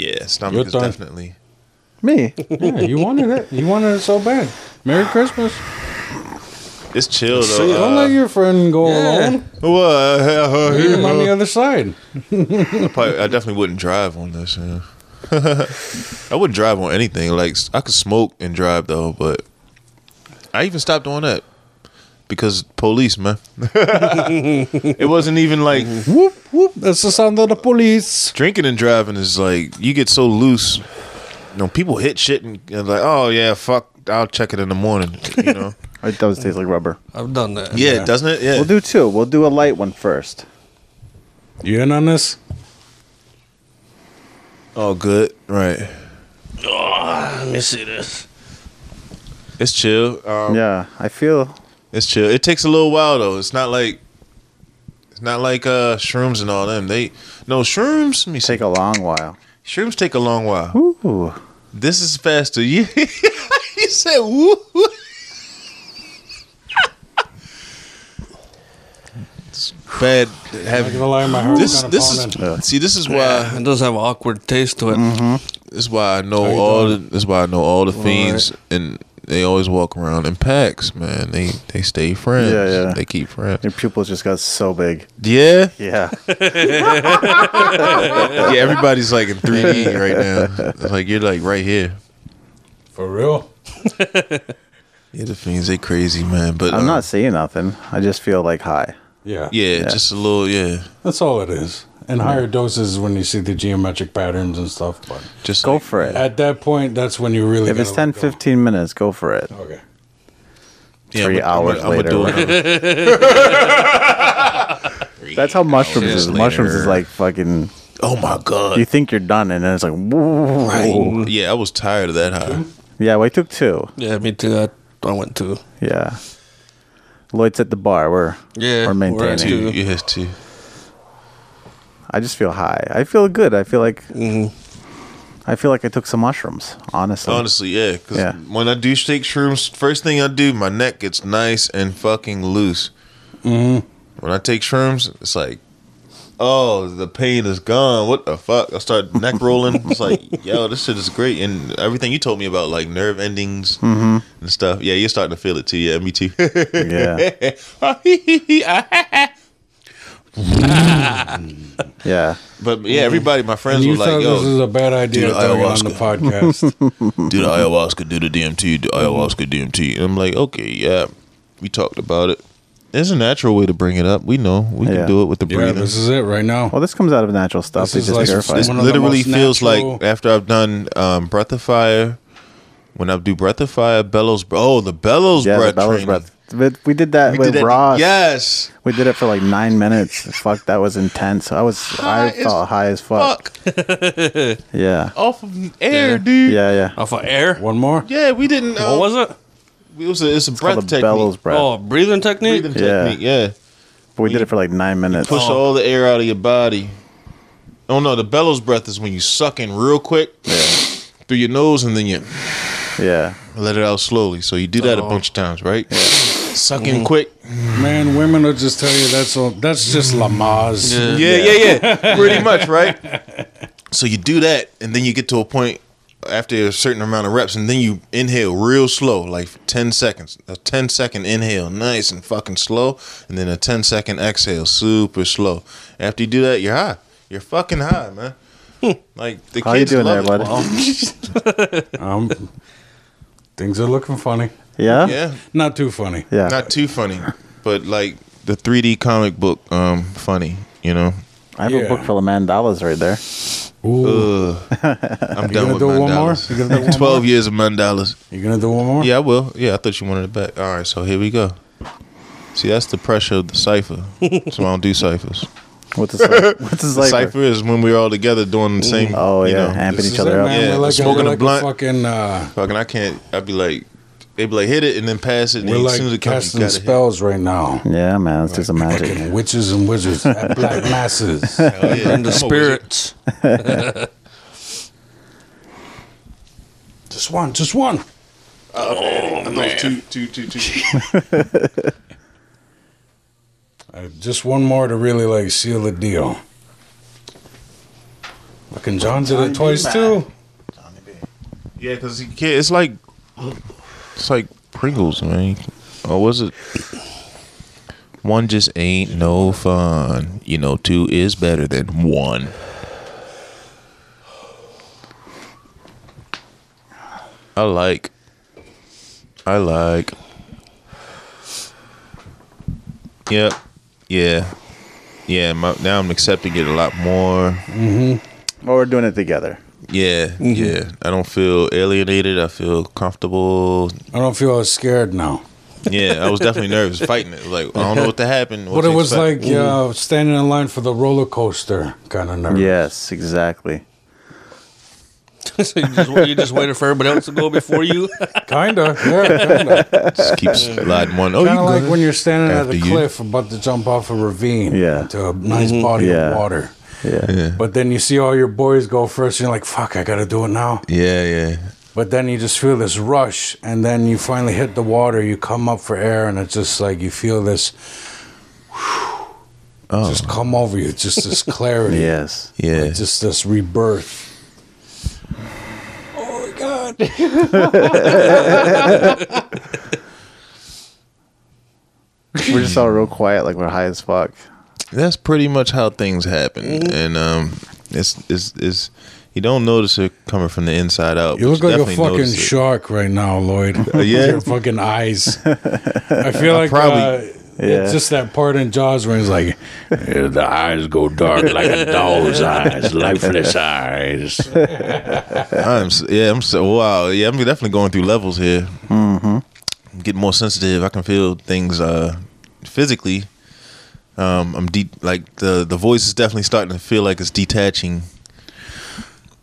[SPEAKER 3] Yeah, stomach
[SPEAKER 5] Your
[SPEAKER 3] is
[SPEAKER 5] turn.
[SPEAKER 3] definitely.
[SPEAKER 4] me.
[SPEAKER 5] yeah, you wanted it. You wanted it so bad. Merry Christmas.
[SPEAKER 3] It's chill though.
[SPEAKER 5] See, don't
[SPEAKER 3] Uh, Mm-hmm.
[SPEAKER 5] let your friend go alone.
[SPEAKER 3] well,
[SPEAKER 5] Meet him on the other side.
[SPEAKER 3] I, probably, I definitely wouldn't drive on this. Yeah. I wouldn't drive on anything. Like I could smoke and drive though, but I even stopped doing that because police, man. it wasn't even like
[SPEAKER 5] Whoop whoop. That's the sound of the police.
[SPEAKER 3] drinking and driving is like you get so loose. You know, people hit shit and, and like, oh yeah, fuck, I'll check it in the morning. You know,
[SPEAKER 4] It does taste like rubber.
[SPEAKER 2] I've done that.
[SPEAKER 3] yeah, doesn't it? Yeah,
[SPEAKER 4] We'll do two. We'll do a light one first.
[SPEAKER 5] You in on this?
[SPEAKER 3] all good, right?
[SPEAKER 2] Ah, Let me see this.
[SPEAKER 3] It's chill. Um,
[SPEAKER 4] Yeah, I feel.
[SPEAKER 3] It's chill. It takes a little while though. It's not like it's not like uh shrooms and all them. They no shrooms. Let me see.
[SPEAKER 4] Take a long while.
[SPEAKER 3] Shrooms take a long while.
[SPEAKER 4] Ooh,
[SPEAKER 3] This is faster. You you said woo. It's bad
[SPEAKER 5] I'm
[SPEAKER 3] having
[SPEAKER 5] gonna lie, my heart
[SPEAKER 3] this.
[SPEAKER 5] kinda
[SPEAKER 3] This
[SPEAKER 5] falling
[SPEAKER 3] is
[SPEAKER 5] in.
[SPEAKER 3] see. This is why.
[SPEAKER 2] It does have an awkward taste to it.
[SPEAKER 4] Mm.
[SPEAKER 3] This is why I know
[SPEAKER 5] you
[SPEAKER 3] all. The,
[SPEAKER 5] doing?
[SPEAKER 3] this is why I know all the fiends, and they always walk around in packs. Man, they they stay friends.
[SPEAKER 4] Yeah, yeah.
[SPEAKER 3] They keep friends.
[SPEAKER 4] your pupils just got so big.
[SPEAKER 3] Yeah.
[SPEAKER 4] Yeah,
[SPEAKER 3] yeah, everybody's like in 3D right now. It's like you're like right here.
[SPEAKER 5] for real.
[SPEAKER 3] Yeah, the fiends they crazy man, but
[SPEAKER 4] I'm
[SPEAKER 3] um,
[SPEAKER 4] not seeing nothing. I just feel like high.
[SPEAKER 5] Yeah.
[SPEAKER 3] Yeah, just a little. Yeah,
[SPEAKER 5] That's all it is. And higher doses is when you see the geometric patterns and stuff. But
[SPEAKER 3] just
[SPEAKER 4] Go
[SPEAKER 3] like-
[SPEAKER 4] for it.
[SPEAKER 5] at that point, that's when you really.
[SPEAKER 4] If it's
[SPEAKER 5] gotta
[SPEAKER 4] 10,
[SPEAKER 5] let go. Oh,
[SPEAKER 4] 15 minutes, go for it.
[SPEAKER 5] Okay.
[SPEAKER 3] yeah,
[SPEAKER 4] three
[SPEAKER 3] I'ma-
[SPEAKER 4] hours
[SPEAKER 3] I'ma- I'ma
[SPEAKER 4] later,
[SPEAKER 3] do
[SPEAKER 4] whatever.
[SPEAKER 3] another-
[SPEAKER 4] That's how mushrooms
[SPEAKER 3] hours
[SPEAKER 4] is. Mushrooms is
[SPEAKER 3] later.
[SPEAKER 4] like fucking.
[SPEAKER 3] oh my god!
[SPEAKER 4] You think you're done, and then it's like, woo.
[SPEAKER 3] Oh, yeah, I was tired of that high.
[SPEAKER 4] Yeah, well, I took two.
[SPEAKER 2] Yeah, me too. I, I went to.
[SPEAKER 4] Yeah. Lloyd's at the bar. We're
[SPEAKER 2] Yeah,
[SPEAKER 4] we're
[SPEAKER 2] we're at
[SPEAKER 4] maintaining.
[SPEAKER 2] two.
[SPEAKER 3] You yes, too.
[SPEAKER 4] I just feel high. I feel good. I feel like I feel like I took some mushrooms. Honestly,
[SPEAKER 3] Honestly, yeah, because
[SPEAKER 4] Yeah.
[SPEAKER 3] when I do take shrooms, first thing I do, my neck gets nice and fucking loose. Mm-hmm. When I take shrooms, it's like, oh, the pain is gone. What the fuck? I start neck rolling. It's like, yo, this shit is great. And everything you told me about, like nerve endings
[SPEAKER 4] Mm-hmm.
[SPEAKER 3] and stuff. Yeah, you're starting to feel it too. Yeah, me too.
[SPEAKER 4] yeah, yeah.
[SPEAKER 3] but yeah, everybody, my friends
[SPEAKER 5] Mm-hmm. You
[SPEAKER 3] were
[SPEAKER 5] thought
[SPEAKER 3] like,
[SPEAKER 5] this
[SPEAKER 3] yo,
[SPEAKER 5] was a bad idea
[SPEAKER 3] dude,
[SPEAKER 5] to get on the podcast.
[SPEAKER 3] do the ayahuasca, do the DMT, do ayahuasca, DMT. And I'm like, okay, yeah, we talked about it. There's a natural way to bring it up. We know we
[SPEAKER 4] Yeah.
[SPEAKER 3] can do it with the
[SPEAKER 5] yeah,
[SPEAKER 3] breathing.
[SPEAKER 5] this is it right now.
[SPEAKER 4] Well, this comes out of natural stuff.
[SPEAKER 5] This
[SPEAKER 4] They
[SPEAKER 5] is
[SPEAKER 4] just
[SPEAKER 5] like-
[SPEAKER 4] purify.
[SPEAKER 3] this
[SPEAKER 5] One of the
[SPEAKER 3] literally
[SPEAKER 5] most
[SPEAKER 3] feels
[SPEAKER 5] natural-
[SPEAKER 3] like after I've done um, breath of fire. When I do breath of fire, bellows. Oh, the bellows
[SPEAKER 4] yeah,
[SPEAKER 3] breath
[SPEAKER 4] the bellows
[SPEAKER 3] training.
[SPEAKER 4] breath. But we did that
[SPEAKER 3] We
[SPEAKER 4] with
[SPEAKER 3] did that-
[SPEAKER 4] Ross.
[SPEAKER 3] Yes.
[SPEAKER 4] we did it for like nine minutes. Fuck, that was intense. I was I
[SPEAKER 3] High as
[SPEAKER 4] felt high as fuck.
[SPEAKER 3] Fuck Oh,
[SPEAKER 4] Yeah,
[SPEAKER 3] off of air, dude. Yeah.
[SPEAKER 4] yeah, yeah.
[SPEAKER 2] Off of air?
[SPEAKER 5] One more.
[SPEAKER 3] we didn't. Uh,
[SPEAKER 2] What was it?
[SPEAKER 3] it? was a, it's a breath
[SPEAKER 4] Called the
[SPEAKER 3] technique.
[SPEAKER 4] bellows breath.
[SPEAKER 2] Oh, breathing technique?
[SPEAKER 3] breathing
[SPEAKER 4] Yeah.
[SPEAKER 3] technique. Yeah.
[SPEAKER 4] but we did it for like nine minutes.
[SPEAKER 3] Push all the air out of your body. Oh no, the bellows breath is when you suck in real quick through your nose and then you
[SPEAKER 4] Yeah,
[SPEAKER 3] let it out slowly. So you do that a bunch of times, right? Suck in quick.
[SPEAKER 5] Man, women will just tell you that's all. That's just Lamaze.
[SPEAKER 3] Yeah, yeah, yeah. Pretty much, right? So you do that, and then you get to a point after a certain amount of reps, and then you inhale real slow, like 10 seconds. A 10 second inhale, nice and fucking slow, and then a 10 second exhale, super slow. After you do that, you're high. You're fucking high, man. Like the
[SPEAKER 4] How you
[SPEAKER 3] kids
[SPEAKER 4] doing
[SPEAKER 3] love
[SPEAKER 4] there,
[SPEAKER 3] it.
[SPEAKER 5] Um, things are looking funny.
[SPEAKER 4] Yeah?
[SPEAKER 3] Yeah,
[SPEAKER 5] Not too funny.
[SPEAKER 4] Yeah.
[SPEAKER 3] not too funny, but like the 3D comic book, um, funny. You know,
[SPEAKER 4] I have
[SPEAKER 5] Yeah.
[SPEAKER 4] a book full of mandalas right there.
[SPEAKER 5] Ooh.
[SPEAKER 3] I'm
[SPEAKER 5] gonna
[SPEAKER 3] done with
[SPEAKER 5] do one more?
[SPEAKER 3] mandalas.
[SPEAKER 5] You gonna do one
[SPEAKER 3] Twelve years of mandalas.
[SPEAKER 5] You gonna do one more?
[SPEAKER 3] Yeah, I will. Yeah, I thought you wanted it back. All right, so here we go. See, that's the pressure of the cipher. so I don't do ciphers.
[SPEAKER 4] What's this like? What's this
[SPEAKER 3] The
[SPEAKER 4] like?
[SPEAKER 3] cipher is when we're all together doing the same.
[SPEAKER 4] Oh,
[SPEAKER 3] you
[SPEAKER 4] yeah,
[SPEAKER 3] know,
[SPEAKER 4] amping
[SPEAKER 3] this is
[SPEAKER 4] each
[SPEAKER 5] Is
[SPEAKER 4] other
[SPEAKER 5] it,
[SPEAKER 4] up.
[SPEAKER 5] man?
[SPEAKER 3] Yeah,
[SPEAKER 5] We're like
[SPEAKER 3] smoking
[SPEAKER 5] a,
[SPEAKER 3] a
[SPEAKER 5] we're like
[SPEAKER 3] blunt.
[SPEAKER 5] fucking. Uh,
[SPEAKER 3] Fucking, I can't. I'd be like, they'd be like, hit it and then pass it. And
[SPEAKER 5] we're
[SPEAKER 3] as soon as
[SPEAKER 5] like
[SPEAKER 3] it comes, you
[SPEAKER 5] casting
[SPEAKER 3] gotta
[SPEAKER 5] spells right now.
[SPEAKER 4] Yeah, man. Let's do some magic.
[SPEAKER 5] Fucking witches and wizards at black masses.
[SPEAKER 3] hit. Hell yeah.
[SPEAKER 2] and the
[SPEAKER 3] I'm a wizard.
[SPEAKER 2] spirits.
[SPEAKER 5] Just one, just one.
[SPEAKER 3] Oh,
[SPEAKER 5] Oh,
[SPEAKER 3] And those two, two, two, two.
[SPEAKER 5] Uh, just one more to really like seal the deal. Fucking John did it twice too.
[SPEAKER 3] Yeah, because it's like, it's like Pringles, man. Or was it? One just ain't no fun. You know, two is better than one. I like. I like. Yep. Yeah. Yeah. My, now I'm accepting it a lot more.
[SPEAKER 4] Well, we're doing it together.
[SPEAKER 3] Yeah,
[SPEAKER 5] Mm-hmm.
[SPEAKER 3] yeah. I don't feel alienated. I feel comfortable.
[SPEAKER 5] I don't feel as scared now.
[SPEAKER 3] Yeah, I was definitely nervous fighting it. Like I don't know what to happen.
[SPEAKER 5] But it was like
[SPEAKER 3] yeah.
[SPEAKER 5] uh, standing in line for the roller coaster kind of nervous.
[SPEAKER 4] Yes, exactly.
[SPEAKER 2] so you just, you just waited for everybody else to go before you.
[SPEAKER 5] Kinda, yeah, kinda.
[SPEAKER 3] just keeps sliding one. Oh, you
[SPEAKER 5] kinda like
[SPEAKER 3] good?
[SPEAKER 5] when you're standing at
[SPEAKER 3] After
[SPEAKER 5] a
[SPEAKER 3] you. Mm-hmm.
[SPEAKER 5] cliff about to jump off a ravine
[SPEAKER 4] Yeah.
[SPEAKER 5] to a nice body
[SPEAKER 4] Yeah.
[SPEAKER 5] of water.
[SPEAKER 4] Yeah.
[SPEAKER 3] yeah.
[SPEAKER 5] But then you see all your boys go first, and you're like, "Fuck, I gotta do it now."
[SPEAKER 3] yeah, yeah,
[SPEAKER 5] But then you just feel this rush, and then you finally hit the water. You come up for air, and it's just like you feel this
[SPEAKER 3] Oh,
[SPEAKER 5] just come over you, just this clarity,
[SPEAKER 4] Yes.
[SPEAKER 3] yeah.
[SPEAKER 5] like, just this rebirth. Oh my god!
[SPEAKER 4] We're just all real quiet, like we're high as fuck.
[SPEAKER 3] That's pretty much how things happen,
[SPEAKER 5] Mm-hmm.
[SPEAKER 3] and um, it's it's it's. You don't notice it coming from the inside out.
[SPEAKER 5] You
[SPEAKER 3] but
[SPEAKER 5] look like a
[SPEAKER 3] definitely
[SPEAKER 5] fucking
[SPEAKER 3] notice it. Uh,
[SPEAKER 5] shark right now, Lloyd.
[SPEAKER 3] yeah?
[SPEAKER 5] your fucking eyes. I feel like
[SPEAKER 3] probably-
[SPEAKER 5] uh,
[SPEAKER 4] Yeah.
[SPEAKER 5] it's just that part in Jaws where he's like, "Eh, "The eyes go dark like a doll's eyes, lifeless eyes."
[SPEAKER 3] I'm s- yeah, I'm so wow. Yeah, I'm definitely going through levels here. Mm-hmm. I'm getting more sensitive. I can feel things uh, physically. Um, I'm deep. Like the the voice is definitely starting to feel like it's detaching.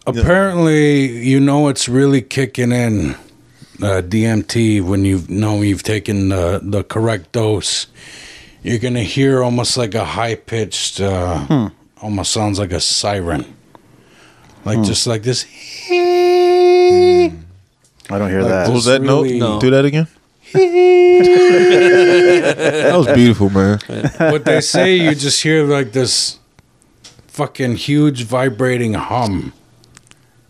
[SPEAKER 5] Apparently, you know it's really kicking in uh, DMT when you know you've taken the, the correct dose. You're gonna hear almost like a high pitched, uh,
[SPEAKER 3] Hmm.
[SPEAKER 5] almost sounds like a siren,
[SPEAKER 3] Hmm.
[SPEAKER 5] like just like this.
[SPEAKER 4] I don't hear
[SPEAKER 5] Like
[SPEAKER 4] that.
[SPEAKER 3] What was that
[SPEAKER 5] really-
[SPEAKER 3] note? Do that again. that was beautiful, man.
[SPEAKER 5] What they say, you just hear like this fucking huge vibrating hum,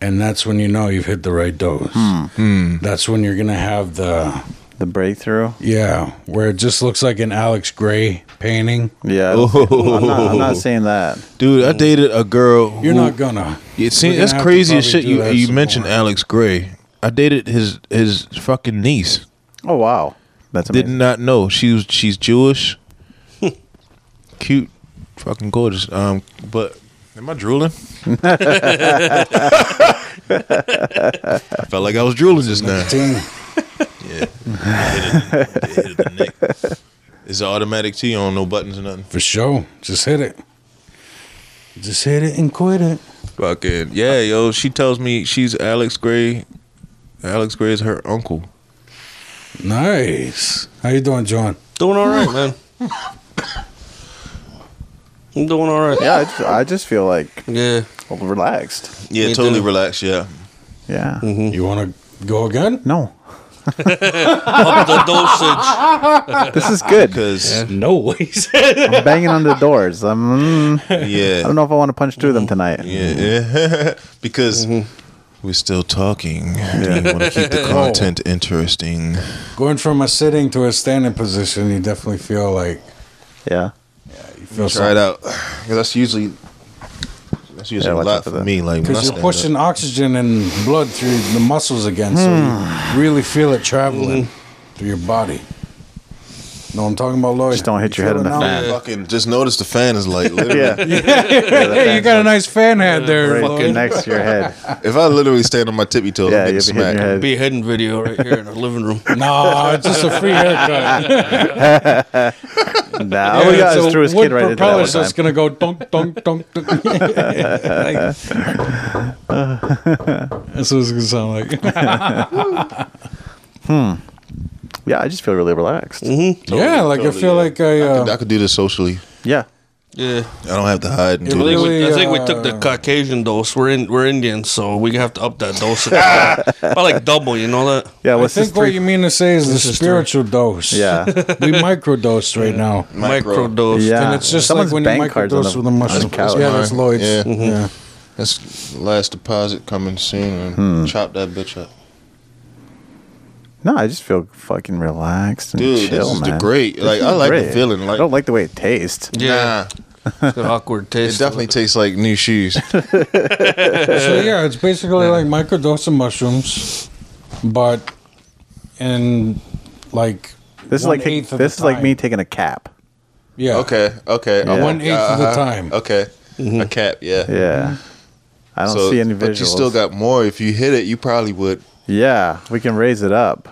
[SPEAKER 5] and that's when you know you've hit the right dose.
[SPEAKER 3] Hmm.
[SPEAKER 5] That's when you're gonna have the
[SPEAKER 4] The breakthrough.
[SPEAKER 5] Yeah, where it just looks like an Alex Gray painting.
[SPEAKER 4] Yeah. I don't think- I'm, not, I'm not saying that.
[SPEAKER 3] Dude, I dated a girl.
[SPEAKER 5] You're
[SPEAKER 3] who-
[SPEAKER 5] not gonna.
[SPEAKER 3] It
[SPEAKER 5] We're
[SPEAKER 3] seems
[SPEAKER 5] gonna
[SPEAKER 3] that's
[SPEAKER 5] have to
[SPEAKER 3] crazy as
[SPEAKER 5] probably
[SPEAKER 3] shit.
[SPEAKER 5] do
[SPEAKER 3] You
[SPEAKER 5] that
[SPEAKER 3] you
[SPEAKER 5] some
[SPEAKER 3] mentioned
[SPEAKER 5] more.
[SPEAKER 3] Alex Gray. I dated his his fucking niece.
[SPEAKER 4] Oh wow, that's
[SPEAKER 3] Did
[SPEAKER 4] amazing.
[SPEAKER 3] not know she was she's Jewish. Cute, fucking gorgeous. Um, but am I drooling? I felt like I was drooling just now.
[SPEAKER 5] Team.
[SPEAKER 3] Yeah, Hit it- hit it in the neck. It's an automatic T on, no buttons or nothing.
[SPEAKER 5] For sure. Just hit it. Just hit it and quit it.
[SPEAKER 3] Fucking yeah, yo. She tells me she's Alex Gray. Alex Gray is her uncle.
[SPEAKER 5] Nice. How you doing, John?
[SPEAKER 2] Doing all right, man. I'm doing all right.
[SPEAKER 4] Yeah, I just, I just feel like
[SPEAKER 2] Yeah.
[SPEAKER 4] relaxed.
[SPEAKER 3] Yeah,
[SPEAKER 2] Me
[SPEAKER 3] totally
[SPEAKER 2] too.
[SPEAKER 3] relaxed. Yeah,
[SPEAKER 4] Yeah.
[SPEAKER 3] Hmm.
[SPEAKER 5] You want to go again?
[SPEAKER 4] No,
[SPEAKER 2] Up the dosage.
[SPEAKER 4] this is good.
[SPEAKER 3] because
[SPEAKER 5] No ways.
[SPEAKER 4] I'm banging on the doors. I'm. mm,
[SPEAKER 3] yeah,
[SPEAKER 4] I don't know if I want to punch through them tonight.
[SPEAKER 5] Mm-hmm.
[SPEAKER 3] Yeah, because
[SPEAKER 4] Mm-hmm.
[SPEAKER 3] we're still talking. We want to keep the content interesting.
[SPEAKER 5] Going from a sitting to a standing position, you definitely feel like
[SPEAKER 4] Yeah.
[SPEAKER 5] you feel
[SPEAKER 3] Try it
[SPEAKER 5] something.
[SPEAKER 3] out. 'Cause that's usually that's That's usually
[SPEAKER 4] Yeah,
[SPEAKER 3] a
[SPEAKER 4] watch
[SPEAKER 3] lot
[SPEAKER 4] out for
[SPEAKER 3] for
[SPEAKER 4] that.
[SPEAKER 3] me. Like when I
[SPEAKER 5] Because you're
[SPEAKER 3] stand
[SPEAKER 5] pushing
[SPEAKER 3] up.
[SPEAKER 5] oxygen and blood through the muscles again, so you really feel it traveling through your body. No, I'm talking about Lloyd.
[SPEAKER 4] Just don't hit
[SPEAKER 5] You
[SPEAKER 4] your head
[SPEAKER 5] feel
[SPEAKER 4] in
[SPEAKER 5] it
[SPEAKER 4] the
[SPEAKER 5] now?
[SPEAKER 2] fan.
[SPEAKER 3] Fucking just notice the fan is like. Literally,
[SPEAKER 4] Yeah.
[SPEAKER 5] Hey, you got a nice fan head there,
[SPEAKER 4] Right
[SPEAKER 5] Lloyd.
[SPEAKER 4] next to your head.
[SPEAKER 3] If I literally stand on my tippy toes,
[SPEAKER 4] Yeah,
[SPEAKER 3] I'm
[SPEAKER 4] you'll
[SPEAKER 3] getting
[SPEAKER 4] be hitting
[SPEAKER 3] smacked.
[SPEAKER 4] your head.
[SPEAKER 2] Be a hidden video right here in our living room.
[SPEAKER 5] No, it's just a free haircut.
[SPEAKER 4] Nah, all we got is threw his kid right into that one
[SPEAKER 5] so it's
[SPEAKER 4] time.
[SPEAKER 5] gonna go dunk, dunk, dunk. dunk. Like- that's what it's gonna sound like.
[SPEAKER 4] Yeah, I just feel really relaxed.
[SPEAKER 5] Mm-hmm. yeah, like I
[SPEAKER 3] totally,
[SPEAKER 5] feel
[SPEAKER 3] yeah.
[SPEAKER 5] like I. Uh,
[SPEAKER 3] I could do this socially.
[SPEAKER 4] Yeah.
[SPEAKER 2] Yeah,
[SPEAKER 3] I don't have to hide and
[SPEAKER 5] It
[SPEAKER 3] do
[SPEAKER 2] I
[SPEAKER 5] really
[SPEAKER 2] think,
[SPEAKER 3] this.
[SPEAKER 2] we, I think we took
[SPEAKER 5] uh,
[SPEAKER 2] the Caucasian dose. We're in, we're Indians, so we have to up that dose by like double. You know that?
[SPEAKER 4] Yeah,
[SPEAKER 5] I
[SPEAKER 4] what's this
[SPEAKER 5] think what
[SPEAKER 4] three?
[SPEAKER 5] you mean to say is the
[SPEAKER 2] is three.
[SPEAKER 5] spiritual dose.
[SPEAKER 4] yeah.
[SPEAKER 5] we microdose right now.
[SPEAKER 3] Micro.
[SPEAKER 2] Microdose.
[SPEAKER 4] Yeah.
[SPEAKER 5] And it's just
[SPEAKER 4] Someone's
[SPEAKER 5] like when
[SPEAKER 4] bank
[SPEAKER 5] you
[SPEAKER 4] card's on
[SPEAKER 5] microdose
[SPEAKER 4] the-
[SPEAKER 5] with a
[SPEAKER 4] on the
[SPEAKER 5] mushroom.
[SPEAKER 4] couch.
[SPEAKER 5] yeah, that's Lloyd's.
[SPEAKER 3] Yeah. Mm-hmm.
[SPEAKER 5] yeah.
[SPEAKER 3] That's last deposit coming soon. And
[SPEAKER 4] Hmm.
[SPEAKER 3] Chop that bitch up,
[SPEAKER 4] No, I just feel fucking relaxed and
[SPEAKER 3] dude.
[SPEAKER 4] chill,
[SPEAKER 3] this is
[SPEAKER 4] man.
[SPEAKER 3] the great. Like I
[SPEAKER 4] is
[SPEAKER 3] like
[SPEAKER 4] great.
[SPEAKER 3] the feeling.
[SPEAKER 4] I
[SPEAKER 3] Like
[SPEAKER 4] don't like the way it tastes.
[SPEAKER 2] Yeah.
[SPEAKER 3] yeah,
[SPEAKER 2] It's got awkward
[SPEAKER 3] it
[SPEAKER 2] taste. to
[SPEAKER 3] definitely tastes like new shoes.
[SPEAKER 5] So yeah, it's basically like microdose of mushrooms, but in like
[SPEAKER 4] This is like ta-
[SPEAKER 5] one-eighth of
[SPEAKER 4] this
[SPEAKER 5] the
[SPEAKER 4] is like
[SPEAKER 5] time.
[SPEAKER 4] me taking a cap.
[SPEAKER 5] Yeah.
[SPEAKER 3] Okay, okay.
[SPEAKER 4] Yeah.
[SPEAKER 5] One-eighth of the time.
[SPEAKER 3] Uh-huh. Okay, a cap. Yeah.
[SPEAKER 4] Yeah. I don't
[SPEAKER 3] So,
[SPEAKER 4] see any visuals.
[SPEAKER 3] But you still got more. If you hit it, you probably would
[SPEAKER 4] Yeah, we can raise it up.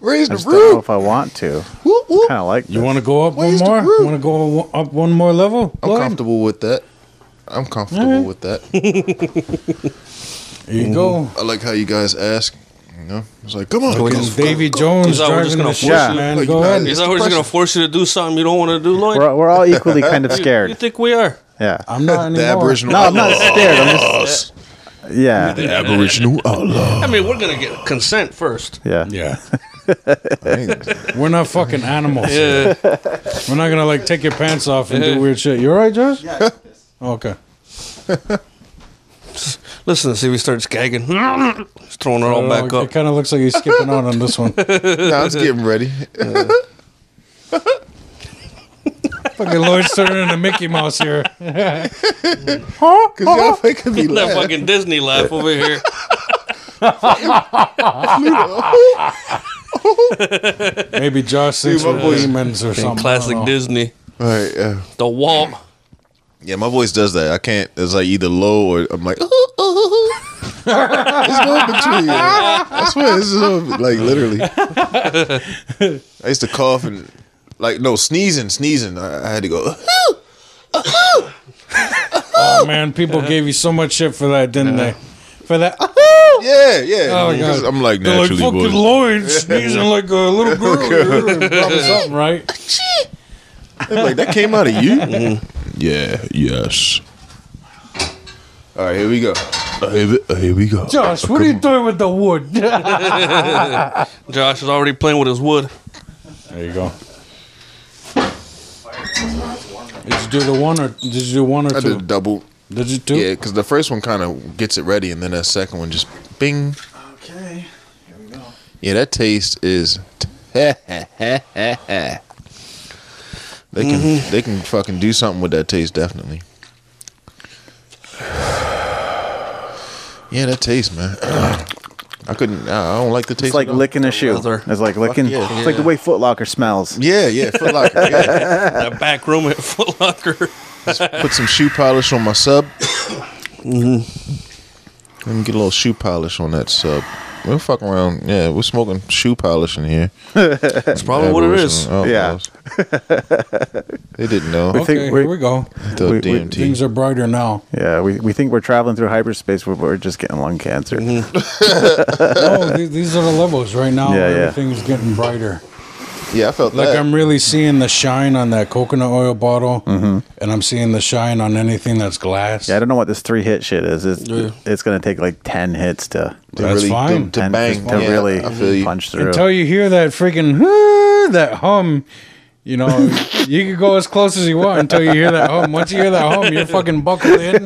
[SPEAKER 3] raise
[SPEAKER 4] I
[SPEAKER 3] the
[SPEAKER 4] just don't know
[SPEAKER 3] roof.
[SPEAKER 4] if I want to.
[SPEAKER 3] Whoop, whoop.
[SPEAKER 4] Kind of like
[SPEAKER 5] You
[SPEAKER 4] this.
[SPEAKER 5] want to go up
[SPEAKER 3] Where's the
[SPEAKER 5] one more?
[SPEAKER 3] root?
[SPEAKER 5] Want to go o- up one more level?
[SPEAKER 3] I'm
[SPEAKER 5] Lloyd?
[SPEAKER 3] comfortable with that. I'm comfortable with that.
[SPEAKER 5] There you go.
[SPEAKER 3] I like how you guys ask. You know, it's like, come on,
[SPEAKER 5] Fucking
[SPEAKER 3] go,
[SPEAKER 5] Davy
[SPEAKER 3] go,
[SPEAKER 5] Jones
[SPEAKER 2] Is that we're
[SPEAKER 5] driving
[SPEAKER 2] just gonna
[SPEAKER 5] the ship,
[SPEAKER 4] force you?
[SPEAKER 5] man.
[SPEAKER 3] Like,
[SPEAKER 5] Go
[SPEAKER 3] you
[SPEAKER 5] ahead.
[SPEAKER 3] guys-
[SPEAKER 2] Is that we're just
[SPEAKER 3] Depression.
[SPEAKER 2] gonna force you to do something you don't want to do, Lloyd?
[SPEAKER 4] We're, we're all equally kind of
[SPEAKER 2] You
[SPEAKER 4] scared.
[SPEAKER 2] think we are?
[SPEAKER 4] Yeah.
[SPEAKER 5] I'm not
[SPEAKER 3] The
[SPEAKER 5] anymore.
[SPEAKER 3] Aboriginal.
[SPEAKER 4] No, I'm not
[SPEAKER 3] outlaws.
[SPEAKER 4] scared. I'm just yeah,
[SPEAKER 3] The Aboriginal outlaw.
[SPEAKER 2] I mean, we're gonna get consent first.
[SPEAKER 4] yeah.
[SPEAKER 5] Yeah.
[SPEAKER 3] Ain't-
[SPEAKER 5] We're not fucking animals. here.
[SPEAKER 2] Yeah.
[SPEAKER 5] We're not gonna like take your pants off and
[SPEAKER 2] Yeah.
[SPEAKER 5] do weird shit. You alright, Josh? Yeah. Okay.
[SPEAKER 2] Listen to see if he starts gagging. He's throwing it all back
[SPEAKER 5] It
[SPEAKER 2] up.
[SPEAKER 5] kind of looks like he's skipping out on this one.
[SPEAKER 3] Nah, it's getting ready.
[SPEAKER 5] Fucking Lloyd's turning into Mickey Mouse here.
[SPEAKER 3] Cause y'all making me
[SPEAKER 2] That
[SPEAKER 3] laugh.
[SPEAKER 2] fucking Disney laugh over here.
[SPEAKER 5] Maybe Josh thinks
[SPEAKER 3] Dude, my
[SPEAKER 5] we're
[SPEAKER 3] boy's-
[SPEAKER 5] demons or something.
[SPEAKER 2] Classic Disney.
[SPEAKER 3] All right, yeah.
[SPEAKER 2] The Walt.
[SPEAKER 3] Yeah, my voice does that. I can't. It's like either low or I'm like. "Uh, it's no in between. I swear, it's just like literally. I used to cough and like no sneezing, sneezing. I, I had to go.
[SPEAKER 5] Oh man, people gave you so much shit for that, didn't they? For that.
[SPEAKER 3] yeah, yeah.
[SPEAKER 5] Oh, God.
[SPEAKER 3] 'Cause I'm like
[SPEAKER 5] They're like
[SPEAKER 3] naturally.
[SPEAKER 5] fucking
[SPEAKER 3] vocal.
[SPEAKER 5] Lloyd sneezing like a little girl. here, probably something, right?
[SPEAKER 3] They're like that came out of you.
[SPEAKER 5] Mm-hmm.
[SPEAKER 3] Yeah. Yes. All right, here we go. Uh, here, we- uh, here we go.
[SPEAKER 5] Josh, what are you doing with the wood? there
[SPEAKER 2] Josh is already playing with his wood.
[SPEAKER 5] you go. Did you do the one or did you do one or
[SPEAKER 3] I
[SPEAKER 5] two?
[SPEAKER 3] did double.
[SPEAKER 5] Did you two?
[SPEAKER 3] Yeah, because the first one kind of gets it ready, and then that second one just bing.
[SPEAKER 4] Okay.
[SPEAKER 3] Yeah, that taste is. they can they can fucking do something with that taste definitely. Yeah, that taste, man. I couldn't. I I don't like the taste.
[SPEAKER 4] It's like
[SPEAKER 3] at all.
[SPEAKER 4] licking a shoe.
[SPEAKER 2] leather.
[SPEAKER 4] It's like licking.
[SPEAKER 3] yeah.
[SPEAKER 4] It's like the way Foot Locker smells.
[SPEAKER 3] Yeah, yeah. Foot Locker. Yeah.
[SPEAKER 2] That back room at Foot Locker.
[SPEAKER 3] Put some shoe polish on my sub. Let me get a little shoe polish on that sub. We're fucking around. Yeah, we're smoking shoe polish in here.
[SPEAKER 2] That's probably what it is.
[SPEAKER 3] Aboriginal
[SPEAKER 4] Yeah.
[SPEAKER 3] outlaws. they didn't know.
[SPEAKER 4] think
[SPEAKER 5] Okay,
[SPEAKER 4] we-
[SPEAKER 5] here we go.
[SPEAKER 3] The
[SPEAKER 4] we- we-
[SPEAKER 3] DMT.
[SPEAKER 5] Things are brighter now.
[SPEAKER 4] Yeah, we, we think we're traveling through hyperspace, but we're just getting lung cancer.
[SPEAKER 5] Mm-hmm. Oh, th- these are the levels right now.
[SPEAKER 4] Yeah,
[SPEAKER 5] where
[SPEAKER 4] yeah.
[SPEAKER 5] Everything's getting brighter.
[SPEAKER 3] yeah, I felt
[SPEAKER 5] Like
[SPEAKER 3] that.
[SPEAKER 5] I'm really seeing the shine on that coconut oil bottle, and I'm seeing the shine on anything that's glass.
[SPEAKER 4] Mm-hmm. Yeah, I don't know what this three hit shit is. It's
[SPEAKER 2] Yeah.
[SPEAKER 4] it's gonna take like ten hits to
[SPEAKER 3] to
[SPEAKER 5] That's
[SPEAKER 3] really,
[SPEAKER 5] fine.
[SPEAKER 3] To, to
[SPEAKER 4] and
[SPEAKER 3] bang.
[SPEAKER 4] to
[SPEAKER 3] Yeah,
[SPEAKER 4] really
[SPEAKER 3] I feel you.
[SPEAKER 4] punch through.
[SPEAKER 5] Until you hear that freaking "Huh," that hum, You know, you can go as close as you want until you hear that home. Once you hear that home, you're fucking buckled in,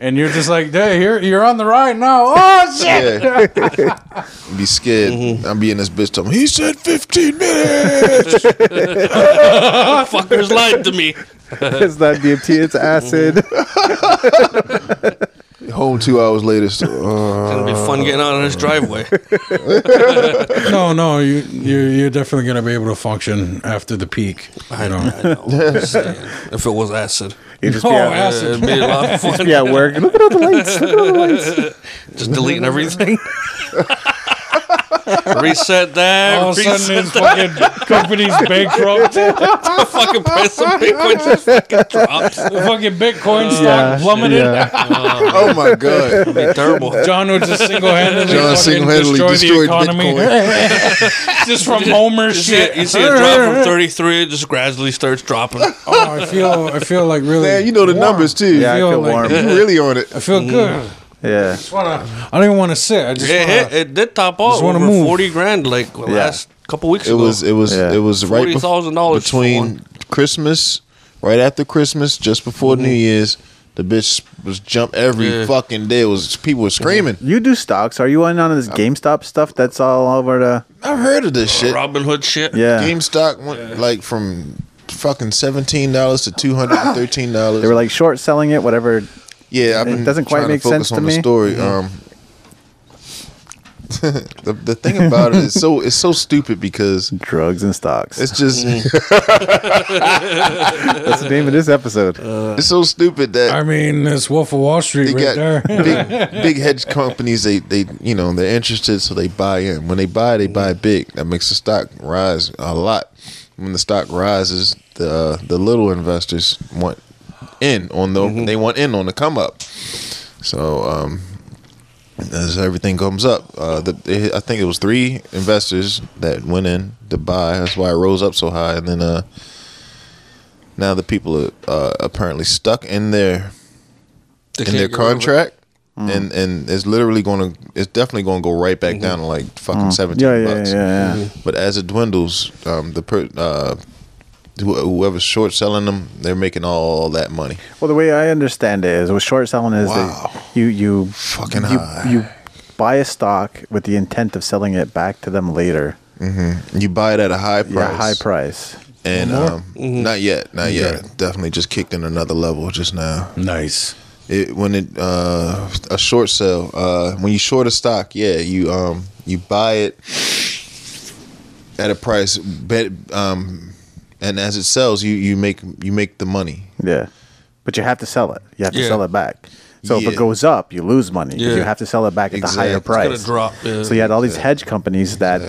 [SPEAKER 5] and you're just like, "Hey, here you're on the right now." Oh shit!
[SPEAKER 3] Yeah. be scared. I'm being this bitch talking. He said 15 minutes.
[SPEAKER 2] Fuckers lied to me.
[SPEAKER 4] it's not DMT, it's acid.
[SPEAKER 3] Home two hours later. So, uh,
[SPEAKER 2] It'll be fun getting out on this driveway.
[SPEAKER 5] No, no, you you you're definitely gonna be able to function after the peak. I
[SPEAKER 2] I
[SPEAKER 5] know.
[SPEAKER 2] know. I'm just saying. if it was acid,
[SPEAKER 4] You just
[SPEAKER 5] Oh,
[SPEAKER 4] be out,
[SPEAKER 5] acid.
[SPEAKER 2] it'd be a lot of fun.
[SPEAKER 4] be at work. Look at all the lights. Look at all the lights.
[SPEAKER 2] Just deleting everything. reset that.
[SPEAKER 5] All of a
[SPEAKER 2] reset
[SPEAKER 5] sudden, his fucking company's bankrupt. The
[SPEAKER 2] the fucking price of Bitcoin just fucking drops. It'd
[SPEAKER 5] fucking Bitcoin stock
[SPEAKER 4] Yeah,
[SPEAKER 5] plummeted.
[SPEAKER 4] yeah.
[SPEAKER 3] oh my god.
[SPEAKER 2] be terrible.
[SPEAKER 5] John would just single handedly
[SPEAKER 3] John single-handedly destroyed
[SPEAKER 5] just from Homer
[SPEAKER 2] You see,
[SPEAKER 5] shit.
[SPEAKER 2] it, you see it drop from 33, it just gradually starts dropping.
[SPEAKER 5] Oh, I feel I feel like really.
[SPEAKER 3] Man, you know Mm. the
[SPEAKER 5] warm.
[SPEAKER 3] numbers too.
[SPEAKER 4] Yeah, I
[SPEAKER 5] feel
[SPEAKER 4] feel
[SPEAKER 5] like-
[SPEAKER 4] warm.
[SPEAKER 3] You really on it.
[SPEAKER 5] I feel good.
[SPEAKER 4] Yeah.
[SPEAKER 5] I, wanna, I don't even want to sit. I just
[SPEAKER 2] It, hit,
[SPEAKER 5] wanna,
[SPEAKER 2] it did top off
[SPEAKER 5] wanna
[SPEAKER 2] over
[SPEAKER 5] move.
[SPEAKER 2] 40 grand like the
[SPEAKER 4] Yeah.
[SPEAKER 2] last couple weeks
[SPEAKER 3] It
[SPEAKER 2] ago.
[SPEAKER 3] was it was
[SPEAKER 4] Yeah.
[SPEAKER 3] it was right bef-
[SPEAKER 2] $40,000
[SPEAKER 3] between Christmas, right after Christmas, just before
[SPEAKER 4] Mm-hmm.
[SPEAKER 3] New Year's. The bitch was jump every
[SPEAKER 2] Yeah.
[SPEAKER 3] fucking day. It was people were screaming.
[SPEAKER 4] You do stocks. Are you on on this GameStop stuff that's all over the.
[SPEAKER 3] I've heard of this shit.
[SPEAKER 2] Robin Hood shit.
[SPEAKER 4] Yeah.
[SPEAKER 3] GameStop went like from fucking seventeen dollars to two hundred and thirteen dollars.
[SPEAKER 4] They were like short selling it, whatever.
[SPEAKER 3] Yeah, I've
[SPEAKER 4] It
[SPEAKER 3] been
[SPEAKER 4] doesn't quite
[SPEAKER 3] trying to
[SPEAKER 4] make
[SPEAKER 3] focus
[SPEAKER 4] sense
[SPEAKER 3] on
[SPEAKER 4] to
[SPEAKER 3] the
[SPEAKER 4] me. Mm-hmm.
[SPEAKER 3] story. Um, the the thing about it is so it's so stupid because
[SPEAKER 4] Drugs and stocks.
[SPEAKER 3] it's just
[SPEAKER 4] Mm-hmm. That's the name of this episode.
[SPEAKER 3] it's so stupid
[SPEAKER 5] I
[SPEAKER 3] that
[SPEAKER 5] mean, this Wolf of Wall
[SPEAKER 3] they
[SPEAKER 5] Street right there.
[SPEAKER 3] got big big hedge companies. They they you know they're interested, so they buy in. When they buy, they buy big. That makes the stock rise a lot. When the stock rises, the the little investors want in on the they want in on the come up. So um, as everything comes up, uh, the, it, I think it was three investors that went in to buy. That's why it rose up so high. And then uh, now the people are uh, apparently stuck in their
[SPEAKER 2] They
[SPEAKER 3] in their
[SPEAKER 2] can't get rid of it.
[SPEAKER 3] contract.
[SPEAKER 4] Hmm.
[SPEAKER 3] And, and it's literally going to it's definitely going to go right back down to like fucking seventeen
[SPEAKER 4] Mm-hmm. Hmm. Yeah, yeah,
[SPEAKER 3] bucks.
[SPEAKER 4] yeah, yeah.
[SPEAKER 3] But as it dwindles, um, the per, uh, wh- whoever's short selling them, they're making all that money.
[SPEAKER 4] Well, the way I understand it is, with short selling is
[SPEAKER 3] Wow.
[SPEAKER 4] that you you
[SPEAKER 3] Fucking
[SPEAKER 4] you,
[SPEAKER 3] high.
[SPEAKER 4] you buy a stock with the intent of selling it back to them later
[SPEAKER 3] You buy it at a high price.
[SPEAKER 4] at a high price. Uh-huh.
[SPEAKER 3] and um, not yet, not yet. Definitely just kicked in another level just now.
[SPEAKER 5] nice.
[SPEAKER 3] It when it uh, a short sale uh, when you short a stock, yeah, you um you buy it at a price, bet um, and as it sells, you you make you make the money.
[SPEAKER 4] Yeah, but you have to sell it. You have to
[SPEAKER 2] Yeah.
[SPEAKER 4] sell it back. So if
[SPEAKER 3] Yeah.
[SPEAKER 4] it goes up, you lose money 'cause
[SPEAKER 2] Yeah.
[SPEAKER 4] you have to sell it back at
[SPEAKER 3] Exactly.
[SPEAKER 4] the higher
[SPEAKER 3] It's gonna
[SPEAKER 4] price.
[SPEAKER 2] It's gonna drop. Yeah.
[SPEAKER 4] So you had all these hedge companies that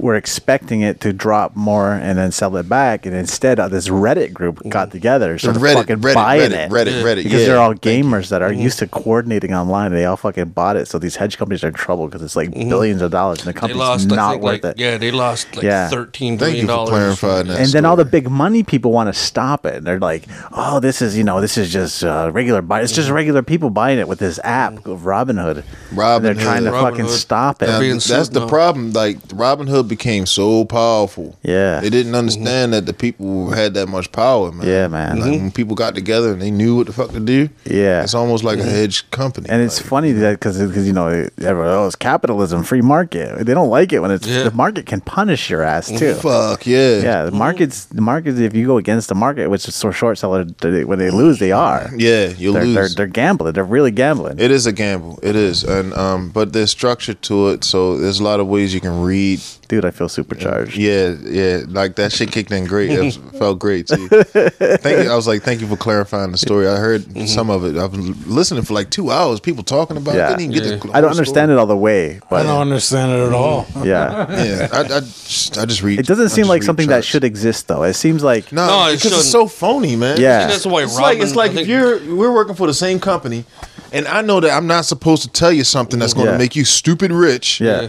[SPEAKER 4] were expecting it to drop more and then sell it back, and instead uh, this Reddit group got together, started
[SPEAKER 3] Reddit,
[SPEAKER 4] fucking
[SPEAKER 3] Reddit,
[SPEAKER 4] buying
[SPEAKER 3] Reddit,
[SPEAKER 4] it,
[SPEAKER 3] Reddit, Reddit,
[SPEAKER 4] because
[SPEAKER 3] yeah.
[SPEAKER 4] they're all gamers that are used to coordinating online. and They all fucking bought it, so these hedge companies are in trouble because it's like billions of dollars, and the
[SPEAKER 2] they
[SPEAKER 4] company's
[SPEAKER 2] lost.
[SPEAKER 4] not
[SPEAKER 2] I think,
[SPEAKER 4] worth
[SPEAKER 2] like,
[SPEAKER 4] it.
[SPEAKER 2] Yeah, they lost like
[SPEAKER 4] Yeah.
[SPEAKER 2] thirteen
[SPEAKER 3] Thank
[SPEAKER 2] billion
[SPEAKER 3] you for
[SPEAKER 2] dollars.
[SPEAKER 3] clarifying that.
[SPEAKER 4] And then all the
[SPEAKER 3] story.
[SPEAKER 4] big money people want to stop it. They're like, "Oh, this is you know, this is just uh, regular buy. It's just regular people buying it with this app of Robinhood. and they're
[SPEAKER 3] Robinhood.
[SPEAKER 4] trying to
[SPEAKER 2] Robinhood.
[SPEAKER 4] fucking stop it.
[SPEAKER 3] Now,
[SPEAKER 2] being
[SPEAKER 3] th- that's
[SPEAKER 2] sued
[SPEAKER 3] the
[SPEAKER 2] now.
[SPEAKER 3] problem. Like Robin Hood became so powerful.
[SPEAKER 4] Yeah.
[SPEAKER 3] they didn't understand that the people had that much power, man.
[SPEAKER 4] Yeah, man.
[SPEAKER 2] Mm-hmm.
[SPEAKER 3] Like when people got together and they knew what the fuck to do.
[SPEAKER 4] Yeah.
[SPEAKER 3] it's almost like
[SPEAKER 2] Mm-hmm.
[SPEAKER 3] a hedge company.
[SPEAKER 4] And it's funny that because you know everyone oh it's capitalism free market they don't like it when it's
[SPEAKER 2] Yeah.
[SPEAKER 4] the market can punish your ass too.
[SPEAKER 3] like, fuck yeah,
[SPEAKER 4] Yeah, the markets the markets if you go against the market which is so short seller they- when they lose they are
[SPEAKER 3] yeah. You
[SPEAKER 4] they're,
[SPEAKER 3] lose.
[SPEAKER 4] they're they're gambling they're really gambling.
[SPEAKER 3] It is a gamble. It is, and um, but there's structure to it, so there's a lot of ways you can read.
[SPEAKER 4] Dude, I feel supercharged.
[SPEAKER 3] Yeah, yeah, like that shit kicked in great. It was- felt great too. Thank you. I was like, thank you for clarifying the story. I heard
[SPEAKER 4] Mm-hmm.
[SPEAKER 3] some of it. I've been listening for like two hours. People talking about.
[SPEAKER 4] Yeah.
[SPEAKER 3] it. Didn't even get the
[SPEAKER 4] I don't understand it all the way,
[SPEAKER 5] I
[SPEAKER 4] but
[SPEAKER 5] don't understand it at all.
[SPEAKER 4] yeah,
[SPEAKER 3] Mm. Yeah, I, I, just, I just read.
[SPEAKER 4] it doesn't
[SPEAKER 3] I
[SPEAKER 4] seem
[SPEAKER 3] just
[SPEAKER 4] like
[SPEAKER 3] read
[SPEAKER 4] something
[SPEAKER 3] charts.
[SPEAKER 4] that should exist though. It seems like
[SPEAKER 3] No,
[SPEAKER 2] No, it
[SPEAKER 3] because
[SPEAKER 2] shouldn't.
[SPEAKER 3] it's so phony, man.
[SPEAKER 4] Yeah.
[SPEAKER 2] That's why
[SPEAKER 3] It's
[SPEAKER 2] Robin.
[SPEAKER 3] like it's like
[SPEAKER 2] I
[SPEAKER 3] if
[SPEAKER 2] think-
[SPEAKER 3] you're we're working for the same company, and I know that I'm not supposed to tell you something that's going to
[SPEAKER 4] Yeah.
[SPEAKER 3] make you stupid rich.
[SPEAKER 4] yeah.
[SPEAKER 2] Yeah.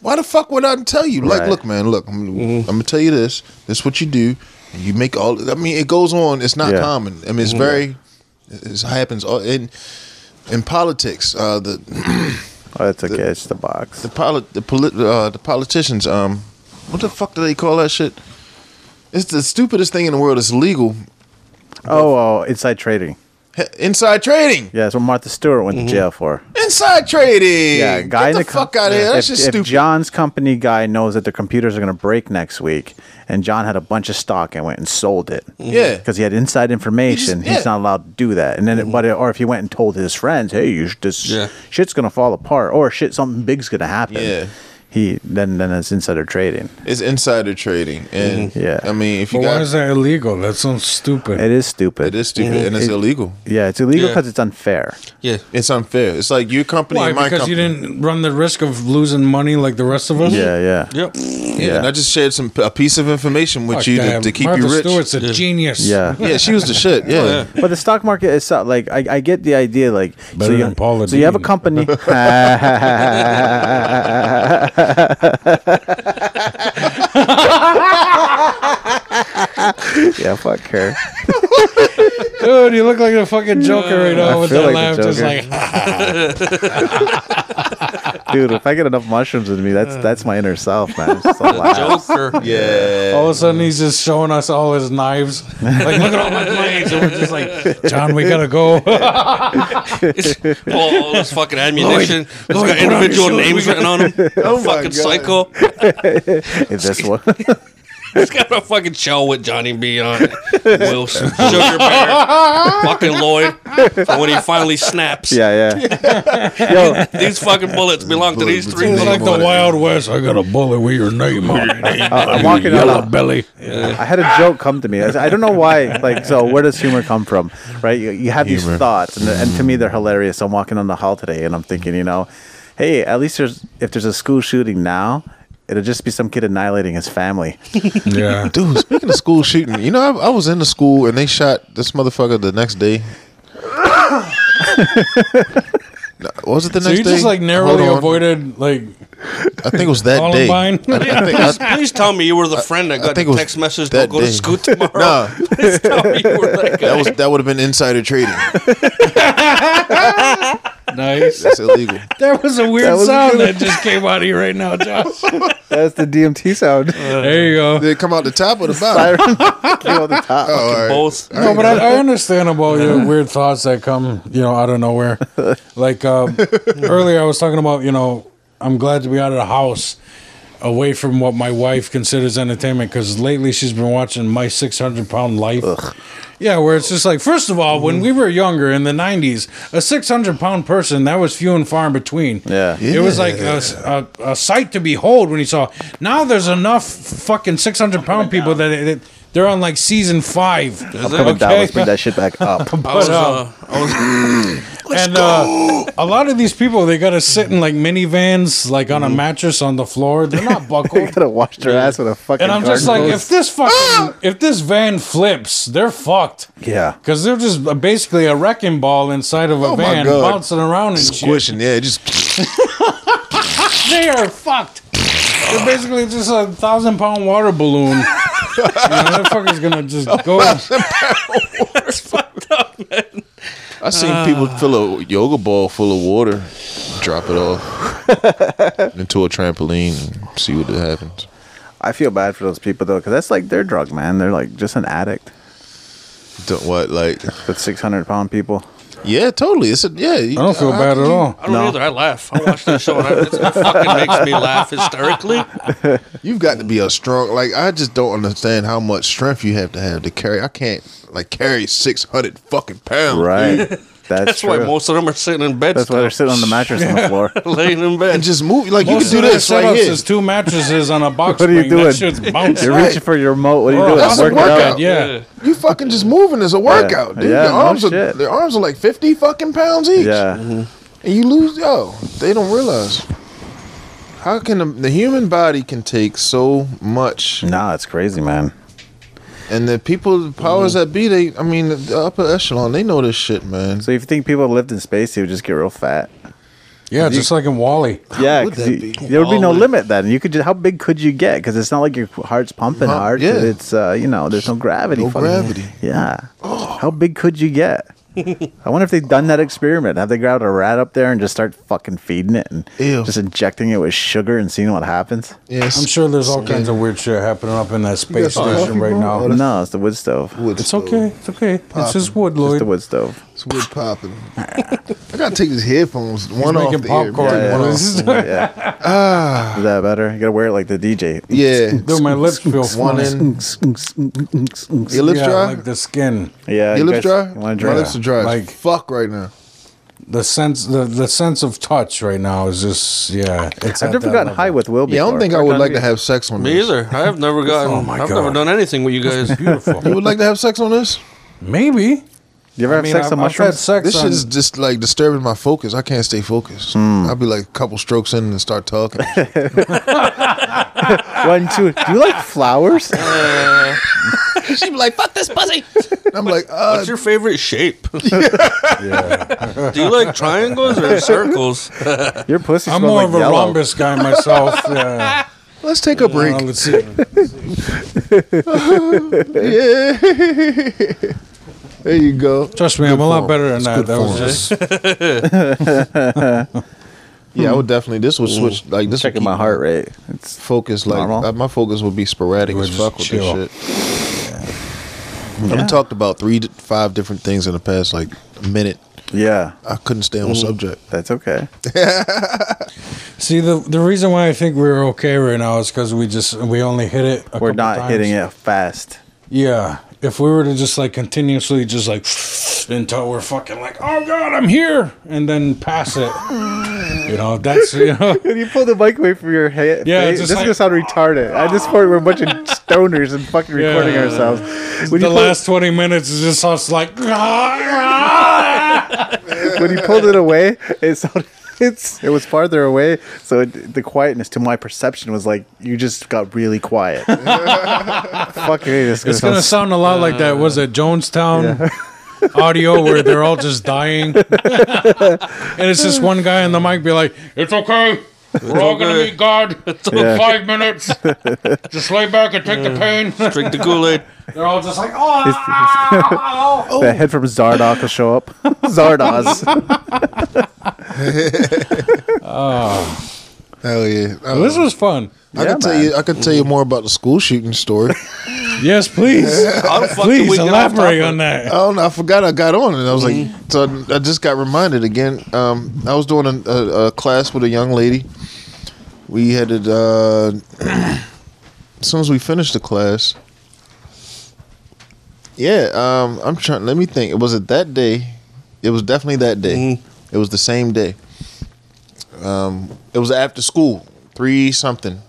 [SPEAKER 3] Why the fuck would I tell you? Like,
[SPEAKER 4] Right. Mm-hmm.
[SPEAKER 3] look, man, look, I'm, I'm gonna tell you this. This is what you do. You make all. I mean, it goes on. It's not
[SPEAKER 4] Yeah. Mm-hmm.
[SPEAKER 3] common. I mean, it's very. It happens all in in politics. Uh, the
[SPEAKER 4] Oh, it's okay. it's the box.
[SPEAKER 3] the poli- the, poli- uh, the politicians um what the fuck do they call that shit It's the stupidest thing in the world. It's legal.
[SPEAKER 4] Oh, oh, inside trading.
[SPEAKER 3] H- Inside trading.
[SPEAKER 4] Yeah, that's what Martha Stewart went to jail for.
[SPEAKER 3] Inside trading.
[SPEAKER 4] Yeah, a guy
[SPEAKER 3] Get
[SPEAKER 4] in
[SPEAKER 3] the,
[SPEAKER 4] the
[SPEAKER 3] fuck
[SPEAKER 4] com-
[SPEAKER 3] out of here.
[SPEAKER 4] If-
[SPEAKER 3] That's just
[SPEAKER 4] if
[SPEAKER 3] stupid.
[SPEAKER 4] John's company guy knows that their computers are going to break next week, and John had a bunch of stock and went and sold it.
[SPEAKER 3] Mm-hmm. Yeah.
[SPEAKER 4] because he had inside information.
[SPEAKER 3] He just-
[SPEAKER 4] He's
[SPEAKER 3] yeah. Mm-hmm.
[SPEAKER 4] not allowed to do that. And then, it, but it- or if he went and told his friends, "Hey, you sh- this
[SPEAKER 2] Yeah.
[SPEAKER 4] shit's going to fall apart," or "Shit, something big's going to happen."
[SPEAKER 3] Yeah.
[SPEAKER 4] He then then it's insider trading.
[SPEAKER 3] it's insider trading, and
[SPEAKER 4] Mm-hmm. Yeah.
[SPEAKER 3] I mean, if you
[SPEAKER 5] But why
[SPEAKER 3] got
[SPEAKER 5] is that illegal? That sounds stupid.
[SPEAKER 4] It is stupid.
[SPEAKER 3] it is stupid and it's
[SPEAKER 4] Mm-hmm. It-
[SPEAKER 3] illegal.
[SPEAKER 4] Yeah, it's illegal
[SPEAKER 2] Yeah.
[SPEAKER 4] because it's unfair.
[SPEAKER 2] Yeah.
[SPEAKER 3] It's unfair. It's like your company
[SPEAKER 5] Why?
[SPEAKER 3] and my
[SPEAKER 5] Because
[SPEAKER 3] company.
[SPEAKER 5] you didn't run the risk of losing money like the rest of us.
[SPEAKER 4] Yeah, yeah.
[SPEAKER 2] Yep.
[SPEAKER 3] yeah, and I just shared some a piece of information with
[SPEAKER 5] Fuck
[SPEAKER 3] you to,
[SPEAKER 5] damn.
[SPEAKER 3] to keep
[SPEAKER 5] Martha Oh,
[SPEAKER 3] you rich.
[SPEAKER 5] Stewart's a genius.
[SPEAKER 4] Yeah.
[SPEAKER 3] Yeah, she was the shit. Yeah.
[SPEAKER 4] But the stock market is so- like I, I get the idea like
[SPEAKER 5] Better
[SPEAKER 4] so you,
[SPEAKER 5] than Paula
[SPEAKER 4] so you have a
[SPEAKER 5] Dean.
[SPEAKER 4] company Yeah, fuck her.
[SPEAKER 5] Dude, you look like a fucking joker right now
[SPEAKER 4] I
[SPEAKER 5] with
[SPEAKER 4] feel
[SPEAKER 5] that
[SPEAKER 4] like a
[SPEAKER 5] laugh. Just
[SPEAKER 4] joker.
[SPEAKER 5] like,
[SPEAKER 4] Dude, if I get enough mushrooms in me, that's that's my inner self, man. I'm just so loud.
[SPEAKER 2] Joker.
[SPEAKER 3] Yeah.
[SPEAKER 5] all of a sudden, he's just showing us all his knives. Like, look at all my blades. And we're just like, John, we gotta go.
[SPEAKER 2] all, all this fucking ammunition. It's
[SPEAKER 5] Lloyd,
[SPEAKER 2] got
[SPEAKER 5] put on your
[SPEAKER 2] individual
[SPEAKER 5] shoes.
[SPEAKER 2] names written on them.
[SPEAKER 3] Oh my
[SPEAKER 2] fucking
[SPEAKER 3] God.
[SPEAKER 2] psycho.
[SPEAKER 4] In this one.
[SPEAKER 2] It's got a fucking shell with Johnny B on it. Wilson, Sugar Bear, fucking Lloyd. For when he finally snaps,
[SPEAKER 4] Yeah, yeah. Yo,
[SPEAKER 2] these fucking bullets belong to these three.
[SPEAKER 3] Bullets
[SPEAKER 5] It's
[SPEAKER 2] Things.
[SPEAKER 5] like the Wild West. I got a bullet with your name on it.
[SPEAKER 4] I'm walking out.
[SPEAKER 5] Yellow
[SPEAKER 4] on-
[SPEAKER 5] belly.
[SPEAKER 4] I had a joke come to me. I I don't know why. Like, so where does humor come from, right? You, you have these thoughts, and, and to me, they're hilarious. I'm walking on the hall today, and I'm thinking, you know, hey, at least there's if there's a school shooting now, it'll just be some kid annihilating his family.
[SPEAKER 5] Yeah.
[SPEAKER 3] Dude, speaking of school shooting, you know, I, I was in the school and they shot this motherfucker the next day. No, was it the
[SPEAKER 5] So
[SPEAKER 3] next
[SPEAKER 5] you
[SPEAKER 3] day?
[SPEAKER 5] just like narrowly
[SPEAKER 3] Hold on.
[SPEAKER 5] avoided like
[SPEAKER 3] I think it was that day.
[SPEAKER 5] Columbine.
[SPEAKER 3] I think, I,
[SPEAKER 2] Please tell me you were the friend that got
[SPEAKER 3] think it
[SPEAKER 2] the
[SPEAKER 3] was
[SPEAKER 2] text message.
[SPEAKER 3] that
[SPEAKER 2] Don't go to
[SPEAKER 3] day.
[SPEAKER 2] school tomorrow.
[SPEAKER 3] Nah.
[SPEAKER 2] Please tell me you were that guy.
[SPEAKER 3] that was that would have been insider trading.
[SPEAKER 5] nice.
[SPEAKER 3] That's illegal.
[SPEAKER 5] That was a weird
[SPEAKER 4] That was
[SPEAKER 5] sound
[SPEAKER 4] good.
[SPEAKER 5] that just came out of you right now, Josh.
[SPEAKER 4] That's the DMT sound.
[SPEAKER 5] there you go.
[SPEAKER 3] Did it come out the top or the bottom?
[SPEAKER 4] Siren came off the top.
[SPEAKER 3] Oh, all right.
[SPEAKER 2] Both.
[SPEAKER 5] No, but I, I understand about your weird thoughts that come, you know, out of nowhere. Like um, earlier, I was talking about, you know, I'm glad to be out of the house, away from what my wife considers entertainment, because lately she's been watching My 600 Pound Life. Yeah, where it's just like, first of all,
[SPEAKER 4] Mm-hmm.
[SPEAKER 5] when we were younger in the 90s, a 600 pound person, that was few and far in between.
[SPEAKER 4] Yeah.
[SPEAKER 5] It was like a, a, a sight to behold when you saw. Now there's enough fucking 600 pound people that it, it- they're on like season five.
[SPEAKER 4] Coming down, let's bring that shit back up.
[SPEAKER 2] I was,
[SPEAKER 5] But, um,
[SPEAKER 2] uh, I was,
[SPEAKER 5] and uh, a lot of these people, they got to sit in like minivans, like on a
[SPEAKER 3] Mm-hmm.
[SPEAKER 5] mattress on the floor. They're not buckled.
[SPEAKER 4] Could have washed her ass with a fucking.
[SPEAKER 5] And I'm just like,
[SPEAKER 4] garden
[SPEAKER 5] if this
[SPEAKER 3] Ah!
[SPEAKER 5] fucking, if this van flips, they're fucked.
[SPEAKER 4] Yeah.
[SPEAKER 5] because they're just uh, basically a wrecking ball inside of a
[SPEAKER 3] Oh my
[SPEAKER 5] van,
[SPEAKER 3] God.
[SPEAKER 5] bouncing around and shit.
[SPEAKER 3] Squishing, yeah, just
[SPEAKER 5] They are fucked. They're basically just a thousand pound water balloon. you know, that fucker's gonna just go.
[SPEAKER 3] I seen people
[SPEAKER 5] Ah.
[SPEAKER 3] fill a yoga ball full of water, drop it off into a trampoline and see what happens.
[SPEAKER 4] I feel bad for those people though, because that's like their drug, man. They're like just an addict.
[SPEAKER 3] Don't what like
[SPEAKER 4] With 600 pound people.
[SPEAKER 3] Yeah, totally. It's a yeah. you-
[SPEAKER 5] I don't feel
[SPEAKER 3] how
[SPEAKER 5] bad
[SPEAKER 3] can
[SPEAKER 5] at
[SPEAKER 3] you-
[SPEAKER 5] all.
[SPEAKER 2] I don't know either. I laugh. I watch that show and I, it's- it fucking makes me laugh hysterically.
[SPEAKER 3] You've got to be a strong. Like I just don't understand how much strength you have to have to carry. I can't like carry six hundred fucking pounds.
[SPEAKER 4] Right.
[SPEAKER 3] dude.
[SPEAKER 4] That's,
[SPEAKER 2] That's
[SPEAKER 4] true.
[SPEAKER 2] why most of them are sitting in bed,
[SPEAKER 4] That's why
[SPEAKER 2] still,
[SPEAKER 4] they're sitting on the mattress on the floor.
[SPEAKER 2] laying in
[SPEAKER 3] And
[SPEAKER 2] bed.
[SPEAKER 3] just move. Like
[SPEAKER 5] Most
[SPEAKER 3] you
[SPEAKER 5] of
[SPEAKER 3] can do
[SPEAKER 5] their
[SPEAKER 3] this right
[SPEAKER 5] setups
[SPEAKER 3] here.
[SPEAKER 5] is two mattresses on a box.
[SPEAKER 4] What are you
[SPEAKER 5] spring. That
[SPEAKER 4] doing?
[SPEAKER 5] shit's bouncing.
[SPEAKER 4] You're reaching for your remote. What are you
[SPEAKER 5] Oh,
[SPEAKER 4] doing?
[SPEAKER 5] that's a
[SPEAKER 4] Working
[SPEAKER 5] workout.
[SPEAKER 4] out.
[SPEAKER 5] Yeah.
[SPEAKER 3] You fucking just moving is a workout, dude.
[SPEAKER 4] Yeah,
[SPEAKER 3] Your
[SPEAKER 4] no
[SPEAKER 3] arms are
[SPEAKER 4] shit.
[SPEAKER 3] their arms are like fifty fucking pounds each.
[SPEAKER 4] Yeah.
[SPEAKER 3] Mm-hmm. and you lose. Yo, they don't realize how can the, the human body can take so much,
[SPEAKER 4] Nah, it's crazy, man.
[SPEAKER 3] and the people, the powers that be, they. I mean, the upper echelon, they know this shit, man.
[SPEAKER 4] So if you think people lived in space, they would just get real fat.
[SPEAKER 5] Yeah, just like in Wally.
[SPEAKER 4] Yeah,
[SPEAKER 3] would
[SPEAKER 4] 'cause
[SPEAKER 3] that
[SPEAKER 4] you-
[SPEAKER 3] be?
[SPEAKER 4] there would be no
[SPEAKER 2] Always.
[SPEAKER 4] limit then. You could just how big could you get? Because it's not like your heart's pumping
[SPEAKER 3] Huh,
[SPEAKER 4] hard.
[SPEAKER 3] yeah.
[SPEAKER 4] It's uh, you know, there's no gravity.
[SPEAKER 3] No Oh.
[SPEAKER 4] fucking-
[SPEAKER 3] gravity.
[SPEAKER 4] Yeah. How big could you get? I wonder if they've done that experiment. Have they grabbed a rat up there and just start fucking feeding it and
[SPEAKER 3] Ew.
[SPEAKER 4] just injecting it with sugar and seeing what happens?
[SPEAKER 3] Yes.
[SPEAKER 5] I'm sure there's all kinds of weird shit happening up in that space
[SPEAKER 3] some
[SPEAKER 5] station
[SPEAKER 3] coffee,
[SPEAKER 5] right
[SPEAKER 3] bro?
[SPEAKER 5] now.
[SPEAKER 3] Oh, that's-
[SPEAKER 4] No, it's the wood stove.
[SPEAKER 5] It's okay. It's okay. It's just wood,
[SPEAKER 4] It's
[SPEAKER 5] Lloyd.
[SPEAKER 4] the wood stove.
[SPEAKER 7] It's wood popping. I gotta take these headphones one off
[SPEAKER 5] making
[SPEAKER 7] the
[SPEAKER 5] popcorn.
[SPEAKER 7] ear.
[SPEAKER 5] Yeah,
[SPEAKER 7] bro.
[SPEAKER 5] yeah.
[SPEAKER 4] Yeah. Is that better? You gotta wear it like the DJ.
[SPEAKER 7] Ah. Yeah,
[SPEAKER 5] Dude, my lips feel
[SPEAKER 7] one
[SPEAKER 5] funny.
[SPEAKER 7] in. Your lips
[SPEAKER 5] yeah,
[SPEAKER 7] dry.
[SPEAKER 5] like the skin,
[SPEAKER 4] Yeah.
[SPEAKER 7] Your
[SPEAKER 4] you
[SPEAKER 7] lips
[SPEAKER 4] guys-
[SPEAKER 7] dry.
[SPEAKER 4] You wanna
[SPEAKER 7] My
[SPEAKER 4] dry?
[SPEAKER 7] lips are dry as
[SPEAKER 5] Like-
[SPEAKER 7] fuck right now.
[SPEAKER 5] the sense, the, the sense of touch right now is just yeah. It's
[SPEAKER 4] I've
[SPEAKER 5] at
[SPEAKER 4] never gotten
[SPEAKER 5] that level.
[SPEAKER 4] high with Will
[SPEAKER 7] Yeah, I
[SPEAKER 4] before.
[SPEAKER 7] don't think I
[SPEAKER 4] Or
[SPEAKER 7] would
[SPEAKER 4] done
[SPEAKER 7] like to
[SPEAKER 4] with-
[SPEAKER 7] have sex on
[SPEAKER 2] Me
[SPEAKER 7] this.
[SPEAKER 2] either. I have never gotten.
[SPEAKER 5] my
[SPEAKER 2] I've
[SPEAKER 5] God.
[SPEAKER 2] never done anything with you guys.
[SPEAKER 7] You
[SPEAKER 5] Beautiful.
[SPEAKER 7] would like to have sex on this?
[SPEAKER 5] Maybe. You
[SPEAKER 4] You ever have sex on mushrooms?
[SPEAKER 5] sex
[SPEAKER 7] This
[SPEAKER 5] on-
[SPEAKER 7] shit is just like disturbing my focus. I can't stay focused.
[SPEAKER 4] Hmm.
[SPEAKER 7] I'll be like a couple strokes in and start talking.
[SPEAKER 4] One, two. Do you like flowers?
[SPEAKER 6] She'd be like, fuck this pussy.
[SPEAKER 7] I'm like, uh,
[SPEAKER 2] What's your favorite shape? Do you like triangles or circles?
[SPEAKER 4] Your pussy
[SPEAKER 5] I'm
[SPEAKER 4] smells
[SPEAKER 5] more
[SPEAKER 4] like
[SPEAKER 5] of a
[SPEAKER 4] yellow.
[SPEAKER 5] rombus guy myself. Yeah.
[SPEAKER 7] let's take a break.
[SPEAKER 5] Uh, let's see.
[SPEAKER 7] Yeah. there you go.
[SPEAKER 5] Trust me, I'm a lot better than
[SPEAKER 7] good
[SPEAKER 5] that. That was
[SPEAKER 7] form.
[SPEAKER 5] just
[SPEAKER 3] Yeah, I would definitely. This would switch. Like this would
[SPEAKER 4] Checking
[SPEAKER 3] keep
[SPEAKER 4] my heart rate. It's
[SPEAKER 3] focus. Like
[SPEAKER 4] Normal.
[SPEAKER 3] uh, my focus would be sporadic
[SPEAKER 5] would
[SPEAKER 3] as fuck with
[SPEAKER 5] just
[SPEAKER 3] this shit. I've talked about three, to five different things in the past like a minute.
[SPEAKER 4] yeah.
[SPEAKER 3] I couldn't stay on subject.
[SPEAKER 4] That's okay.
[SPEAKER 5] see the the reason why I think we're okay right now is because we just we only hit it. A
[SPEAKER 4] We're
[SPEAKER 5] couple
[SPEAKER 4] not
[SPEAKER 5] times.
[SPEAKER 4] hitting it fast.
[SPEAKER 5] Yeah. If we were to just like continuously just like until we're fucking like, oh god, I'm here, and then pass it. You know, that's you know.
[SPEAKER 4] When you pull the mic away from your head,
[SPEAKER 5] Yeah,
[SPEAKER 4] face,
[SPEAKER 5] it's
[SPEAKER 4] this
[SPEAKER 5] just
[SPEAKER 4] is gonna
[SPEAKER 5] like-
[SPEAKER 4] sound retarded. At this point, we're a bunch of stoners and fucking recording
[SPEAKER 5] Yeah.
[SPEAKER 4] ourselves. When
[SPEAKER 5] the
[SPEAKER 4] you, pull,
[SPEAKER 5] last 20 minutes is just us like
[SPEAKER 4] when you pulled it away, it sounded, it's it was farther away, so it, the quietness to my perception was like you just got really quiet. Fuck you, this
[SPEAKER 5] it's gonna
[SPEAKER 4] sound-
[SPEAKER 5] sound a lot like that was it jonestown audio where they're all just dying and it's just one guy on the mic be like it's okay we're all gonna
[SPEAKER 2] okay.
[SPEAKER 5] meet god in
[SPEAKER 4] Yeah.
[SPEAKER 5] five minutes just lay back and take the pain
[SPEAKER 2] Drink the Kool Aid.
[SPEAKER 5] they're all just like oh
[SPEAKER 4] the head from Zardoz will show up. Zardoz.
[SPEAKER 7] Hell yeah. I,
[SPEAKER 5] this was fun
[SPEAKER 7] I
[SPEAKER 4] Yeah,
[SPEAKER 7] can tell
[SPEAKER 4] man. Mm-hmm.
[SPEAKER 7] you. I could tell you more about the school shooting story.
[SPEAKER 5] yes please
[SPEAKER 2] How the fuck did we
[SPEAKER 5] please
[SPEAKER 2] get off
[SPEAKER 5] elaborate
[SPEAKER 2] topic?
[SPEAKER 5] on that
[SPEAKER 7] I don't know. I forgot I got on and I was like, so I, I just got reminded again. Um, I was doing a, a, a class with a young lady. We had it, uh, as soon as we finished the class. Yeah, um, I'm trying. Let me think. Was it that day? It was definitely that day. It was the same day. Um, it was after school, three something.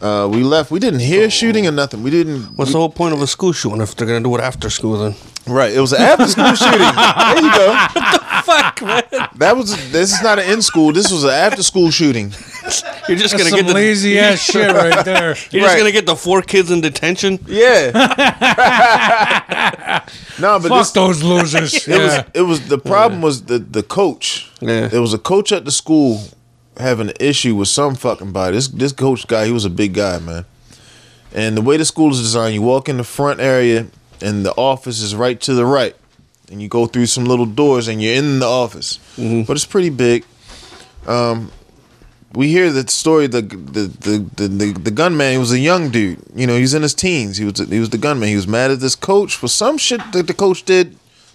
[SPEAKER 7] Uh, we left. We didn't hear shooting or nothing. We didn't.
[SPEAKER 2] What's the whole point of a school shooting if they're gonna do it after school? Then
[SPEAKER 3] Right. It was an after school shooting. There you go. That was this is not an in school. This was an after school shooting.
[SPEAKER 2] you're just
[SPEAKER 5] that's
[SPEAKER 2] gonna
[SPEAKER 5] some
[SPEAKER 2] get the
[SPEAKER 5] lazy ass shit right there
[SPEAKER 2] You're just
[SPEAKER 3] Right.
[SPEAKER 2] gonna get the four kids in detention.
[SPEAKER 3] Yeah. no, but
[SPEAKER 5] fuck
[SPEAKER 3] this,
[SPEAKER 5] those losers
[SPEAKER 3] it was
[SPEAKER 5] yeah
[SPEAKER 3] it was the problem was the the coach.
[SPEAKER 2] Yeah.
[SPEAKER 3] It was a coach at the school having an issue with some fucking body. This this coach guy, he was a big guy, man. And the way the school is designed, you walk in the front area and the office is right to the right. And you go through some little doors and you're in the office. But it's pretty big. we hear the story the the the the, the, the gunman he was a young dude you know he was in his teens he was he was the gunman he was mad at this coach for some shit that the coach did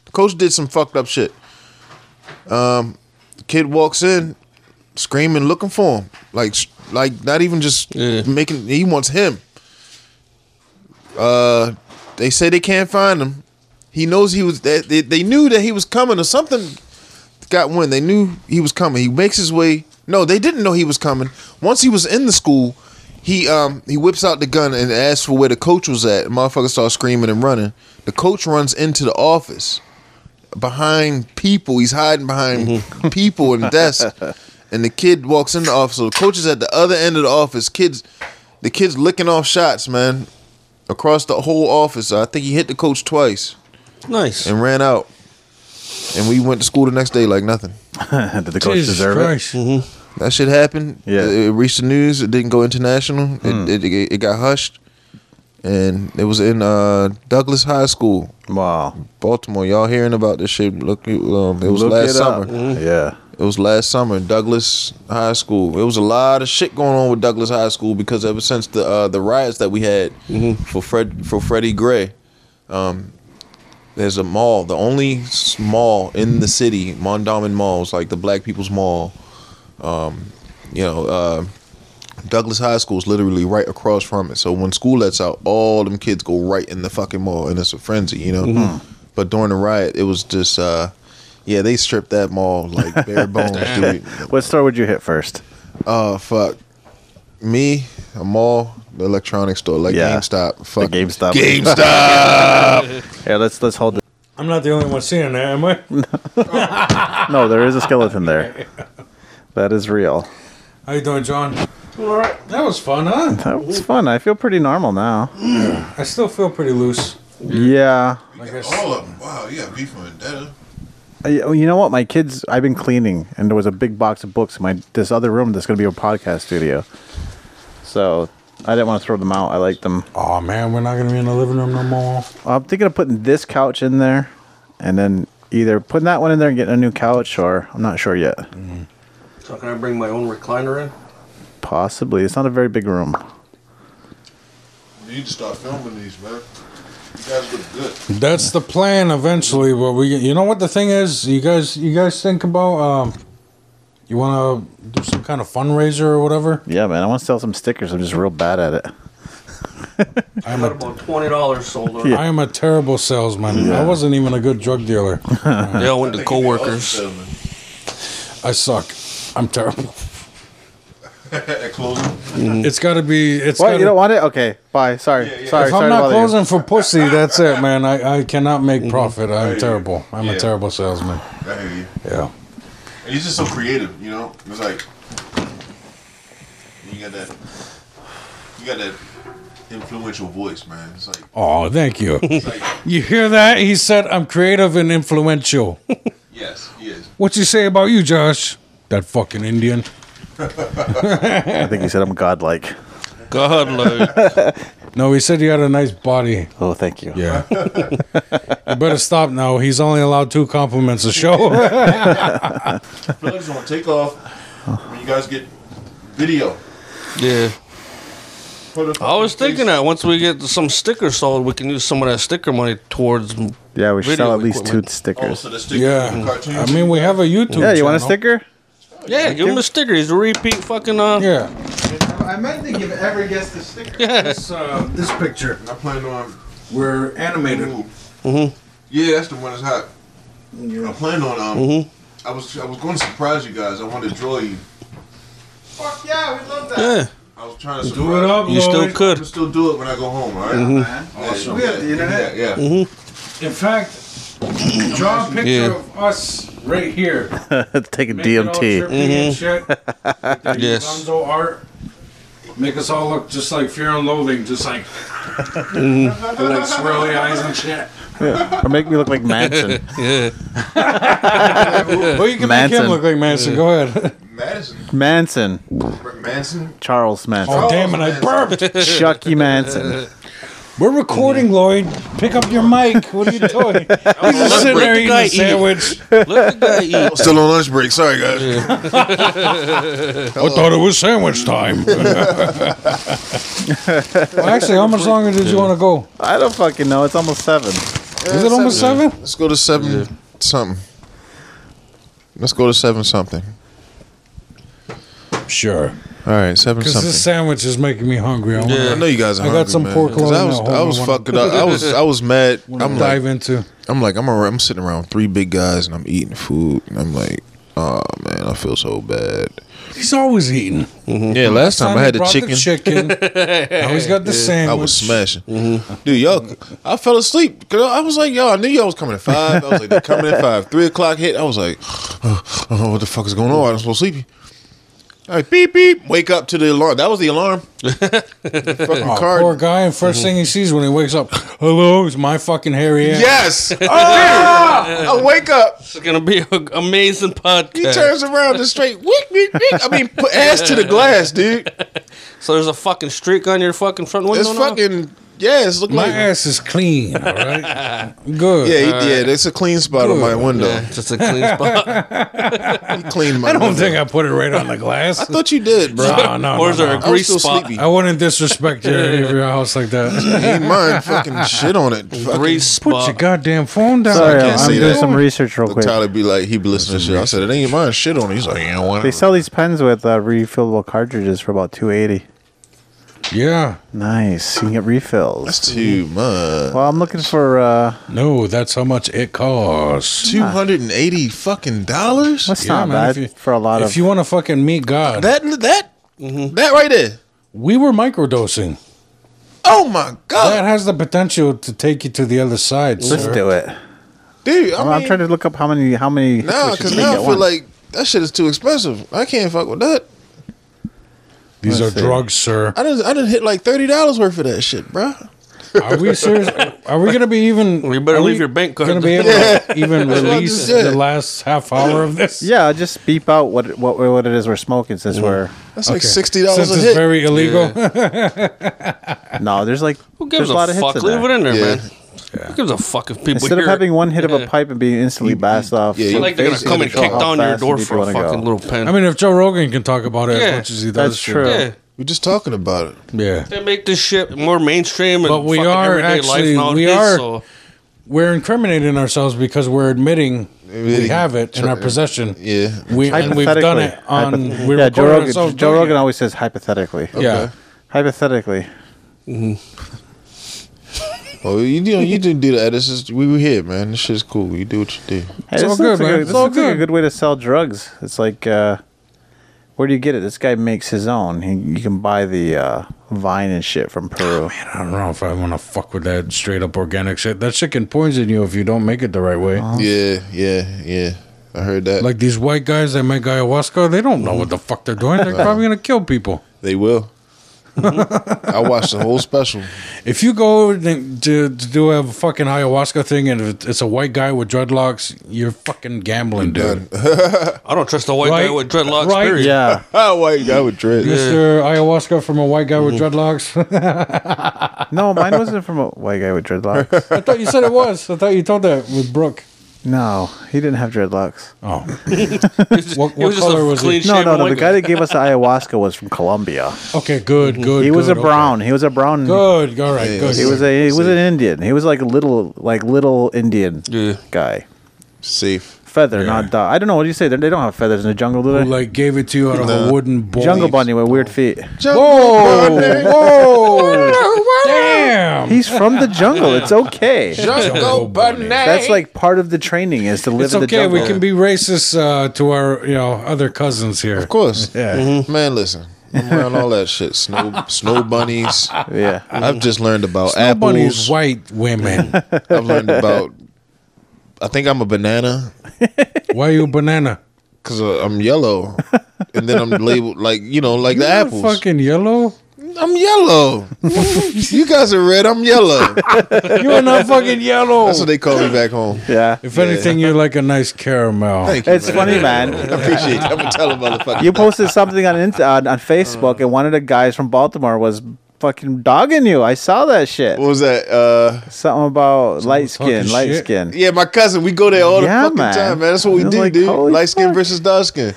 [SPEAKER 3] the coach did some fucked up shit um kid walks in screaming looking for him like like not even just
[SPEAKER 2] Yeah.
[SPEAKER 3] making he wants him uh they say they can't find him he knows he was they, they, they knew that he was coming or something got one. They knew he was coming. He makes his way. No, they didn't know he was coming. Once he was in the school, he um he whips out the gun and asks for where the coach was at. The motherfucker starts screaming and running. The coach runs into the office behind people. He's hiding behind people and desks. And the kid walks in the office. So the coach is at the other end of the office. Kids, the kid's licking off shots, man, across the whole office. I think he hit the coach twice
[SPEAKER 2] Nice.
[SPEAKER 3] and ran out. And we went to school the next day like nothing.
[SPEAKER 4] Did the coach
[SPEAKER 5] Jesus
[SPEAKER 4] deserve it?
[SPEAKER 5] Christ.
[SPEAKER 2] Mm-hmm.
[SPEAKER 3] That shit happened.
[SPEAKER 4] Yeah. Hmm.
[SPEAKER 3] It, it reached the news. It didn't go international. It, it, it, it got hushed. and it was in uh, Douglas High School,
[SPEAKER 4] Wow.
[SPEAKER 3] Baltimore. Y'all hearing about this shit? Look, you- um, it was
[SPEAKER 4] Look
[SPEAKER 3] last
[SPEAKER 4] it
[SPEAKER 3] summer.
[SPEAKER 4] up. Yeah.
[SPEAKER 3] It was last summer, Douglas High School. It was a lot of shit going on with Douglas High School because ever since the uh, the riots that we had for Fred for Freddie Gray, um, there's a mall, the only s- mall in the city, Mondomin Mall, it's like the Black People's Mall. Um, you know, uh, Douglas High School is literally right across from it. So when school lets out, all them kids go right in the fucking mall, and it's a frenzy, you know.
[SPEAKER 4] Mm-hmm.
[SPEAKER 3] But during the riot, it was just, uh, yeah, they stripped that mall like bare bones, dude.
[SPEAKER 4] What store would you hit first?
[SPEAKER 3] Oh fuck, me, a mall, the electronics store, like
[SPEAKER 4] Yeah.
[SPEAKER 3] GameStop, fuck,
[SPEAKER 4] The GameStop.
[SPEAKER 3] GameStop.
[SPEAKER 4] Yeah, let's let's hold. It.
[SPEAKER 5] I'm not the only one seeing that, am I?
[SPEAKER 4] No, there is a skeleton there. That is real.
[SPEAKER 5] How you doing, John? All right. That was fun, huh?
[SPEAKER 4] That was fun. I feel pretty normal now.
[SPEAKER 5] I still feel pretty loose.
[SPEAKER 4] Yeah.
[SPEAKER 5] Like I s-
[SPEAKER 7] All of them. Wow, you got beef and vendetta.
[SPEAKER 4] I- oh, you know what? My kids. I've been cleaning, and there was a big box of books in my this other room. That's going to be a podcast studio. So I didn't want to throw them out. I like them.
[SPEAKER 5] oh man, we're not gonna be in the living room no more.
[SPEAKER 4] I'm thinking of putting this couch in there, and then either putting that one in there and getting a new couch, or I'm not sure yet.
[SPEAKER 2] So can I bring my own recliner in?
[SPEAKER 4] Possibly. It's not a very big room.
[SPEAKER 7] You need to start filming these, man. You guys look good.
[SPEAKER 5] That's the plan eventually, but we you know what the thing is? You guys you guys think about um you wanna do some kind of fundraiser or whatever?
[SPEAKER 4] Yeah, man. I want to sell some stickers. I'm just real bad at it.
[SPEAKER 2] I got about twenty dollars sold. already.
[SPEAKER 5] I am a terrible salesman. I wasn't even a good drug dealer.
[SPEAKER 2] They all went to coworkers.
[SPEAKER 5] I suck. I'm terrible.
[SPEAKER 7] At closing.
[SPEAKER 5] It's gotta be it's
[SPEAKER 4] What?
[SPEAKER 5] gotta,
[SPEAKER 4] You don't want it? Okay. Bye. Sorry. Sorry.
[SPEAKER 5] if
[SPEAKER 4] sorry
[SPEAKER 5] I'm
[SPEAKER 4] to
[SPEAKER 5] not
[SPEAKER 4] bother you.
[SPEAKER 5] closing for pussy, that's it, man. I, I cannot make profit. I'm
[SPEAKER 7] you.
[SPEAKER 5] terrible. I'm a
[SPEAKER 7] Mm-hmm. Yeah.
[SPEAKER 5] terrible salesman.
[SPEAKER 7] I hear you.
[SPEAKER 5] Yeah.
[SPEAKER 7] And He's just so creative, you know. It's like you got that, you got that influential voice, man. It's like,
[SPEAKER 5] Oh, thank you.
[SPEAKER 7] it's like
[SPEAKER 5] You hear that? He said I'm creative and influential.
[SPEAKER 7] yes, yes.
[SPEAKER 5] What you say about you, Josh? That fucking Indian.
[SPEAKER 4] I think you said I'm godlike.
[SPEAKER 2] God, like,
[SPEAKER 5] No, he said you had a nice body.
[SPEAKER 4] Oh, thank you.
[SPEAKER 5] Yeah. you better stop now. He's only allowed two compliments a show.
[SPEAKER 7] I feel like it's gonna take off when you guys get video.
[SPEAKER 2] yeah.
[SPEAKER 7] Put a
[SPEAKER 2] I was
[SPEAKER 7] fucking
[SPEAKER 2] thinking
[SPEAKER 7] face-
[SPEAKER 2] that once we get some stickers sold, we can use some of that sticker money towards.
[SPEAKER 4] Yeah, we should
[SPEAKER 2] Video
[SPEAKER 4] sell at least
[SPEAKER 2] equipment.
[SPEAKER 4] two
[SPEAKER 7] Oh,
[SPEAKER 4] stickers.
[SPEAKER 7] so the stick
[SPEAKER 5] yeah.
[SPEAKER 7] cartoon.
[SPEAKER 5] I mean, we have a YouTube.
[SPEAKER 4] yeah, you want a
[SPEAKER 5] channel.
[SPEAKER 4] sticker?
[SPEAKER 2] Yeah, give him a sticker. He's a repeat fucking. Uh,
[SPEAKER 5] Yeah.
[SPEAKER 8] I meant to give every guest a sticker.
[SPEAKER 5] This, uh, this picture,
[SPEAKER 7] I plan on.
[SPEAKER 5] we're animated.
[SPEAKER 7] Ooh.
[SPEAKER 2] Mm-hmm.
[SPEAKER 7] Yeah, that's the one that's hot. I plan on. Um,
[SPEAKER 2] Mm-hmm.
[SPEAKER 7] I was I was going to surprise you guys. I wanted to draw you.
[SPEAKER 8] Fuck yeah, we love that.
[SPEAKER 2] Yeah,
[SPEAKER 7] I was trying to
[SPEAKER 5] Do it
[SPEAKER 7] surprise
[SPEAKER 5] up,
[SPEAKER 2] you still
[SPEAKER 5] Lloyd.
[SPEAKER 7] I'm
[SPEAKER 2] could.
[SPEAKER 7] still do it when I go home, alright?
[SPEAKER 2] Mm-hmm.
[SPEAKER 8] We have the internet.
[SPEAKER 7] Yeah, yeah.
[SPEAKER 5] In fact, draw a picture
[SPEAKER 2] Yeah.
[SPEAKER 5] of us right here.
[SPEAKER 4] Let's take a
[SPEAKER 5] Make it all trippy
[SPEAKER 4] DMT.
[SPEAKER 5] and shit. With the
[SPEAKER 2] Mm-hmm. Yes.
[SPEAKER 5] Gonzo art. Make us all look just like fear and loathing, just like
[SPEAKER 2] Mm.
[SPEAKER 5] with like swirly eyes and shit.
[SPEAKER 4] Or make me look like Manson.
[SPEAKER 2] Yeah,
[SPEAKER 5] Well, you can make
[SPEAKER 4] Manson.
[SPEAKER 5] him look like Manson. Go ahead.
[SPEAKER 7] Madison.
[SPEAKER 4] Manson.
[SPEAKER 7] Manson.
[SPEAKER 4] Charles Manson.
[SPEAKER 5] Oh, damn it, I burped.
[SPEAKER 4] Chucky Manson.
[SPEAKER 5] We're recording, Lloyd. Pick up your mic. What are you doing? He's just sitting
[SPEAKER 2] let
[SPEAKER 5] there
[SPEAKER 2] the
[SPEAKER 5] eating
[SPEAKER 2] guy
[SPEAKER 5] a
[SPEAKER 2] eat.
[SPEAKER 5] sandwich.
[SPEAKER 2] let the guy eat.
[SPEAKER 7] Still on lunch break. Sorry, guys.
[SPEAKER 5] I thought it was sandwich time. well, actually, how much longer did you want to go?
[SPEAKER 4] I don't fucking know. It's almost seven.
[SPEAKER 5] Is it almost seven?
[SPEAKER 7] Let's go to seven something. Let's go to seven something.
[SPEAKER 5] Sure.
[SPEAKER 7] All right, seven
[SPEAKER 5] Because
[SPEAKER 7] something.
[SPEAKER 5] this sandwich is making me hungry. I want
[SPEAKER 7] I
[SPEAKER 5] to
[SPEAKER 7] know you guys are
[SPEAKER 5] I
[SPEAKER 7] hungry,
[SPEAKER 5] got some
[SPEAKER 7] man.
[SPEAKER 5] pork
[SPEAKER 7] 'Cause
[SPEAKER 5] loin
[SPEAKER 7] I was,
[SPEAKER 5] at home
[SPEAKER 7] I
[SPEAKER 5] I
[SPEAKER 7] was
[SPEAKER 5] wanna-
[SPEAKER 7] fucking up. I was, I was mad. I'm
[SPEAKER 5] dive
[SPEAKER 7] like,
[SPEAKER 5] into.
[SPEAKER 7] I'm like, I'm, around, I'm sitting around three big guys and I'm eating food and I'm like, oh man, I feel so bad. Mm-hmm.
[SPEAKER 5] He's always eating.
[SPEAKER 7] Yeah, last time I had
[SPEAKER 5] he
[SPEAKER 7] the
[SPEAKER 5] brought
[SPEAKER 7] chicken,
[SPEAKER 5] chicken. now he's got the sandwich.
[SPEAKER 7] I was smashing. Dude, y'all, I fell asleep. 'Cause I was like, yo, I knew y'all was coming at five. I was like, they're coming at five. Three o'clock hit. I was like, oh, oh, what the fuck is going on? I was so sleepy. All right, beep, beep. Wake up to the alarm. That was the alarm. fucking
[SPEAKER 5] Oh,
[SPEAKER 7] card.
[SPEAKER 5] poor guy. And 1st
[SPEAKER 7] Mm-hmm.
[SPEAKER 5] thing he sees when he wakes up, hello, it's my fucking hairy ass.
[SPEAKER 7] Yes. Oh, I wake up.
[SPEAKER 2] It's gonna be an amazing podcast.
[SPEAKER 7] He turns around and straight, week, week, week. I mean, put ass to the glass, dude.
[SPEAKER 5] Oh,
[SPEAKER 2] So there's a fucking streak on your fucking front window.
[SPEAKER 7] It's
[SPEAKER 2] now?
[SPEAKER 7] fucking
[SPEAKER 3] Yeah, it's look
[SPEAKER 5] My
[SPEAKER 3] like.
[SPEAKER 5] ass is clean, all right? Good.
[SPEAKER 3] Yeah, he, yeah, it's a clean spot on my window.
[SPEAKER 2] Yeah, just a clean spot.
[SPEAKER 3] He cleaned my
[SPEAKER 5] I don't
[SPEAKER 3] window.
[SPEAKER 5] think I put it right on the glass.
[SPEAKER 3] I thought you did, bro.
[SPEAKER 5] no, no,
[SPEAKER 2] or
[SPEAKER 5] no,
[SPEAKER 2] is there
[SPEAKER 5] no.
[SPEAKER 2] a
[SPEAKER 3] I was
[SPEAKER 2] grease
[SPEAKER 3] still
[SPEAKER 2] spot?
[SPEAKER 3] sleepy.
[SPEAKER 5] I wouldn't disrespect your, your house like that.
[SPEAKER 3] Ain't mine. Fucking shit on it. Fucking-
[SPEAKER 2] Grease
[SPEAKER 5] Put
[SPEAKER 2] spot.
[SPEAKER 5] your goddamn phone down.
[SPEAKER 4] Sorry,
[SPEAKER 3] I can't
[SPEAKER 4] I'm
[SPEAKER 3] say
[SPEAKER 4] doing
[SPEAKER 3] that.
[SPEAKER 4] some research real quick.
[SPEAKER 3] Tyler be like, he be listening to shit. I said, it ain't mine. Shit on it. He's like, you know what?
[SPEAKER 4] They sell these pens with uh, refillable cartridges for about two eighty.
[SPEAKER 5] yeah.
[SPEAKER 4] Nice. You can get refills.
[SPEAKER 3] That's too much.
[SPEAKER 4] Well, I'm looking for uh,
[SPEAKER 5] No, that's how much it costs.
[SPEAKER 3] Two hundred and eighty fucking dollars.
[SPEAKER 4] that's
[SPEAKER 5] Yeah,
[SPEAKER 4] not
[SPEAKER 5] man, if
[SPEAKER 4] bad
[SPEAKER 5] you-
[SPEAKER 4] for a lot
[SPEAKER 5] If
[SPEAKER 4] of.
[SPEAKER 5] you want to fucking meet God,
[SPEAKER 3] That that that right there.
[SPEAKER 5] we were microdosing.
[SPEAKER 3] Oh my
[SPEAKER 5] That
[SPEAKER 3] god,
[SPEAKER 5] has the potential to take you to the other side.
[SPEAKER 4] Let's
[SPEAKER 5] sir.
[SPEAKER 4] do it.
[SPEAKER 3] dude. I
[SPEAKER 4] I'm,
[SPEAKER 3] mean,
[SPEAKER 4] I'm trying to look up how many how many. hits
[SPEAKER 3] nah,
[SPEAKER 4] we should
[SPEAKER 3] because
[SPEAKER 4] take
[SPEAKER 3] now I
[SPEAKER 4] at
[SPEAKER 3] feel
[SPEAKER 4] once.
[SPEAKER 3] like that shit is too expensive. I can't fuck with that.
[SPEAKER 5] These
[SPEAKER 4] Let's
[SPEAKER 5] are
[SPEAKER 4] see.
[SPEAKER 5] drugs, sir.
[SPEAKER 3] I didn't. I didn't hit like thirty dollars worth of that shit, bro.
[SPEAKER 5] Are we serious? Are we gonna be even?
[SPEAKER 2] We better
[SPEAKER 5] are
[SPEAKER 2] leave your bank card.
[SPEAKER 5] Gonna be able to even
[SPEAKER 3] what I
[SPEAKER 5] release
[SPEAKER 3] just said.
[SPEAKER 5] the last half hour of this?
[SPEAKER 4] Yeah, just beep out what what what it is we're smoking since we're
[SPEAKER 3] That's like
[SPEAKER 5] Okay.
[SPEAKER 3] sixty dollars a
[SPEAKER 5] Since it's
[SPEAKER 3] hit.
[SPEAKER 5] very illegal.
[SPEAKER 4] no. There's like
[SPEAKER 2] Who gives
[SPEAKER 4] there's
[SPEAKER 2] a,
[SPEAKER 4] a lot of
[SPEAKER 2] fuck?
[SPEAKER 4] hits in
[SPEAKER 2] Leave
[SPEAKER 4] there.
[SPEAKER 2] it in there,
[SPEAKER 3] Yeah.
[SPEAKER 2] man. Who gives a fuck if people
[SPEAKER 4] Instead
[SPEAKER 2] hear
[SPEAKER 4] of having
[SPEAKER 2] it?
[SPEAKER 4] one hit of
[SPEAKER 2] Yeah.
[SPEAKER 4] a pipe and being instantly blasted off,
[SPEAKER 3] yeah,
[SPEAKER 2] I
[SPEAKER 3] you-
[SPEAKER 2] like they're gonna
[SPEAKER 3] Basically,
[SPEAKER 2] come and
[SPEAKER 3] how
[SPEAKER 2] kick down your
[SPEAKER 4] fast
[SPEAKER 2] door
[SPEAKER 4] people
[SPEAKER 2] for a
[SPEAKER 4] wanna
[SPEAKER 2] fucking
[SPEAKER 4] go.
[SPEAKER 2] little pen.
[SPEAKER 5] I mean, if Joe Rogan can talk about it
[SPEAKER 2] Yeah.
[SPEAKER 5] as much as he does,
[SPEAKER 4] That's
[SPEAKER 5] shit.
[SPEAKER 4] true.
[SPEAKER 2] yeah,
[SPEAKER 3] We're just talking about it.
[SPEAKER 5] Yeah,
[SPEAKER 2] they make this shit more mainstream and
[SPEAKER 5] But we
[SPEAKER 2] fucking
[SPEAKER 5] are
[SPEAKER 2] everyday
[SPEAKER 5] actually-
[SPEAKER 2] life nowadays.
[SPEAKER 5] we are-
[SPEAKER 2] so
[SPEAKER 5] we're incriminating ourselves because we're admitting we have it in our possession.
[SPEAKER 3] Yeah.
[SPEAKER 5] we and we've done it on.
[SPEAKER 4] Hypoth-
[SPEAKER 5] we
[SPEAKER 4] yeah, Joe
[SPEAKER 5] recorded
[SPEAKER 4] Rogan.
[SPEAKER 5] ourselves
[SPEAKER 4] Joe
[SPEAKER 5] doing
[SPEAKER 4] Rogan
[SPEAKER 5] it. Oh.
[SPEAKER 4] always says hypothetically.
[SPEAKER 5] Yeah,
[SPEAKER 4] Hypothetically,
[SPEAKER 3] Well, Oh, you do. You didn't do that. This is we were here, man. This shit's cool. You do what you do.
[SPEAKER 4] Hey,
[SPEAKER 5] It's
[SPEAKER 4] this
[SPEAKER 5] all
[SPEAKER 4] looks
[SPEAKER 5] good,
[SPEAKER 4] like A,
[SPEAKER 5] man. It's
[SPEAKER 4] this
[SPEAKER 5] all
[SPEAKER 4] looks like a
[SPEAKER 5] good.
[SPEAKER 4] good way to sell drugs. It's like, uh, where do you get it? This guy makes his own. He, you can buy the uh, vine and shit from Peru.
[SPEAKER 5] I don't know if I want to fuck with that straight up organic shit. That shit can poison you if you don't make it the right way.
[SPEAKER 3] Yeah, yeah, yeah. I heard that.
[SPEAKER 5] Like these white guys that make ayahuasca, they don't know what the fuck they're doing. They're probably gonna kill people.
[SPEAKER 3] They will. I watched the whole special.
[SPEAKER 5] If you go and to, to do a fucking ayahuasca thing and it- it's a white guy with dreadlocks, you're fucking gambling, dude.
[SPEAKER 2] I don't trust a white
[SPEAKER 5] Right.
[SPEAKER 2] guy with dreadlocks.
[SPEAKER 5] Right.
[SPEAKER 2] Period.
[SPEAKER 4] yeah,
[SPEAKER 3] Oh, white guy with dread.
[SPEAKER 5] Mr. Ayahuasca from a white guy with dreadlocks.
[SPEAKER 4] no, mine wasn't from a white guy with dreadlocks.
[SPEAKER 5] I thought you said it was. I thought you told that with Brooke.
[SPEAKER 4] No, he didn't have dreadlocks.
[SPEAKER 5] Oh,
[SPEAKER 2] What,
[SPEAKER 5] what color was he?
[SPEAKER 4] No, no, no. The guy that gave us the ayahuasca was from Colombia.
[SPEAKER 5] okay, good, good.
[SPEAKER 4] He was a
[SPEAKER 5] good, okay.
[SPEAKER 4] brown. He was a brown.
[SPEAKER 5] Good, all right, good.
[SPEAKER 4] He was
[SPEAKER 5] good.
[SPEAKER 4] a he was an Indian. He was like a little like little Indian
[SPEAKER 2] Yeah.
[SPEAKER 4] guy.
[SPEAKER 3] Safe.
[SPEAKER 4] Feather,
[SPEAKER 5] Yeah.
[SPEAKER 4] not dot. I don't know what do you say. They they don't have feathers in the jungle, do
[SPEAKER 5] Who,
[SPEAKER 4] they?
[SPEAKER 5] like gave it to you out of a wooden bowl.
[SPEAKER 4] Jungle Bunny with weird feet.
[SPEAKER 5] Whoa! Whoa! Damn!
[SPEAKER 4] He's from the jungle. It's okay.
[SPEAKER 5] Jungle Bunny.
[SPEAKER 4] That's like part of the training is to live
[SPEAKER 5] It's
[SPEAKER 4] in the
[SPEAKER 5] okay.
[SPEAKER 4] jungle.
[SPEAKER 5] We can be racist uh, to our, you know, other cousins here.
[SPEAKER 3] Of course. Mm-hmm.
[SPEAKER 5] Yeah.
[SPEAKER 3] Man, listen. I'm around all that shit. Snow snow bunnies.
[SPEAKER 4] yeah.
[SPEAKER 3] I've just learned about
[SPEAKER 5] Snow bunnies,
[SPEAKER 3] apples.
[SPEAKER 5] white women.
[SPEAKER 3] I've learned about. I think I'm a banana
[SPEAKER 5] Why you banana?
[SPEAKER 3] because I'm yellow, and then I'm labeled like you know like the
[SPEAKER 5] You're
[SPEAKER 3] apples.
[SPEAKER 5] Fucking yellow.
[SPEAKER 3] I'm yellow. you guys are red. I'm yellow.
[SPEAKER 5] You're not fucking yellow.
[SPEAKER 3] That's what they call me back home.
[SPEAKER 4] Yeah.
[SPEAKER 5] if anything, you're like a nice caramel.
[SPEAKER 3] Thank you.
[SPEAKER 4] It's
[SPEAKER 3] man.
[SPEAKER 4] funny,
[SPEAKER 3] I
[SPEAKER 4] man.
[SPEAKER 3] appreciate. That. I'm gonna tell a motherfucker.
[SPEAKER 4] You posted something on Inst- on, on Facebook,
[SPEAKER 5] Uh.
[SPEAKER 4] and one of the guys from Baltimore was fucking dogging you. I saw that shit.
[SPEAKER 3] What was that? Uh,
[SPEAKER 4] Something about light
[SPEAKER 5] talking
[SPEAKER 4] skin, light
[SPEAKER 5] shit?
[SPEAKER 4] skin.
[SPEAKER 3] yeah, my cousin. We go there all
[SPEAKER 4] Yeah,
[SPEAKER 3] the fucking
[SPEAKER 4] man.
[SPEAKER 3] time, man. That's what we
[SPEAKER 4] I was
[SPEAKER 3] do,
[SPEAKER 4] like,
[SPEAKER 3] dude.
[SPEAKER 4] holy
[SPEAKER 3] Light skin
[SPEAKER 4] fuck.
[SPEAKER 3] versus dark skin.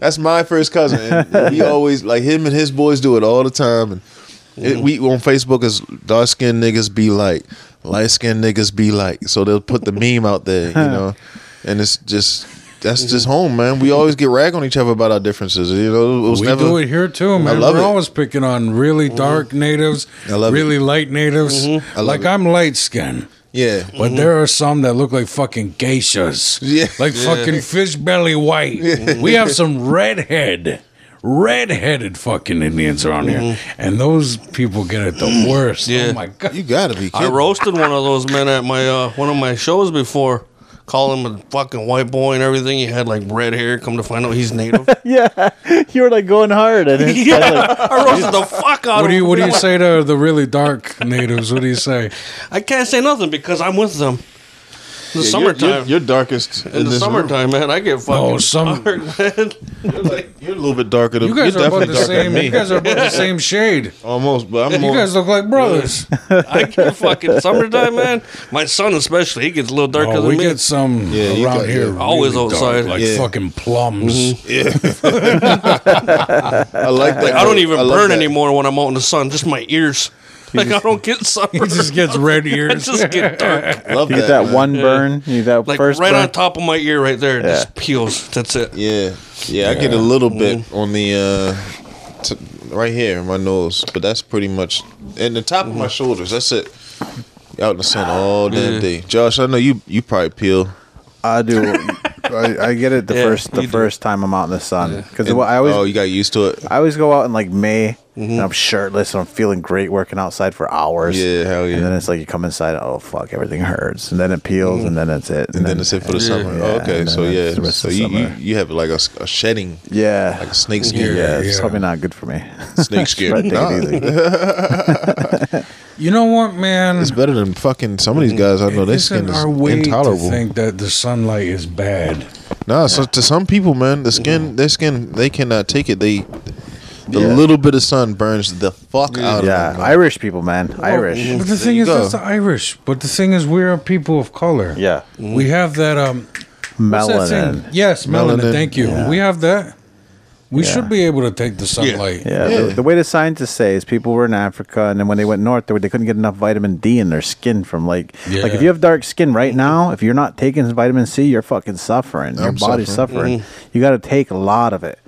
[SPEAKER 3] That's my first cousin. And he always like him and his boys do it all the time. And it, we on Facebook is dark skin niggas be like, light skin niggas be like. So they'll put the meme out there, you know, and it's just. That's just home, man. We always get rag on each other about our differences. You know, it was
[SPEAKER 5] We
[SPEAKER 3] never.
[SPEAKER 5] do it here too, man.
[SPEAKER 3] love
[SPEAKER 5] We're
[SPEAKER 3] it. Mm-hmm.
[SPEAKER 5] always picking on really dark natives,
[SPEAKER 3] I love it. Mm-hmm.
[SPEAKER 5] really light natives.
[SPEAKER 3] I love
[SPEAKER 5] Like
[SPEAKER 3] it.
[SPEAKER 5] I'm light skinned.
[SPEAKER 3] Yeah,
[SPEAKER 5] But there are some that look like fucking geishas.
[SPEAKER 3] Mm-hmm. Yeah.
[SPEAKER 5] Like fucking fish belly white. We have some redhead, redheaded fucking Indians around here.
[SPEAKER 3] Mm-hmm.
[SPEAKER 5] And those people get it the worst.
[SPEAKER 2] Yeah.
[SPEAKER 5] Oh my God.
[SPEAKER 3] you gotta be.
[SPEAKER 2] I
[SPEAKER 3] Kidding.
[SPEAKER 2] roasted one of those men at my uh, one of my shows before. Call him a fucking white boy and everything. He had like red hair. Come to find out, he's native.
[SPEAKER 4] Yeah, you were like going hard, and it's
[SPEAKER 2] yeah, I roasted the fuck out
[SPEAKER 5] What
[SPEAKER 2] of
[SPEAKER 5] do you
[SPEAKER 2] him.
[SPEAKER 5] what do you say to the really dark natives? What do you say?
[SPEAKER 2] I can't say nothing because I'm with them. the
[SPEAKER 3] Yeah, you're-
[SPEAKER 2] summertime.
[SPEAKER 3] You're, you're darkest
[SPEAKER 2] in the
[SPEAKER 3] this room.
[SPEAKER 2] summertime, man, I get fucking
[SPEAKER 5] No, some-
[SPEAKER 2] dark, man.
[SPEAKER 3] You're a little bit darker than
[SPEAKER 5] You guys
[SPEAKER 3] you're
[SPEAKER 5] are about
[SPEAKER 3] definitely
[SPEAKER 5] the
[SPEAKER 3] darker
[SPEAKER 5] same.
[SPEAKER 3] than me.
[SPEAKER 5] You guys are about the same shade.
[SPEAKER 3] Almost, but I'm
[SPEAKER 5] You
[SPEAKER 3] more.
[SPEAKER 5] guys look like brothers.
[SPEAKER 2] I get fucking summertime, man. My son especially, he gets a little darker
[SPEAKER 5] Oh,
[SPEAKER 2] than
[SPEAKER 5] we
[SPEAKER 2] me.
[SPEAKER 5] get some
[SPEAKER 3] Yeah, you
[SPEAKER 5] around
[SPEAKER 3] got-
[SPEAKER 5] here.
[SPEAKER 3] yeah.
[SPEAKER 2] Always
[SPEAKER 5] really dark,
[SPEAKER 2] outside.
[SPEAKER 5] like
[SPEAKER 3] Yeah.
[SPEAKER 5] fucking plums.
[SPEAKER 3] I like that.
[SPEAKER 2] I don't even
[SPEAKER 3] love
[SPEAKER 2] burn
[SPEAKER 3] that.
[SPEAKER 2] anymore when I'm out in the sun. Just my ears. Like I don't get
[SPEAKER 5] He
[SPEAKER 2] sunburned.
[SPEAKER 5] just gets red
[SPEAKER 2] I
[SPEAKER 5] ears.
[SPEAKER 2] just get dark.
[SPEAKER 3] Love
[SPEAKER 4] You
[SPEAKER 3] that,
[SPEAKER 4] get that
[SPEAKER 3] man.
[SPEAKER 4] one burn. You get that
[SPEAKER 2] Like
[SPEAKER 4] first
[SPEAKER 2] right
[SPEAKER 4] burn.
[SPEAKER 2] on top of my ear, right there, it just peels. That's it.
[SPEAKER 3] Yeah, yeah. I get a little bit on the uh, t- right here, in my nose, but that's pretty much and the top of my shoulders. That's it. Out in the sun all damn
[SPEAKER 2] Yeah.
[SPEAKER 3] day. Josh, I know you. You probably peel.
[SPEAKER 4] I do. I, I get it the
[SPEAKER 2] Yeah,
[SPEAKER 4] first the
[SPEAKER 2] you do.
[SPEAKER 4] first time I'm out in the sun because
[SPEAKER 3] And-
[SPEAKER 4] I always
[SPEAKER 3] oh, you Mm-hmm. got used to it.
[SPEAKER 4] I always go out in like May and I'm shirtless and I'm feeling great working outside for hours.
[SPEAKER 3] Yeah, hell yeah. Mm-hmm.
[SPEAKER 4] And then it's like you come inside, oh fuck, everything hurts, and then it peels, and then that's it.
[SPEAKER 3] And then it's it for the summer.
[SPEAKER 4] yeah,
[SPEAKER 3] Oh, okay,
[SPEAKER 4] and
[SPEAKER 3] so
[SPEAKER 4] then
[SPEAKER 3] yeah,
[SPEAKER 4] it's the rest
[SPEAKER 3] so
[SPEAKER 4] of the
[SPEAKER 3] you, you
[SPEAKER 4] summer.
[SPEAKER 3] you have like a, s- a shedding,
[SPEAKER 4] yeah,
[SPEAKER 3] like a snake
[SPEAKER 4] yeah,
[SPEAKER 3] scare,
[SPEAKER 4] It's
[SPEAKER 5] yeah.
[SPEAKER 4] probably not good for me.
[SPEAKER 3] snake scare.
[SPEAKER 4] Try to take
[SPEAKER 3] Nah,
[SPEAKER 4] it easy.
[SPEAKER 5] You know what, man?
[SPEAKER 3] it's better than fucking some of these guys. I know
[SPEAKER 5] It
[SPEAKER 3] their
[SPEAKER 5] isn't
[SPEAKER 3] skin is
[SPEAKER 5] our way
[SPEAKER 3] intolerable.
[SPEAKER 5] to think that the sunlight is bad.
[SPEAKER 3] No, so to some people, man, the skin, their skin, they cannot take it. They, the
[SPEAKER 4] Yeah.
[SPEAKER 3] little bit of sun burns the fuck out of
[SPEAKER 4] yeah,
[SPEAKER 3] them. man.
[SPEAKER 4] Irish people, man,
[SPEAKER 5] Oh.
[SPEAKER 4] Irish.
[SPEAKER 5] But the thing
[SPEAKER 3] you
[SPEAKER 5] is,
[SPEAKER 3] go.
[SPEAKER 5] that's the Irish. But the thing is, we're people of color.
[SPEAKER 4] Yeah,
[SPEAKER 5] We have that. Um, what's that saying?
[SPEAKER 4] melanin.
[SPEAKER 5] Yes, melanin.
[SPEAKER 3] Melanin.
[SPEAKER 5] Thank you. We have that. We
[SPEAKER 4] Yeah.
[SPEAKER 5] should be able to take the sunlight.
[SPEAKER 4] Yeah, The, the way the scientists say is people were in Africa, and then when they went north, they, they couldn't get enough vitamin D in their skin from like like
[SPEAKER 5] Yeah.
[SPEAKER 4] if you have dark skin right now, if you're not taking vitamin C, you're fucking suffering. Your
[SPEAKER 3] I'm
[SPEAKER 4] body's suffering. You got to take a lot of it.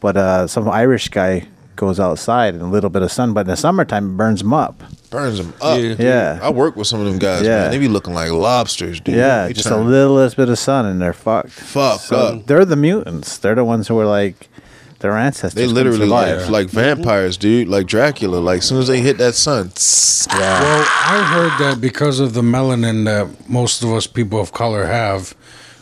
[SPEAKER 4] But uh, some Irish guy goes outside and a little bit of sun, but in the summertime it burns them up.
[SPEAKER 3] burns them up.
[SPEAKER 2] Yeah.
[SPEAKER 4] Yeah.
[SPEAKER 3] I work with some of them guys,
[SPEAKER 4] Yeah.
[SPEAKER 3] man. They be looking like lobsters, dude.
[SPEAKER 4] Yeah,
[SPEAKER 3] They
[SPEAKER 4] just a
[SPEAKER 3] turn
[SPEAKER 4] littlest bit of sun and they're fucked.
[SPEAKER 3] Fucked up.
[SPEAKER 4] They're the mutants. They're the ones who were like their ancestors.
[SPEAKER 3] They
[SPEAKER 4] couldn't
[SPEAKER 3] literally
[SPEAKER 4] survive.
[SPEAKER 3] like, like
[SPEAKER 4] Mm-hmm.
[SPEAKER 3] vampires, dude. Like Dracula. Like soon as they hit that sun, tss,
[SPEAKER 5] Well, I heard that because of the melanin that most of us people of color have,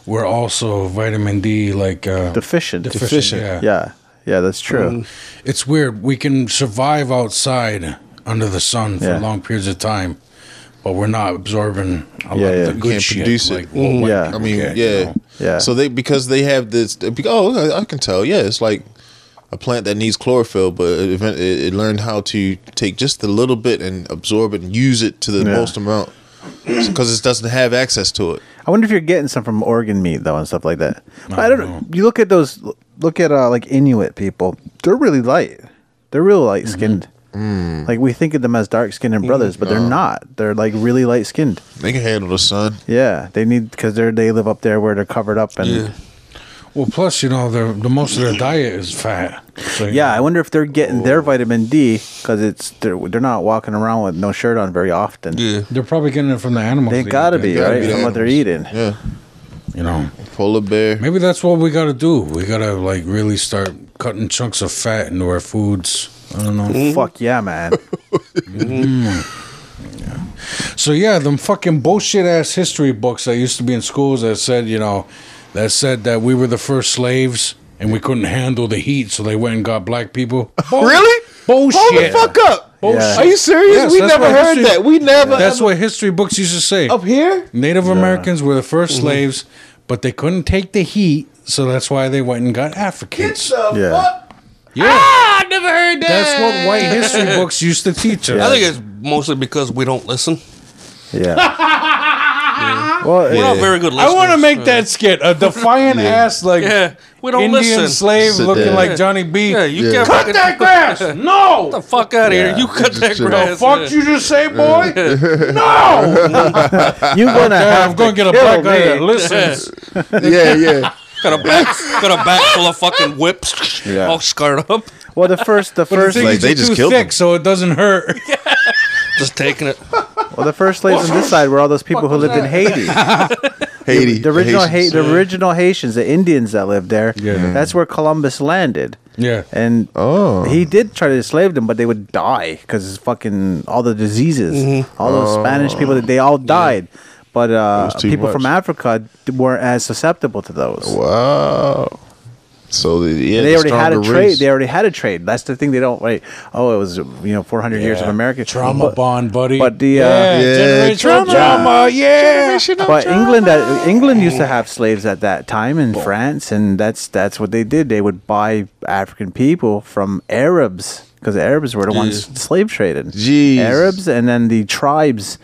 [SPEAKER 5] we're also vitamin D like uh,
[SPEAKER 4] deficient.
[SPEAKER 5] deficient. Yeah.
[SPEAKER 4] Yeah, yeah, that's true.
[SPEAKER 5] It's weird. We can survive outside under the sun for
[SPEAKER 4] Yeah.
[SPEAKER 5] long periods of time, but we're not absorbing a
[SPEAKER 4] Yeah,
[SPEAKER 5] lot
[SPEAKER 4] yeah.
[SPEAKER 5] of the good
[SPEAKER 3] Can't
[SPEAKER 5] shit.
[SPEAKER 3] produce it.
[SPEAKER 5] like what white
[SPEAKER 4] Yeah.
[SPEAKER 5] people
[SPEAKER 3] I mean,
[SPEAKER 5] get, you
[SPEAKER 3] yeah,
[SPEAKER 5] know?
[SPEAKER 4] Yeah.
[SPEAKER 3] So they because they have this. they be- Oh, I- I can tell. Yeah, it's like a plant that needs chlorophyll, but it, event- it, it learned how to take just a little bit and absorb it and use it to the
[SPEAKER 4] Yeah.
[SPEAKER 3] most amount because it doesn't have access to it.
[SPEAKER 4] I wonder if you're getting some from Oregon meat though and stuff like that. But I don't know. You look at those. Look at uh, like Inuit people. They're really light. They're real light skinned. Like we think of them as dark skinned and brothers, but they're not. They're like really light skinned.
[SPEAKER 3] They can handle the sun.
[SPEAKER 4] Yeah, they need because they're they live up there where they're covered up and yeah.
[SPEAKER 5] Well, plus you know the the most of their diet is fat. So,
[SPEAKER 4] I wonder if they're getting their vitamin D because it's they're they're not walking around with no shirt on very often.
[SPEAKER 2] Yeah.
[SPEAKER 5] they're probably getting it from the animals.
[SPEAKER 4] They
[SPEAKER 5] that eat
[SPEAKER 4] gotta
[SPEAKER 5] that,
[SPEAKER 4] be
[SPEAKER 3] gotta
[SPEAKER 4] right
[SPEAKER 3] be the
[SPEAKER 4] from what they're eating.
[SPEAKER 3] Yeah,
[SPEAKER 5] You know,
[SPEAKER 3] polar bear.
[SPEAKER 5] maybe that's what we gotta do. We gotta like really start cutting chunks of fat into our foods. I don't know.
[SPEAKER 4] Fuck yeah, man.
[SPEAKER 5] So yeah, them fucking bullshit ass history books that used to be in schools that said, you know, that said that we were the first slaves and we couldn't handle the heat, so they went and got black people. Bull-
[SPEAKER 7] Really?
[SPEAKER 5] Bullshit.
[SPEAKER 7] Hold the fuck up.
[SPEAKER 4] Yeah.
[SPEAKER 7] Are you serious?
[SPEAKER 5] Yes,
[SPEAKER 7] we
[SPEAKER 5] that's
[SPEAKER 7] never
[SPEAKER 5] what
[SPEAKER 7] heard
[SPEAKER 5] history-
[SPEAKER 7] that. We never.
[SPEAKER 5] That's
[SPEAKER 7] ever-
[SPEAKER 5] what history books used to say.
[SPEAKER 7] up here.
[SPEAKER 5] Native Americans were the 1st
[SPEAKER 7] Mm-hmm.
[SPEAKER 5] slaves, but they couldn't take the heat, so that's why they went and got Africans.
[SPEAKER 4] Yeah.
[SPEAKER 5] yeah.
[SPEAKER 6] I never heard that.
[SPEAKER 5] That's what white history books used to teach us.
[SPEAKER 2] I think it's mostly because we don't listen.
[SPEAKER 4] Yeah. Well,
[SPEAKER 2] We're
[SPEAKER 4] it-
[SPEAKER 2] not very good
[SPEAKER 5] I
[SPEAKER 2] listeners.
[SPEAKER 5] want to make
[SPEAKER 2] Uh,
[SPEAKER 5] that skit a defiant ass like
[SPEAKER 2] Yeah, we don't
[SPEAKER 5] Indian
[SPEAKER 2] listen.
[SPEAKER 5] slave
[SPEAKER 3] Sit
[SPEAKER 5] looking
[SPEAKER 3] down.
[SPEAKER 5] like Johnny B.
[SPEAKER 2] Yeah, you can't
[SPEAKER 5] Cut
[SPEAKER 2] fucking
[SPEAKER 5] that grass! No!
[SPEAKER 2] the fuck out of here. You cut that
[SPEAKER 3] sit
[SPEAKER 2] grass.
[SPEAKER 5] Fuck
[SPEAKER 2] yeah.
[SPEAKER 5] you just say, boy? No!
[SPEAKER 4] You're gonna have
[SPEAKER 5] I'm going to get a
[SPEAKER 4] kill
[SPEAKER 5] black guy
[SPEAKER 4] me.
[SPEAKER 5] that listens.
[SPEAKER 3] Yeah, yeah.
[SPEAKER 2] Got a back, got a back full of fucking whips,
[SPEAKER 4] Yeah.
[SPEAKER 2] all scarred up.
[SPEAKER 4] Well, the first, the first,
[SPEAKER 3] Like, they just
[SPEAKER 5] too
[SPEAKER 3] killed
[SPEAKER 5] thick,
[SPEAKER 3] him.
[SPEAKER 5] so it doesn't hurt.
[SPEAKER 2] Just taking it.
[SPEAKER 4] well, the first slaves on this side were all those people who lived in Haiti.
[SPEAKER 3] Haiti.
[SPEAKER 4] The original, ha-
[SPEAKER 3] Haitians.
[SPEAKER 4] the original Haitians, the Indians that lived there. Mm.
[SPEAKER 5] Yeah.
[SPEAKER 4] that's where Columbus landed.
[SPEAKER 5] Yeah.
[SPEAKER 4] And
[SPEAKER 3] Oh.
[SPEAKER 4] he did try to enslave them, but they would die because fucking all the diseases,
[SPEAKER 5] Mm-hmm.
[SPEAKER 4] all those Spanish people, they all died. But uh,
[SPEAKER 3] Oh. was too
[SPEAKER 4] people
[SPEAKER 3] much.
[SPEAKER 4] from Africa d- weren't as susceptible to those.
[SPEAKER 3] Wow. So the, yeah,
[SPEAKER 4] they
[SPEAKER 3] the
[SPEAKER 4] already had a
[SPEAKER 3] stronger
[SPEAKER 4] trade.
[SPEAKER 3] race.
[SPEAKER 4] They already had a trade. That's the thing. They don't wait. Oh, it was you know 400 years of
[SPEAKER 5] Yeah.
[SPEAKER 4] America
[SPEAKER 5] Trauma
[SPEAKER 4] But-
[SPEAKER 5] bond, buddy.
[SPEAKER 4] but the, uh,
[SPEAKER 5] yeah,
[SPEAKER 3] Yeah,
[SPEAKER 5] generational
[SPEAKER 3] trauma.
[SPEAKER 5] trauma, yeah.
[SPEAKER 4] But England, uh, England used to have slaves at that time in France, and that's that's what they did. They would buy African people from Arabs because the Arabs were the ones slave traded.
[SPEAKER 3] Jeez.
[SPEAKER 4] Arabs, and then the tribes,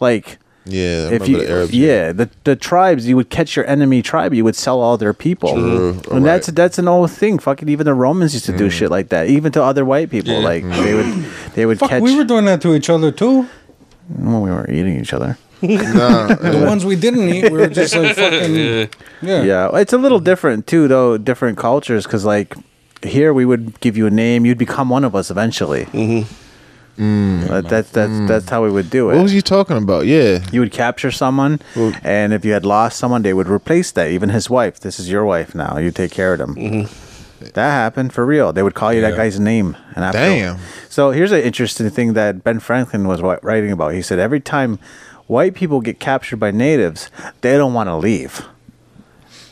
[SPEAKER 4] like
[SPEAKER 3] Yeah, I remember
[SPEAKER 4] if you
[SPEAKER 3] the Arabs.
[SPEAKER 4] yeah the, the tribes you would catch your enemy tribe you would sell all their people
[SPEAKER 3] True. Oh, Mm.
[SPEAKER 4] and
[SPEAKER 3] Alright.
[SPEAKER 4] that's that's an old thing fucking even the romans used to do shit like that even to other white people like they would they would
[SPEAKER 5] Fuck,
[SPEAKER 4] catch
[SPEAKER 5] we were doing that to each other too.
[SPEAKER 4] when we were eating each other
[SPEAKER 5] The ones we didn't eat, we were just like fucking. Yeah.
[SPEAKER 4] yeah it's a little
[SPEAKER 3] Mm-hmm.
[SPEAKER 4] different too though different cultures because like here we would give you a name you'd become one of us eventually mm-hmm. but that's that's that's how we would do it
[SPEAKER 3] Mm. What was you talking about? Yeah,
[SPEAKER 4] you would capture someone and if you had lost someone they would replace that even his wife this is your wife now you take care of them
[SPEAKER 3] Mm-hmm.
[SPEAKER 4] that happened for real they would call you that
[SPEAKER 5] Yeah.
[SPEAKER 4] guy's name and after,
[SPEAKER 3] Damn.
[SPEAKER 4] so here's an interesting thing that ben franklin was wi- writing about he said every time white people get captured by natives they don't want to leave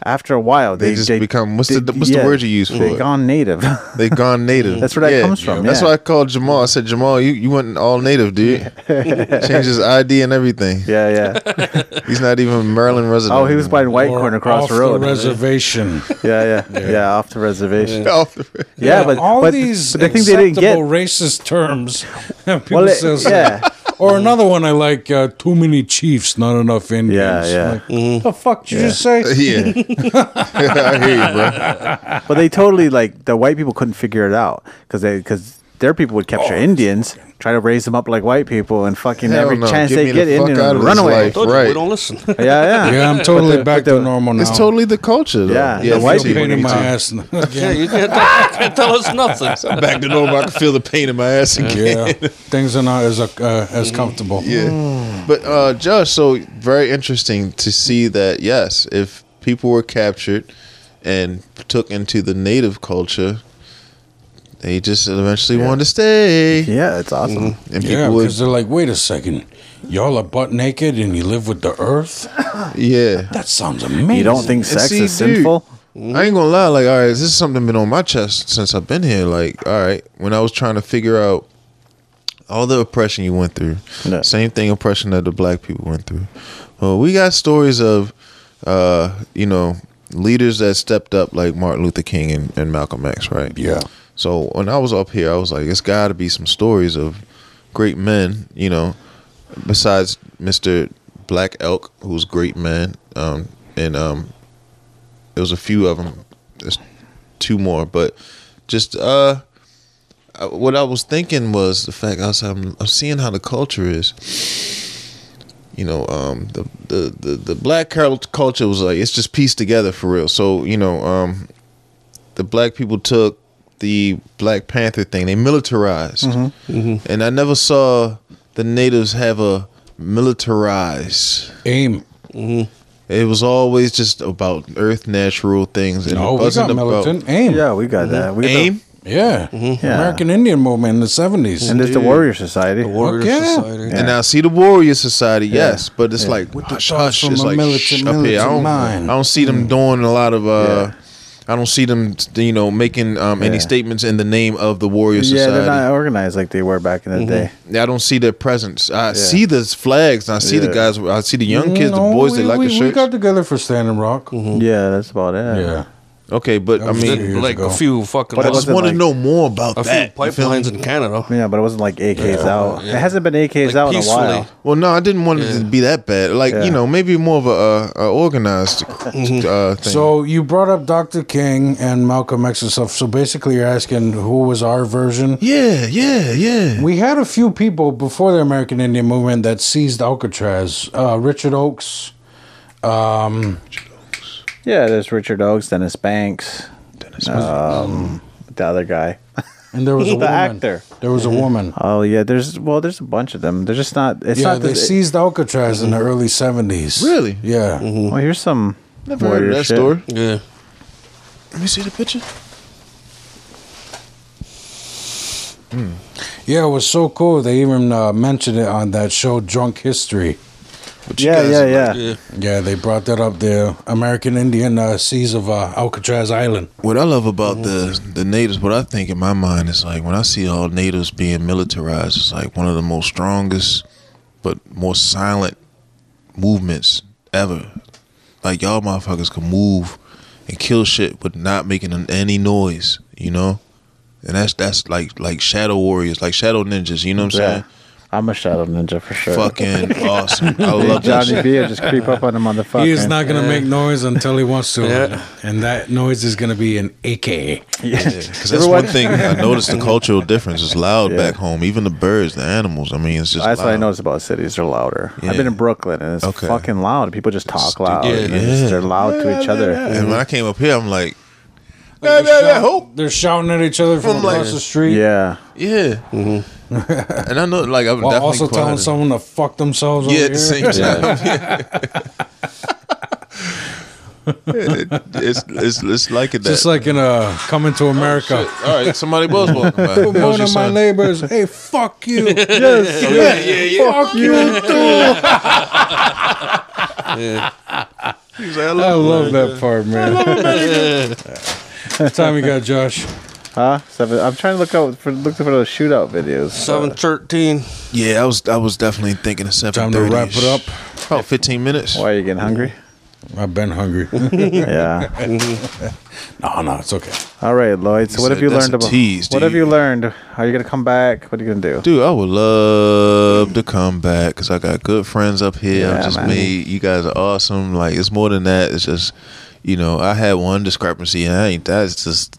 [SPEAKER 4] after a while they,
[SPEAKER 3] They just become- what's the- what's the word you use for
[SPEAKER 4] they
[SPEAKER 3] it?
[SPEAKER 4] gone native
[SPEAKER 3] they gone native.
[SPEAKER 4] That's where that
[SPEAKER 3] Yeah.
[SPEAKER 4] comes from,
[SPEAKER 3] That's
[SPEAKER 4] yeah.
[SPEAKER 3] why I called Jamal. I said, Jamal, you, you went all native, dude. Changed his ID and everything.
[SPEAKER 4] yeah yeah
[SPEAKER 3] He's not even a Maryland resident.
[SPEAKER 4] oh he was
[SPEAKER 3] anymore.
[SPEAKER 4] buying white corn across
[SPEAKER 5] off
[SPEAKER 4] the road
[SPEAKER 5] reservation.
[SPEAKER 4] yeah, yeah yeah off the reservation yeah,
[SPEAKER 3] Off the re-
[SPEAKER 4] but
[SPEAKER 5] all
[SPEAKER 4] but,
[SPEAKER 5] these
[SPEAKER 4] but the thing they
[SPEAKER 5] acceptable
[SPEAKER 4] didn't get
[SPEAKER 5] racist terms. People
[SPEAKER 4] Well, it-
[SPEAKER 5] say so.
[SPEAKER 4] yeah.
[SPEAKER 5] Or another one I like: uh, too many chiefs, not enough Indians.
[SPEAKER 4] Yeah, yeah.
[SPEAKER 5] Like, The fuck did you just say?
[SPEAKER 3] Mm-hmm. yeah. I hear you, bro.
[SPEAKER 4] But they totally like the white people couldn't figure it out because they because their people would
[SPEAKER 5] Oh.
[SPEAKER 4] capture Indians, try to raise them up like white people, and fucking
[SPEAKER 3] Hell
[SPEAKER 4] every
[SPEAKER 3] no.
[SPEAKER 4] chance
[SPEAKER 3] Get
[SPEAKER 4] they
[SPEAKER 3] me
[SPEAKER 4] get
[SPEAKER 3] the fuck
[SPEAKER 4] Indian
[SPEAKER 3] out of
[SPEAKER 4] run
[SPEAKER 3] this
[SPEAKER 4] away.
[SPEAKER 3] life.
[SPEAKER 2] Told you,
[SPEAKER 3] Right.
[SPEAKER 2] we don't listen.
[SPEAKER 4] Yeah, yeah,
[SPEAKER 5] Yeah, I'm totally back to normal now.
[SPEAKER 3] It's totally the culture, though.
[SPEAKER 4] Yeah, the
[SPEAKER 3] me
[SPEAKER 4] white
[SPEAKER 3] too.
[SPEAKER 4] people
[SPEAKER 5] pain in
[SPEAKER 3] Me
[SPEAKER 5] my
[SPEAKER 3] too.
[SPEAKER 5] ass.
[SPEAKER 2] yeah,
[SPEAKER 5] again.
[SPEAKER 2] you can't tell, can't tell us nothing.
[SPEAKER 3] I'm back to normal. I can feel the pain in my ass again.
[SPEAKER 5] yeah, things are not as uh, uh, as comfortable.
[SPEAKER 3] Mm-hmm. Yeah.
[SPEAKER 4] Mm-hmm.
[SPEAKER 3] But uh Josh, so very interesting to see that yes, if people were captured and took into the native culture, they just eventually wanted to stay.
[SPEAKER 4] yeah. It's awesome.
[SPEAKER 3] And people
[SPEAKER 5] Yeah,
[SPEAKER 3] would
[SPEAKER 5] because they're like, wait a second, y'all are butt naked and you live with the earth.
[SPEAKER 3] Yeah.
[SPEAKER 5] That sounds amazing.
[SPEAKER 4] You don't think
[SPEAKER 3] And
[SPEAKER 4] sex
[SPEAKER 3] see,
[SPEAKER 4] is
[SPEAKER 3] dude,
[SPEAKER 4] sinful?
[SPEAKER 3] I ain't gonna lie, like, all right, this is something been on my chest since I've been here. Like, all right, when I was trying to figure out all the oppression you went through,
[SPEAKER 4] Yeah.
[SPEAKER 3] same thing oppression that the black people went through. Well, we got stories of, uh, you know, leaders that stepped up like Martin Luther King and, and Malcolm X, right?
[SPEAKER 5] Yeah.
[SPEAKER 3] So when I was up here, I was like, it's got to be some stories of great men, you know, besides Mr. Black Elk, who's a great man, um, and um, there was a few of them, there's two more, but just uh, uh, what I was thinking was the fact I was I'm, I'm seeing how the culture is. You know, um, the, the the the black cul- culture was like it's just pieced together for real. So you know, um, the black people took the Black Panther thing. They militarized,
[SPEAKER 4] Mm-hmm.
[SPEAKER 5] Mm-hmm.
[SPEAKER 3] and I never saw the natives have a militarized.
[SPEAKER 5] Aim.
[SPEAKER 3] It was always just about Earth natural things, and
[SPEAKER 5] No,
[SPEAKER 3] it
[SPEAKER 5] we
[SPEAKER 3] wasn't
[SPEAKER 5] got
[SPEAKER 3] about
[SPEAKER 5] militant. Aim. Yeah.
[SPEAKER 4] Yeah, we got that. We got the-
[SPEAKER 3] Mm-hmm. aim. Mm-hmm.
[SPEAKER 4] Yeah.
[SPEAKER 5] American Indian movement in the 70s.
[SPEAKER 4] and there's the warrior society.
[SPEAKER 3] Mm-hmm.
[SPEAKER 2] Warrior
[SPEAKER 5] yeah.
[SPEAKER 2] Society.
[SPEAKER 3] And I see the warrior society, yes, but it's like what the hush, hush.
[SPEAKER 5] from
[SPEAKER 3] It's
[SPEAKER 5] a
[SPEAKER 3] like
[SPEAKER 5] militant-
[SPEAKER 3] shh, up here. I
[SPEAKER 5] militant
[SPEAKER 3] don't,
[SPEAKER 5] mind. Mm.
[SPEAKER 3] I don't see them doing a lot of. uh I don't see them, you know, making um, any
[SPEAKER 4] Yeah.
[SPEAKER 3] statements in the name of the warrior
[SPEAKER 4] Yeah,
[SPEAKER 3] society.
[SPEAKER 4] they're not organized like they were back
[SPEAKER 3] Mm-hmm.
[SPEAKER 4] in the day.
[SPEAKER 3] I don't see their presence. I see the flags. And I see the
[SPEAKER 4] Yeah.
[SPEAKER 3] guys. I see the young kids,
[SPEAKER 5] Mm, No,
[SPEAKER 3] the boys.
[SPEAKER 5] we,
[SPEAKER 3] they like
[SPEAKER 5] we,
[SPEAKER 3] the
[SPEAKER 5] We
[SPEAKER 3] shirts. Mm-hmm.
[SPEAKER 5] got together for Standing Rock.
[SPEAKER 4] Yeah, that's about it.
[SPEAKER 5] Yeah.
[SPEAKER 3] okay, but I
[SPEAKER 5] was
[SPEAKER 3] mean,
[SPEAKER 5] it. years
[SPEAKER 2] like
[SPEAKER 5] ago.
[SPEAKER 2] a few fucking
[SPEAKER 4] But
[SPEAKER 3] I
[SPEAKER 4] it
[SPEAKER 2] a
[SPEAKER 3] just
[SPEAKER 4] wasn't
[SPEAKER 3] want to
[SPEAKER 4] like-
[SPEAKER 3] know more about
[SPEAKER 2] few
[SPEAKER 3] that. You feel me?
[SPEAKER 2] pipelines in Canada.
[SPEAKER 4] Yeah, but it wasn't like AKs out. It hasn't been AKs
[SPEAKER 2] Like,
[SPEAKER 4] out in a
[SPEAKER 2] peacefully.
[SPEAKER 4] while.
[SPEAKER 3] Well, no, I didn't want it to
[SPEAKER 2] Yeah.
[SPEAKER 3] be that bad. Like
[SPEAKER 4] Yeah.
[SPEAKER 3] you know, maybe more of a, uh, a organized uh, thing.
[SPEAKER 5] So you brought up Dr. King and Malcolm X and stuff. So basically, you're asking who was our version?
[SPEAKER 3] yeah, yeah, yeah.
[SPEAKER 5] We had a few people before the American Indian movement that seized Alcatraz. Uh, Richard Oakes.
[SPEAKER 4] Yeah, there's Richard Oakes, Dennis Banks, um, the other guy.
[SPEAKER 5] And there was a
[SPEAKER 4] The
[SPEAKER 5] woman.
[SPEAKER 4] actor.
[SPEAKER 5] There was a woman.
[SPEAKER 4] Oh yeah, there's well, there's a bunch of them. They're just not. It's
[SPEAKER 5] yeah,
[SPEAKER 4] not Mm-hmm.
[SPEAKER 5] they
[SPEAKER 4] this.
[SPEAKER 5] seized Alcatraz in the early 70s.
[SPEAKER 3] Really?
[SPEAKER 5] Yeah.
[SPEAKER 4] well, here's some.
[SPEAKER 3] Never heard of
[SPEAKER 4] warrior
[SPEAKER 3] that
[SPEAKER 4] shit.
[SPEAKER 3] story.
[SPEAKER 2] Yeah.
[SPEAKER 3] Let me see the picture.
[SPEAKER 5] Yeah, it was so cool. They even uh, mentioned it on that show, Drunk History.
[SPEAKER 3] But
[SPEAKER 4] Yeah, yeah, yeah.
[SPEAKER 2] Yeah.
[SPEAKER 5] Yeah, they brought that up. The American Indian uh, seas of uh, Alcatraz Island.
[SPEAKER 3] What I love about the the natives, what I think in my mind is like when I see all natives being militarized, it's like one of the most strongest but more silent movements ever. Like y'all motherfuckers can move and kill shit with not making an- any noise, you know? And that's that's like like shadow warriors, like shadow ninjas, you know what I'm
[SPEAKER 4] Yeah. I'm a shadow ninja for sure.
[SPEAKER 3] saying? Fucking awesome. I love that
[SPEAKER 4] Johnny
[SPEAKER 3] shit.
[SPEAKER 4] B. I just creep up on him on the fucking.
[SPEAKER 5] He is not gonna make noise until he wants to,
[SPEAKER 2] Yeah.
[SPEAKER 5] and that noise is gonna be an AK.
[SPEAKER 3] Because that's one thing I noticed the cultural difference. It's loud back home. Even the birds, the animals. I mean, it's just
[SPEAKER 4] That's what I
[SPEAKER 3] loud.
[SPEAKER 4] noticed about cities. They're louder. I've been
[SPEAKER 3] Yeah.
[SPEAKER 4] in Brooklyn and it's
[SPEAKER 3] Okay.
[SPEAKER 4] fucking loud. People just talk loud.
[SPEAKER 2] yeah.
[SPEAKER 4] and it's- They're loud to each other.
[SPEAKER 3] And when I came up here, I'm like,
[SPEAKER 5] They're,
[SPEAKER 3] yeah, yeah,
[SPEAKER 5] shout-
[SPEAKER 3] hope.
[SPEAKER 5] they're shouting at each other from
[SPEAKER 3] From, like-
[SPEAKER 5] across the street.
[SPEAKER 4] Yeah.
[SPEAKER 3] yeah. Mm-hmm. and I know, like, I'm
[SPEAKER 5] While
[SPEAKER 3] definitely
[SPEAKER 5] also telling
[SPEAKER 3] quieter.
[SPEAKER 5] someone to fuck themselves.
[SPEAKER 3] Yeah,
[SPEAKER 5] over
[SPEAKER 3] at the same
[SPEAKER 5] here.
[SPEAKER 3] time. It- it's, it's it's like it that.
[SPEAKER 5] Just like in uh, coming to America.
[SPEAKER 3] Oh, Shit. All right, somebody was walking by. That was
[SPEAKER 5] One
[SPEAKER 3] your
[SPEAKER 5] of my
[SPEAKER 3] son.
[SPEAKER 5] neighbors, hey, fuck you. yes, Fuck you too.
[SPEAKER 3] He was like, I
[SPEAKER 5] I
[SPEAKER 3] love
[SPEAKER 5] love that part, man. What time you got, Josh?
[SPEAKER 4] Huh? Seven. I'm trying to look out for look for those shootout videos.
[SPEAKER 2] Seven thirteen.
[SPEAKER 3] yeah, I was I was definitely thinking of
[SPEAKER 5] Time
[SPEAKER 3] seven
[SPEAKER 5] to
[SPEAKER 3] thirty.
[SPEAKER 5] wrap it up.
[SPEAKER 3] About fifteen minutes.
[SPEAKER 4] Why are you getting hungry?
[SPEAKER 5] I've been hungry.
[SPEAKER 4] yeah.
[SPEAKER 5] no, no, it's okay.
[SPEAKER 4] All right, Lloyd. So what
[SPEAKER 3] said
[SPEAKER 4] have you
[SPEAKER 3] that's
[SPEAKER 4] learned
[SPEAKER 3] a
[SPEAKER 4] about?
[SPEAKER 3] tease,
[SPEAKER 4] what have
[SPEAKER 3] dude.
[SPEAKER 4] you learned? Are you gonna come back? What are you gonna do?
[SPEAKER 3] Dude, I would love to come back because I got good friends up here.
[SPEAKER 4] Yeah,
[SPEAKER 3] I've just
[SPEAKER 4] man.
[SPEAKER 3] made you guys are awesome. Like it's more than that. It's just you know I had one discrepancy and I ain't that's just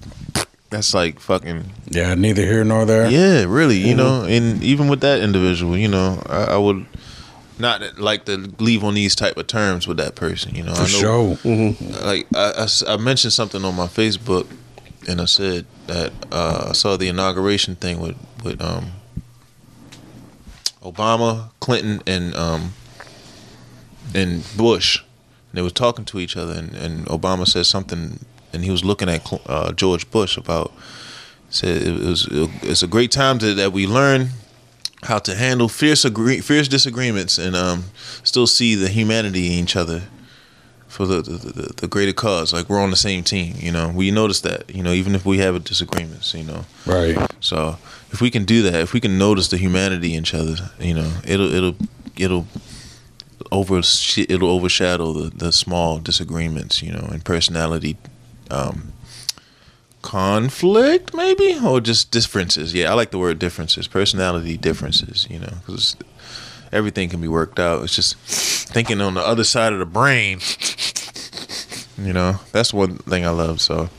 [SPEAKER 3] that's like fucking
[SPEAKER 5] Yeah, neither here nor there.
[SPEAKER 3] yeah, really.
[SPEAKER 4] Mm-hmm.
[SPEAKER 3] You know, and even with that individual, you know, I, I would not like to leave on these type of terms with that person. You know, Mm-hmm. I
[SPEAKER 5] For
[SPEAKER 3] know
[SPEAKER 5] sure.
[SPEAKER 3] like I, I s- I mentioned something on my Facebook, and I said that uh, I saw the inauguration thing with with um, Obama, Clinton, and um, and Bush. And they were talking to each other, and, and Obama said something, and he was looking at Cl- uh, George Bush about said it was it's a great time to, that we learn how to handle fierce agree, fierce disagreements and um, still see the humanity in each other for the, the, the, the greater cause. Like we're on the same team, you know. We notice that, you know, even if we have disagreements, you know.
[SPEAKER 5] Right.
[SPEAKER 3] So if we can do that, if we can notice the humanity in each other, you know, it'll it'll it'll over it'll overshadow the, the small disagreements, you know, and personality um, conflict maybe or just differences. Yeah, I like the word differences, personality differences, you know, because everything can be worked out. It's just thinking on the other side of the brain. You know, that's one thing I love. So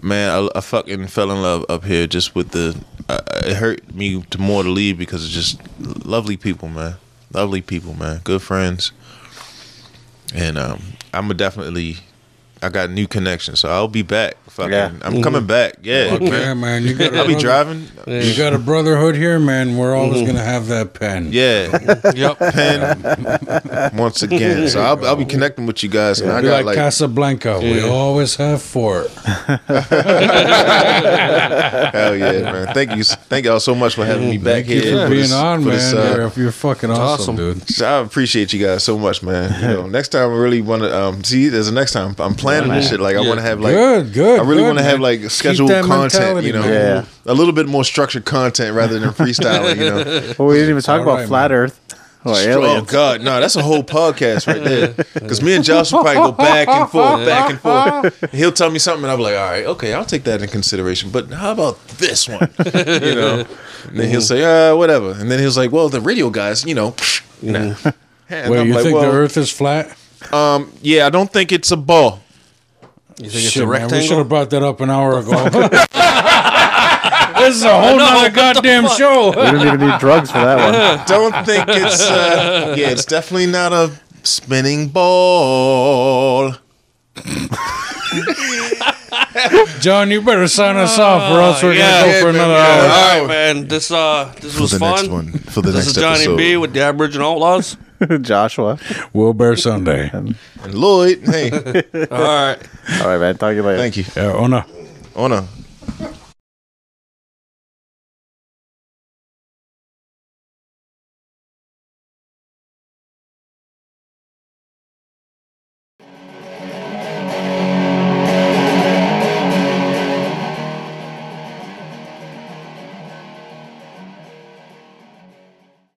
[SPEAKER 3] man, I, I fucking fell in love up here just with the. I, I- it hurt me to more to leave because it's just lovely people, man. Lovely people, man. Good friends, and um, I'm a definitely. I got new connections, so I'll be back. Fucking,
[SPEAKER 4] Yeah.
[SPEAKER 3] I'm coming back. Yeah,
[SPEAKER 5] Mm-hmm. Fuck yeah, man. You got a
[SPEAKER 3] I'll be
[SPEAKER 5] brother-
[SPEAKER 3] driving.
[SPEAKER 5] You got a brotherhood here, man. We're always gonna have that pen.
[SPEAKER 3] Yeah,
[SPEAKER 2] Yep.
[SPEAKER 3] pen once again. So I'll, I'll be connecting with you guys, and I
[SPEAKER 5] Be
[SPEAKER 3] got
[SPEAKER 5] like,
[SPEAKER 3] like
[SPEAKER 5] Casablanca. We always have four.
[SPEAKER 3] hell yeah, man. Thank you, thank y'all so much for having me back
[SPEAKER 5] Thank
[SPEAKER 3] here.
[SPEAKER 5] you for
[SPEAKER 3] for
[SPEAKER 5] being
[SPEAKER 3] this-
[SPEAKER 5] on,
[SPEAKER 3] for
[SPEAKER 5] man.
[SPEAKER 3] this, uh,
[SPEAKER 5] you're, you're fucking awesome,
[SPEAKER 2] awesome.
[SPEAKER 5] dude.
[SPEAKER 3] So I appreciate you guys so much, man. You know, next time I really want to um, see. There's a next time I'm planning this shit. Like I want to have like
[SPEAKER 5] Good, good,
[SPEAKER 3] I really
[SPEAKER 5] good,
[SPEAKER 3] want to have
[SPEAKER 5] man.
[SPEAKER 3] like
[SPEAKER 5] Keep
[SPEAKER 3] scheduled
[SPEAKER 5] that
[SPEAKER 3] content.
[SPEAKER 5] mentality,
[SPEAKER 3] You know,
[SPEAKER 5] man.
[SPEAKER 4] Yeah.
[SPEAKER 3] a little bit more structured content rather than freestyling. You know,
[SPEAKER 4] Well, we didn't even talk
[SPEAKER 5] all
[SPEAKER 4] about
[SPEAKER 5] right,
[SPEAKER 4] flat Earth or
[SPEAKER 3] oh
[SPEAKER 4] aliens.
[SPEAKER 3] god, no, that's a whole podcast right there. Because me and Josh will probably go back and forth, back and forth. He'll tell me something, and I'll be like, all right, okay, I'll take that in consideration. But how about this one? You know, and then he'll
[SPEAKER 2] Mm-hmm.
[SPEAKER 3] say, uh, whatever, and then he was like, well, the radio guys, you know. Nah. And
[SPEAKER 5] Wait,
[SPEAKER 3] I'm
[SPEAKER 5] you
[SPEAKER 3] like,
[SPEAKER 5] think
[SPEAKER 3] well,
[SPEAKER 5] the Earth is flat?
[SPEAKER 3] Um, yeah, I don't think it's a ball.
[SPEAKER 2] You think it's
[SPEAKER 5] Shit,
[SPEAKER 2] a
[SPEAKER 5] man, we should
[SPEAKER 2] rectangle?
[SPEAKER 5] have brought that up an hour ago. this is a whole nother goddamn
[SPEAKER 4] We
[SPEAKER 5] show.
[SPEAKER 4] don't even need drugs for that one.
[SPEAKER 3] Don't think it's. Uh, yeah, it's definitely not a spinning ball.
[SPEAKER 5] John, you better sign us off, or else we're
[SPEAKER 2] yeah,
[SPEAKER 5] gonna go for
[SPEAKER 3] yeah,
[SPEAKER 5] another
[SPEAKER 3] yeah.
[SPEAKER 5] hour.
[SPEAKER 2] All right, man. This uh, this was
[SPEAKER 3] the
[SPEAKER 2] fun.
[SPEAKER 3] next one, for the
[SPEAKER 2] this
[SPEAKER 3] next
[SPEAKER 2] is Johnny
[SPEAKER 3] episode.
[SPEAKER 2] B with the Aboriginal Outlaws.
[SPEAKER 4] Joshua.
[SPEAKER 5] Will Bear Sunday.
[SPEAKER 3] And Lloyd, hey,
[SPEAKER 2] All right.
[SPEAKER 4] All right, man. Talk to you later.
[SPEAKER 3] thank you.
[SPEAKER 5] Yeah, oh, Ona.
[SPEAKER 3] Ona.